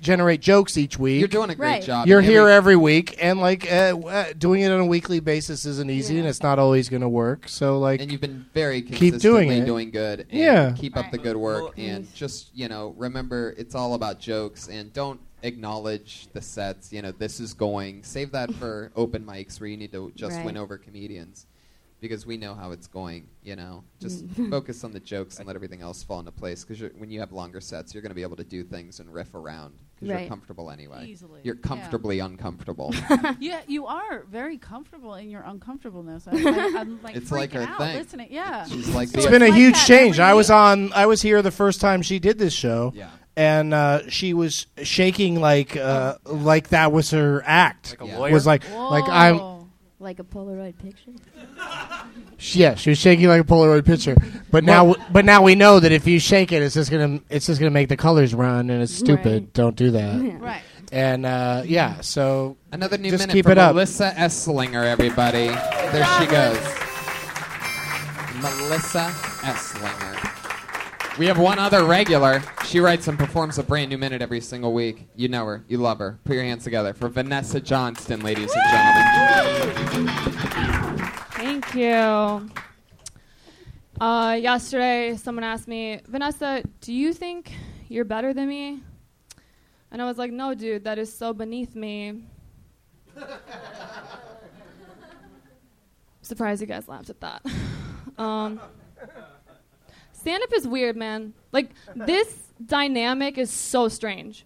S5: generate jokes each week.
S3: You're doing a great Right. job.
S5: You're
S3: Every-
S5: here every week and like uh, w- uh, doing it on a weekly basis isn't easy and it's not always going to work. So like,
S3: and you've been very
S5: keep doing
S3: consistently
S5: it.
S3: doing good. and
S5: Yeah.
S3: Keep up the good work and just, you know, remember it's all about jokes and don't acknowledge the sets. You know, this is going.
S7: (laughs)
S3: Save that for open mics where you need to just
S20: Right.
S3: win over comedians because we know how it's going, you know.
S7: (laughs)
S3: Just
S20: Mm.
S3: focus on the jokes and let everything else fall into place because when you have longer sets, you're going to be able to do things and riff around because you're
S7: Right.
S3: comfortable anyway.
S7: Easily,
S3: You're
S7: yeah. (laughs)
S3: comfortably uncomfortable.
S7: yeah, you are very comfortable in your uncomfortableness. I'm like, I'm like
S3: It's
S7: freaking
S3: like her
S7: out
S3: thing.
S7: listening. Yeah.
S3: She's like
S5: it's
S3: the-
S5: been a
S3: It's like
S5: huge
S3: that
S5: change.
S3: every
S5: I was on. I was here the first time she did this show.
S3: Yeah.
S5: And uh, she was shaking like uh,
S3: Oh,
S5: like that was her act.
S19: Like a
S5: Yeah.
S19: lawyer?
S5: Was like like I'm.
S19: like a Polaroid picture.
S5: sh- Yeah, she was shaking like a Polaroid picture. But now, but now we know that if you shake it, it's just gonna it's just gonna make the colors run, and it's stupid. Don't do (laughs) that.
S7: Right.
S5: And uh, yeah, so
S3: Another new
S5: just
S3: minute
S5: keep
S3: for
S5: it up.
S3: Melissa Esslinger, everybody. There she goes. Melissa Esslinger. We have one other regular. She writes and performs a brand new minute every single week. You know her. You love her. Put your hands together for Vanessa Johnston, ladies and gentlemen.
S17: Thank you. Uh, yesterday, someone asked me, Vanessa, do you think you're better than me? And I was like, no, dude, that is so beneath me. (laughs) Surprised you guys laughed at that. (laughs) um, Stand up is weird, man. Like, this dynamic is so strange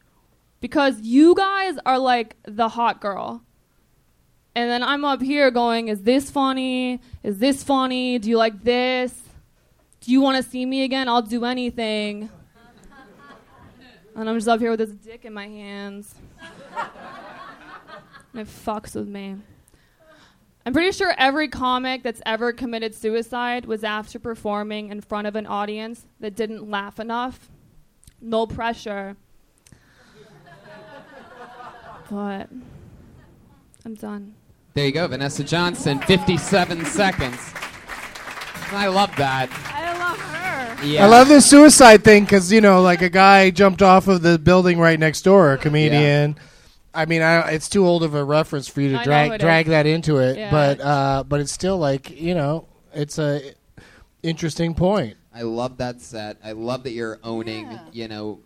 S17: because you guys are like the hot girl. And then I'm up here going, is this funny? Is this funny? Do you like this? Do you want to see me again? I'll do anything. And I'm just up here with this dick in my hands. and it fucks with me. I'm pretty sure every comic that's ever committed suicide was after performing in front of an audience that didn't laugh enough. No pressure. but I'm done.
S3: There you go, Vanessa Johnston, 57 seconds. I love that.
S7: I love her.
S3: Yeah.
S5: I love this suicide thing because you know, like a guy jumped off of the building right next door, a comedian. I mean, I, it's too old of a reference for you
S17: I
S5: to
S17: know it
S5: drag
S17: is.
S5: drag that into it,
S17: Yeah.
S5: but uh, but it's still like you know, it's a interesting point.
S3: I love that set. I love that you're owning, you know,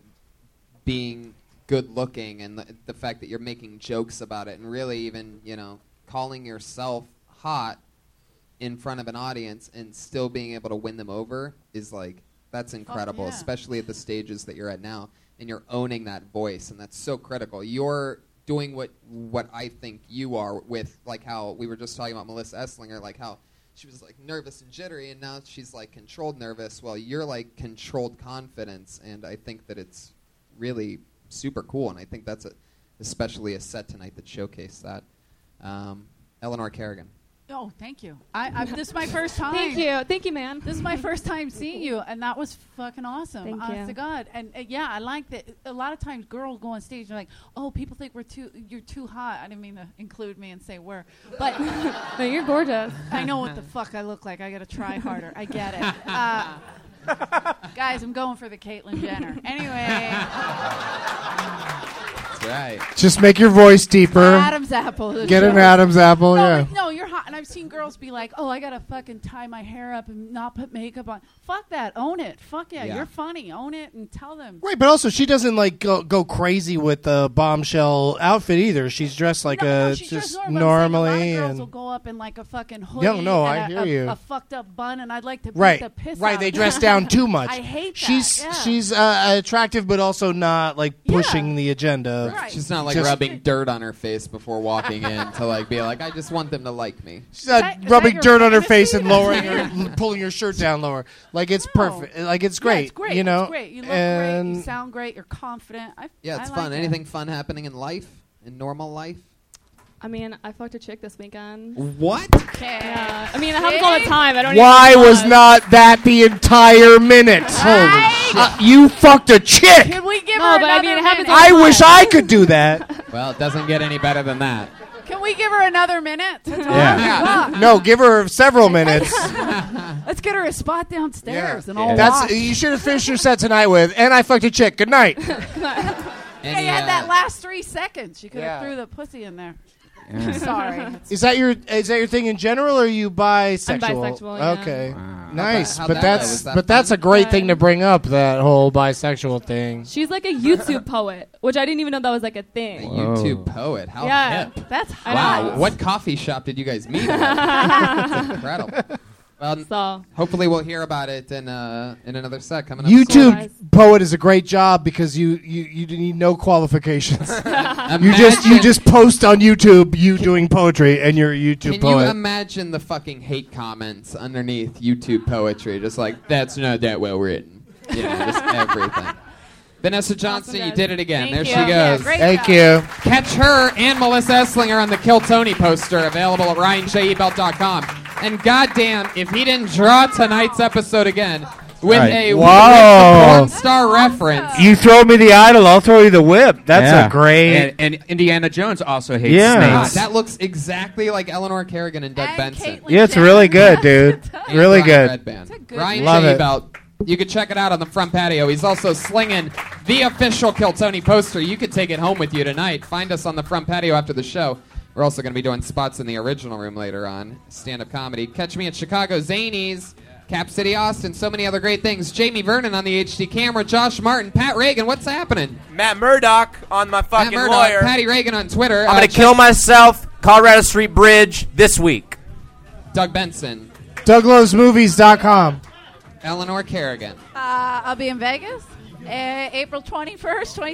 S3: being good looking and the, the fact that you're making jokes about it and really even, you know, calling yourself hot in front of an audience and still being able to win them over is like that's incredible,
S20: yeah.
S3: especially at the stages that you're at now and you're owning that voice and that's so critical. You're doing what what I think you are with like how we were just talking about Melissa Esslinger like how she was like nervous and jittery and now she's like controlled nervous well you're like controlled confidence and i think that it's really super cool and i think that's a, especially a set tonight that showcased that um, eleanor kerrigan
S7: Oh, thank you. I, I, this is my first time.
S17: (laughs) Thank you. Thank you, man.
S7: This is my first time
S17: (laughs)
S7: seeing you, and that was fucking awesome.
S17: Thank
S7: honest
S17: you.
S7: to God. And uh, yeah, I like that. A lot of times, girls go on stage and they're like, "Oh, people think we're too. You're too hot." I didn't mean to include me and say we're, but
S17: (laughs) No, you're gorgeous.
S7: I know what the fuck I look like. I gotta try harder. I get it. Uh, guys, I'm going for the Caitlyn Jenner. Anyway.
S3: That's right.
S5: Just make your voice deeper.
S7: Adam's apple. is
S5: Get an
S7: yours.
S5: Adam's apple,
S7: No,
S5: yeah.
S7: No, you're hot. And I've seen girls be like, "Oh, I gotta fucking tie my hair up and not put makeup on." Fuck that. Own it. Fuck yeah.
S5: Yeah.
S7: You're funny. Own it and tell them.
S5: Right, but also she doesn't like go, go crazy with the bombshell outfit either. She's dressed like a
S7: She's
S5: just
S7: normal. I'm saying a lot
S5: normally
S7: of girls will
S5: and
S7: go up in like a fucking hoodie.
S5: Yeah, no,
S7: and
S5: I
S7: a-
S5: hear
S7: a,
S5: you.
S7: A fucked up bun, and I'd like to beat
S5: right,
S7: the piss
S5: right.
S7: out
S5: They
S7: of
S5: dress
S7: them.
S5: down too
S7: (laughs)
S5: much.
S7: I hate that.
S5: She's
S7: yeah.
S5: she's uh, attractive, but also not like pushing the agenda.
S3: She's not like
S5: Just-
S3: rubbing dirt on her face before walking in to like be like, I just want them to like me.
S5: She's not rubbing dirt on her face and lowering her, pulling her shirt down lower. Like it's perfect. Like it's great.
S7: It's great.
S5: You know,
S7: it's great. You look great. You
S5: and
S7: sound great. You're confident. I,
S3: Yeah, it's
S7: I
S3: fun.
S7: Like it.
S3: Anything fun happening in life, in normal life?
S17: I mean, I fucked a chick this weekend.
S3: What?
S17: Yeah. I mean, it happens all the time. I don't.
S5: why
S17: even
S5: was not that the entire minute? Uh, you fucked a chick.
S7: Can we give
S17: No,
S7: her
S17: but
S7: another
S17: I mean, it happens
S7: minute?
S17: all the
S5: I wish I could do that.
S3: (laughs) Well, it doesn't get any better than that.
S7: Can we give her another minute? to talk? Fuck.
S5: no, give her several minutes.
S7: (laughs) Let's get her a spot downstairs and all
S5: That's
S7: watch.
S5: you should have finished your set tonight with. And I fucked a chick. Good night.
S7: (laughs) yeah, you had that last three seconds. You could have
S5: uh, Yeah.
S7: threw the pussy in there. (laughs)
S5: Yeah.
S7: Sorry.
S5: Is that your is that your thing in general, or are you bisexual?
S7: bisexual, yeah.
S5: Okay,
S17: Wow.
S5: nice.
S17: How'd that- how'd that
S5: but
S17: go?
S5: that's
S17: Was that
S5: but that's a
S17: fun?
S5: great
S17: Yeah.
S5: thing to bring up. That whole bisexual thing.
S17: She's like a YouTube poet, which I didn't even know that was like a thing.
S3: YouTube poet. How
S17: yeah,
S3: hip.
S17: that's hot.
S3: Wow, what coffee shop did you guys
S7: (laughs)
S3: meet? That's incredible. Well,
S17: So-
S3: hopefully we'll hear about it in uh, in another set coming up.
S5: YouTube
S3: soon.
S5: poet is a great job because you you you need no
S17: (laughs)
S5: qualifications. you
S3: Imagine-
S5: just you just post on YouTube you doing poetry and you're a YouTube
S3: Can
S5: poet.
S3: you imagine the fucking hate comments underneath YouTube poetry? Just like that's not that well written. You know,
S5: (laughs)
S3: just everything. Vanessa Johnson, you did it again. there she goes.
S5: Thank you.
S3: Catch her and Melissa Esslinger on the Kill Tony poster available at ryanjebelt.com. And goddamn, if he didn't draw tonight's episode again with
S5: Right.
S3: a
S5: Wow.
S3: porn star reference.
S5: You throw me the idol, I'll throw you the whip. That's
S1: Yeah.
S5: a great.
S1: And, and Indiana Jones also hates
S5: Yeah.
S3: God,
S1: snakes.
S3: that looks exactly like Eleanor Kerrigan and Doug Benson.
S5: yeah, it's really good, dude. really
S3: Brian
S5: good.
S3: Redband. Ryan
S5: Love it.
S3: Jebelt. You can check it out on the front patio. He's also slinging the official Kill Tony poster. You could take it home with you tonight. Find us on the front patio after the show. We're also going to be doing spots in the original room later on, stand up comedy. Catch me at Chicago Zanies, Cap City Austin, so many other great things. Jamie Vernon on the HD camera, Josh Martin, Pat Reagan. What's happening?
S2: Matt Murdock on my fucking
S3: Matt Murdock,
S2: lawyer.
S3: Patty Reagan on Twitter.
S2: I'm
S3: Uh,
S2: gonna
S3: check-
S2: kill myself. Colorado Street Bridge this week.
S3: Doug Benson,
S5: DouglovesMovies.com.
S3: Eleanor Kerrigan.
S7: Uh, I'll be in Vegas uh, April 21st,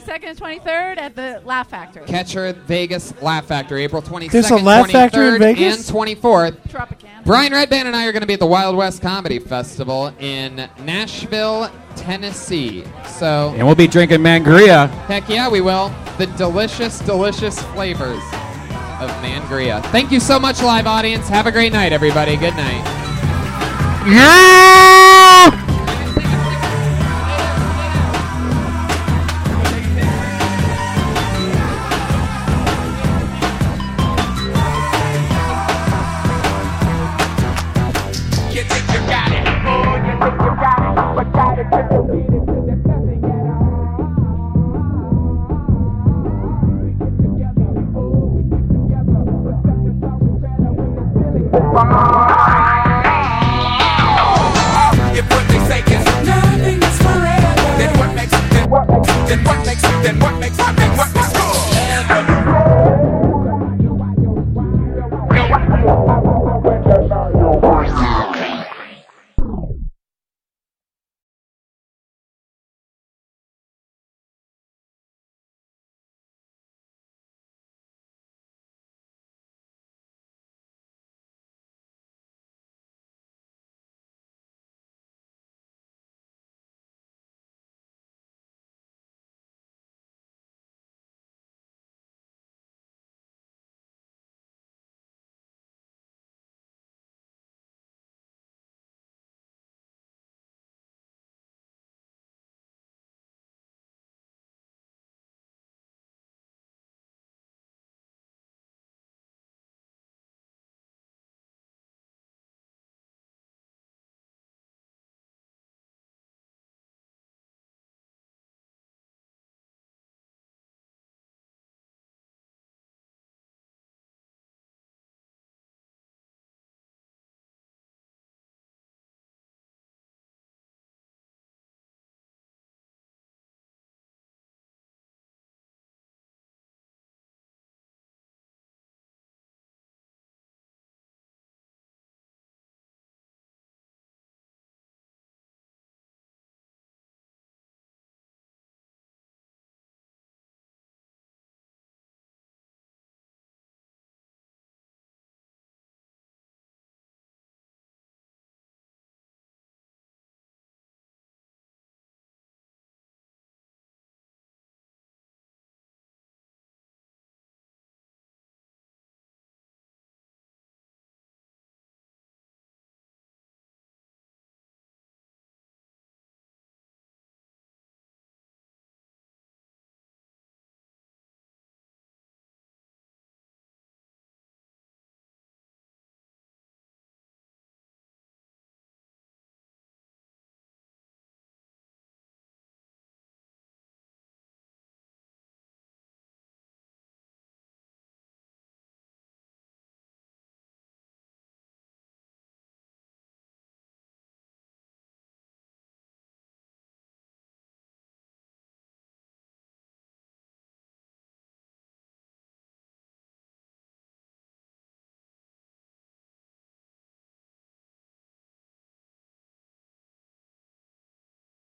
S7: 22nd, and 23rd at the Laugh Factory.
S3: Catcher Vegas Laugh Factory, April 22nd,
S5: There's a Laugh
S3: 23rd,
S5: Factory in Vegas?
S3: and 24th. Brian Redband and I are going to be at the Wild West Comedy Festival in Nashville, Tennessee. So,
S1: And we'll be drinking Mangria.
S3: heck yeah, we will. The delicious, delicious flavors of Mangria. Thank you so much, live audience. Have a great night, everybody. Good night.
S5: Yeah!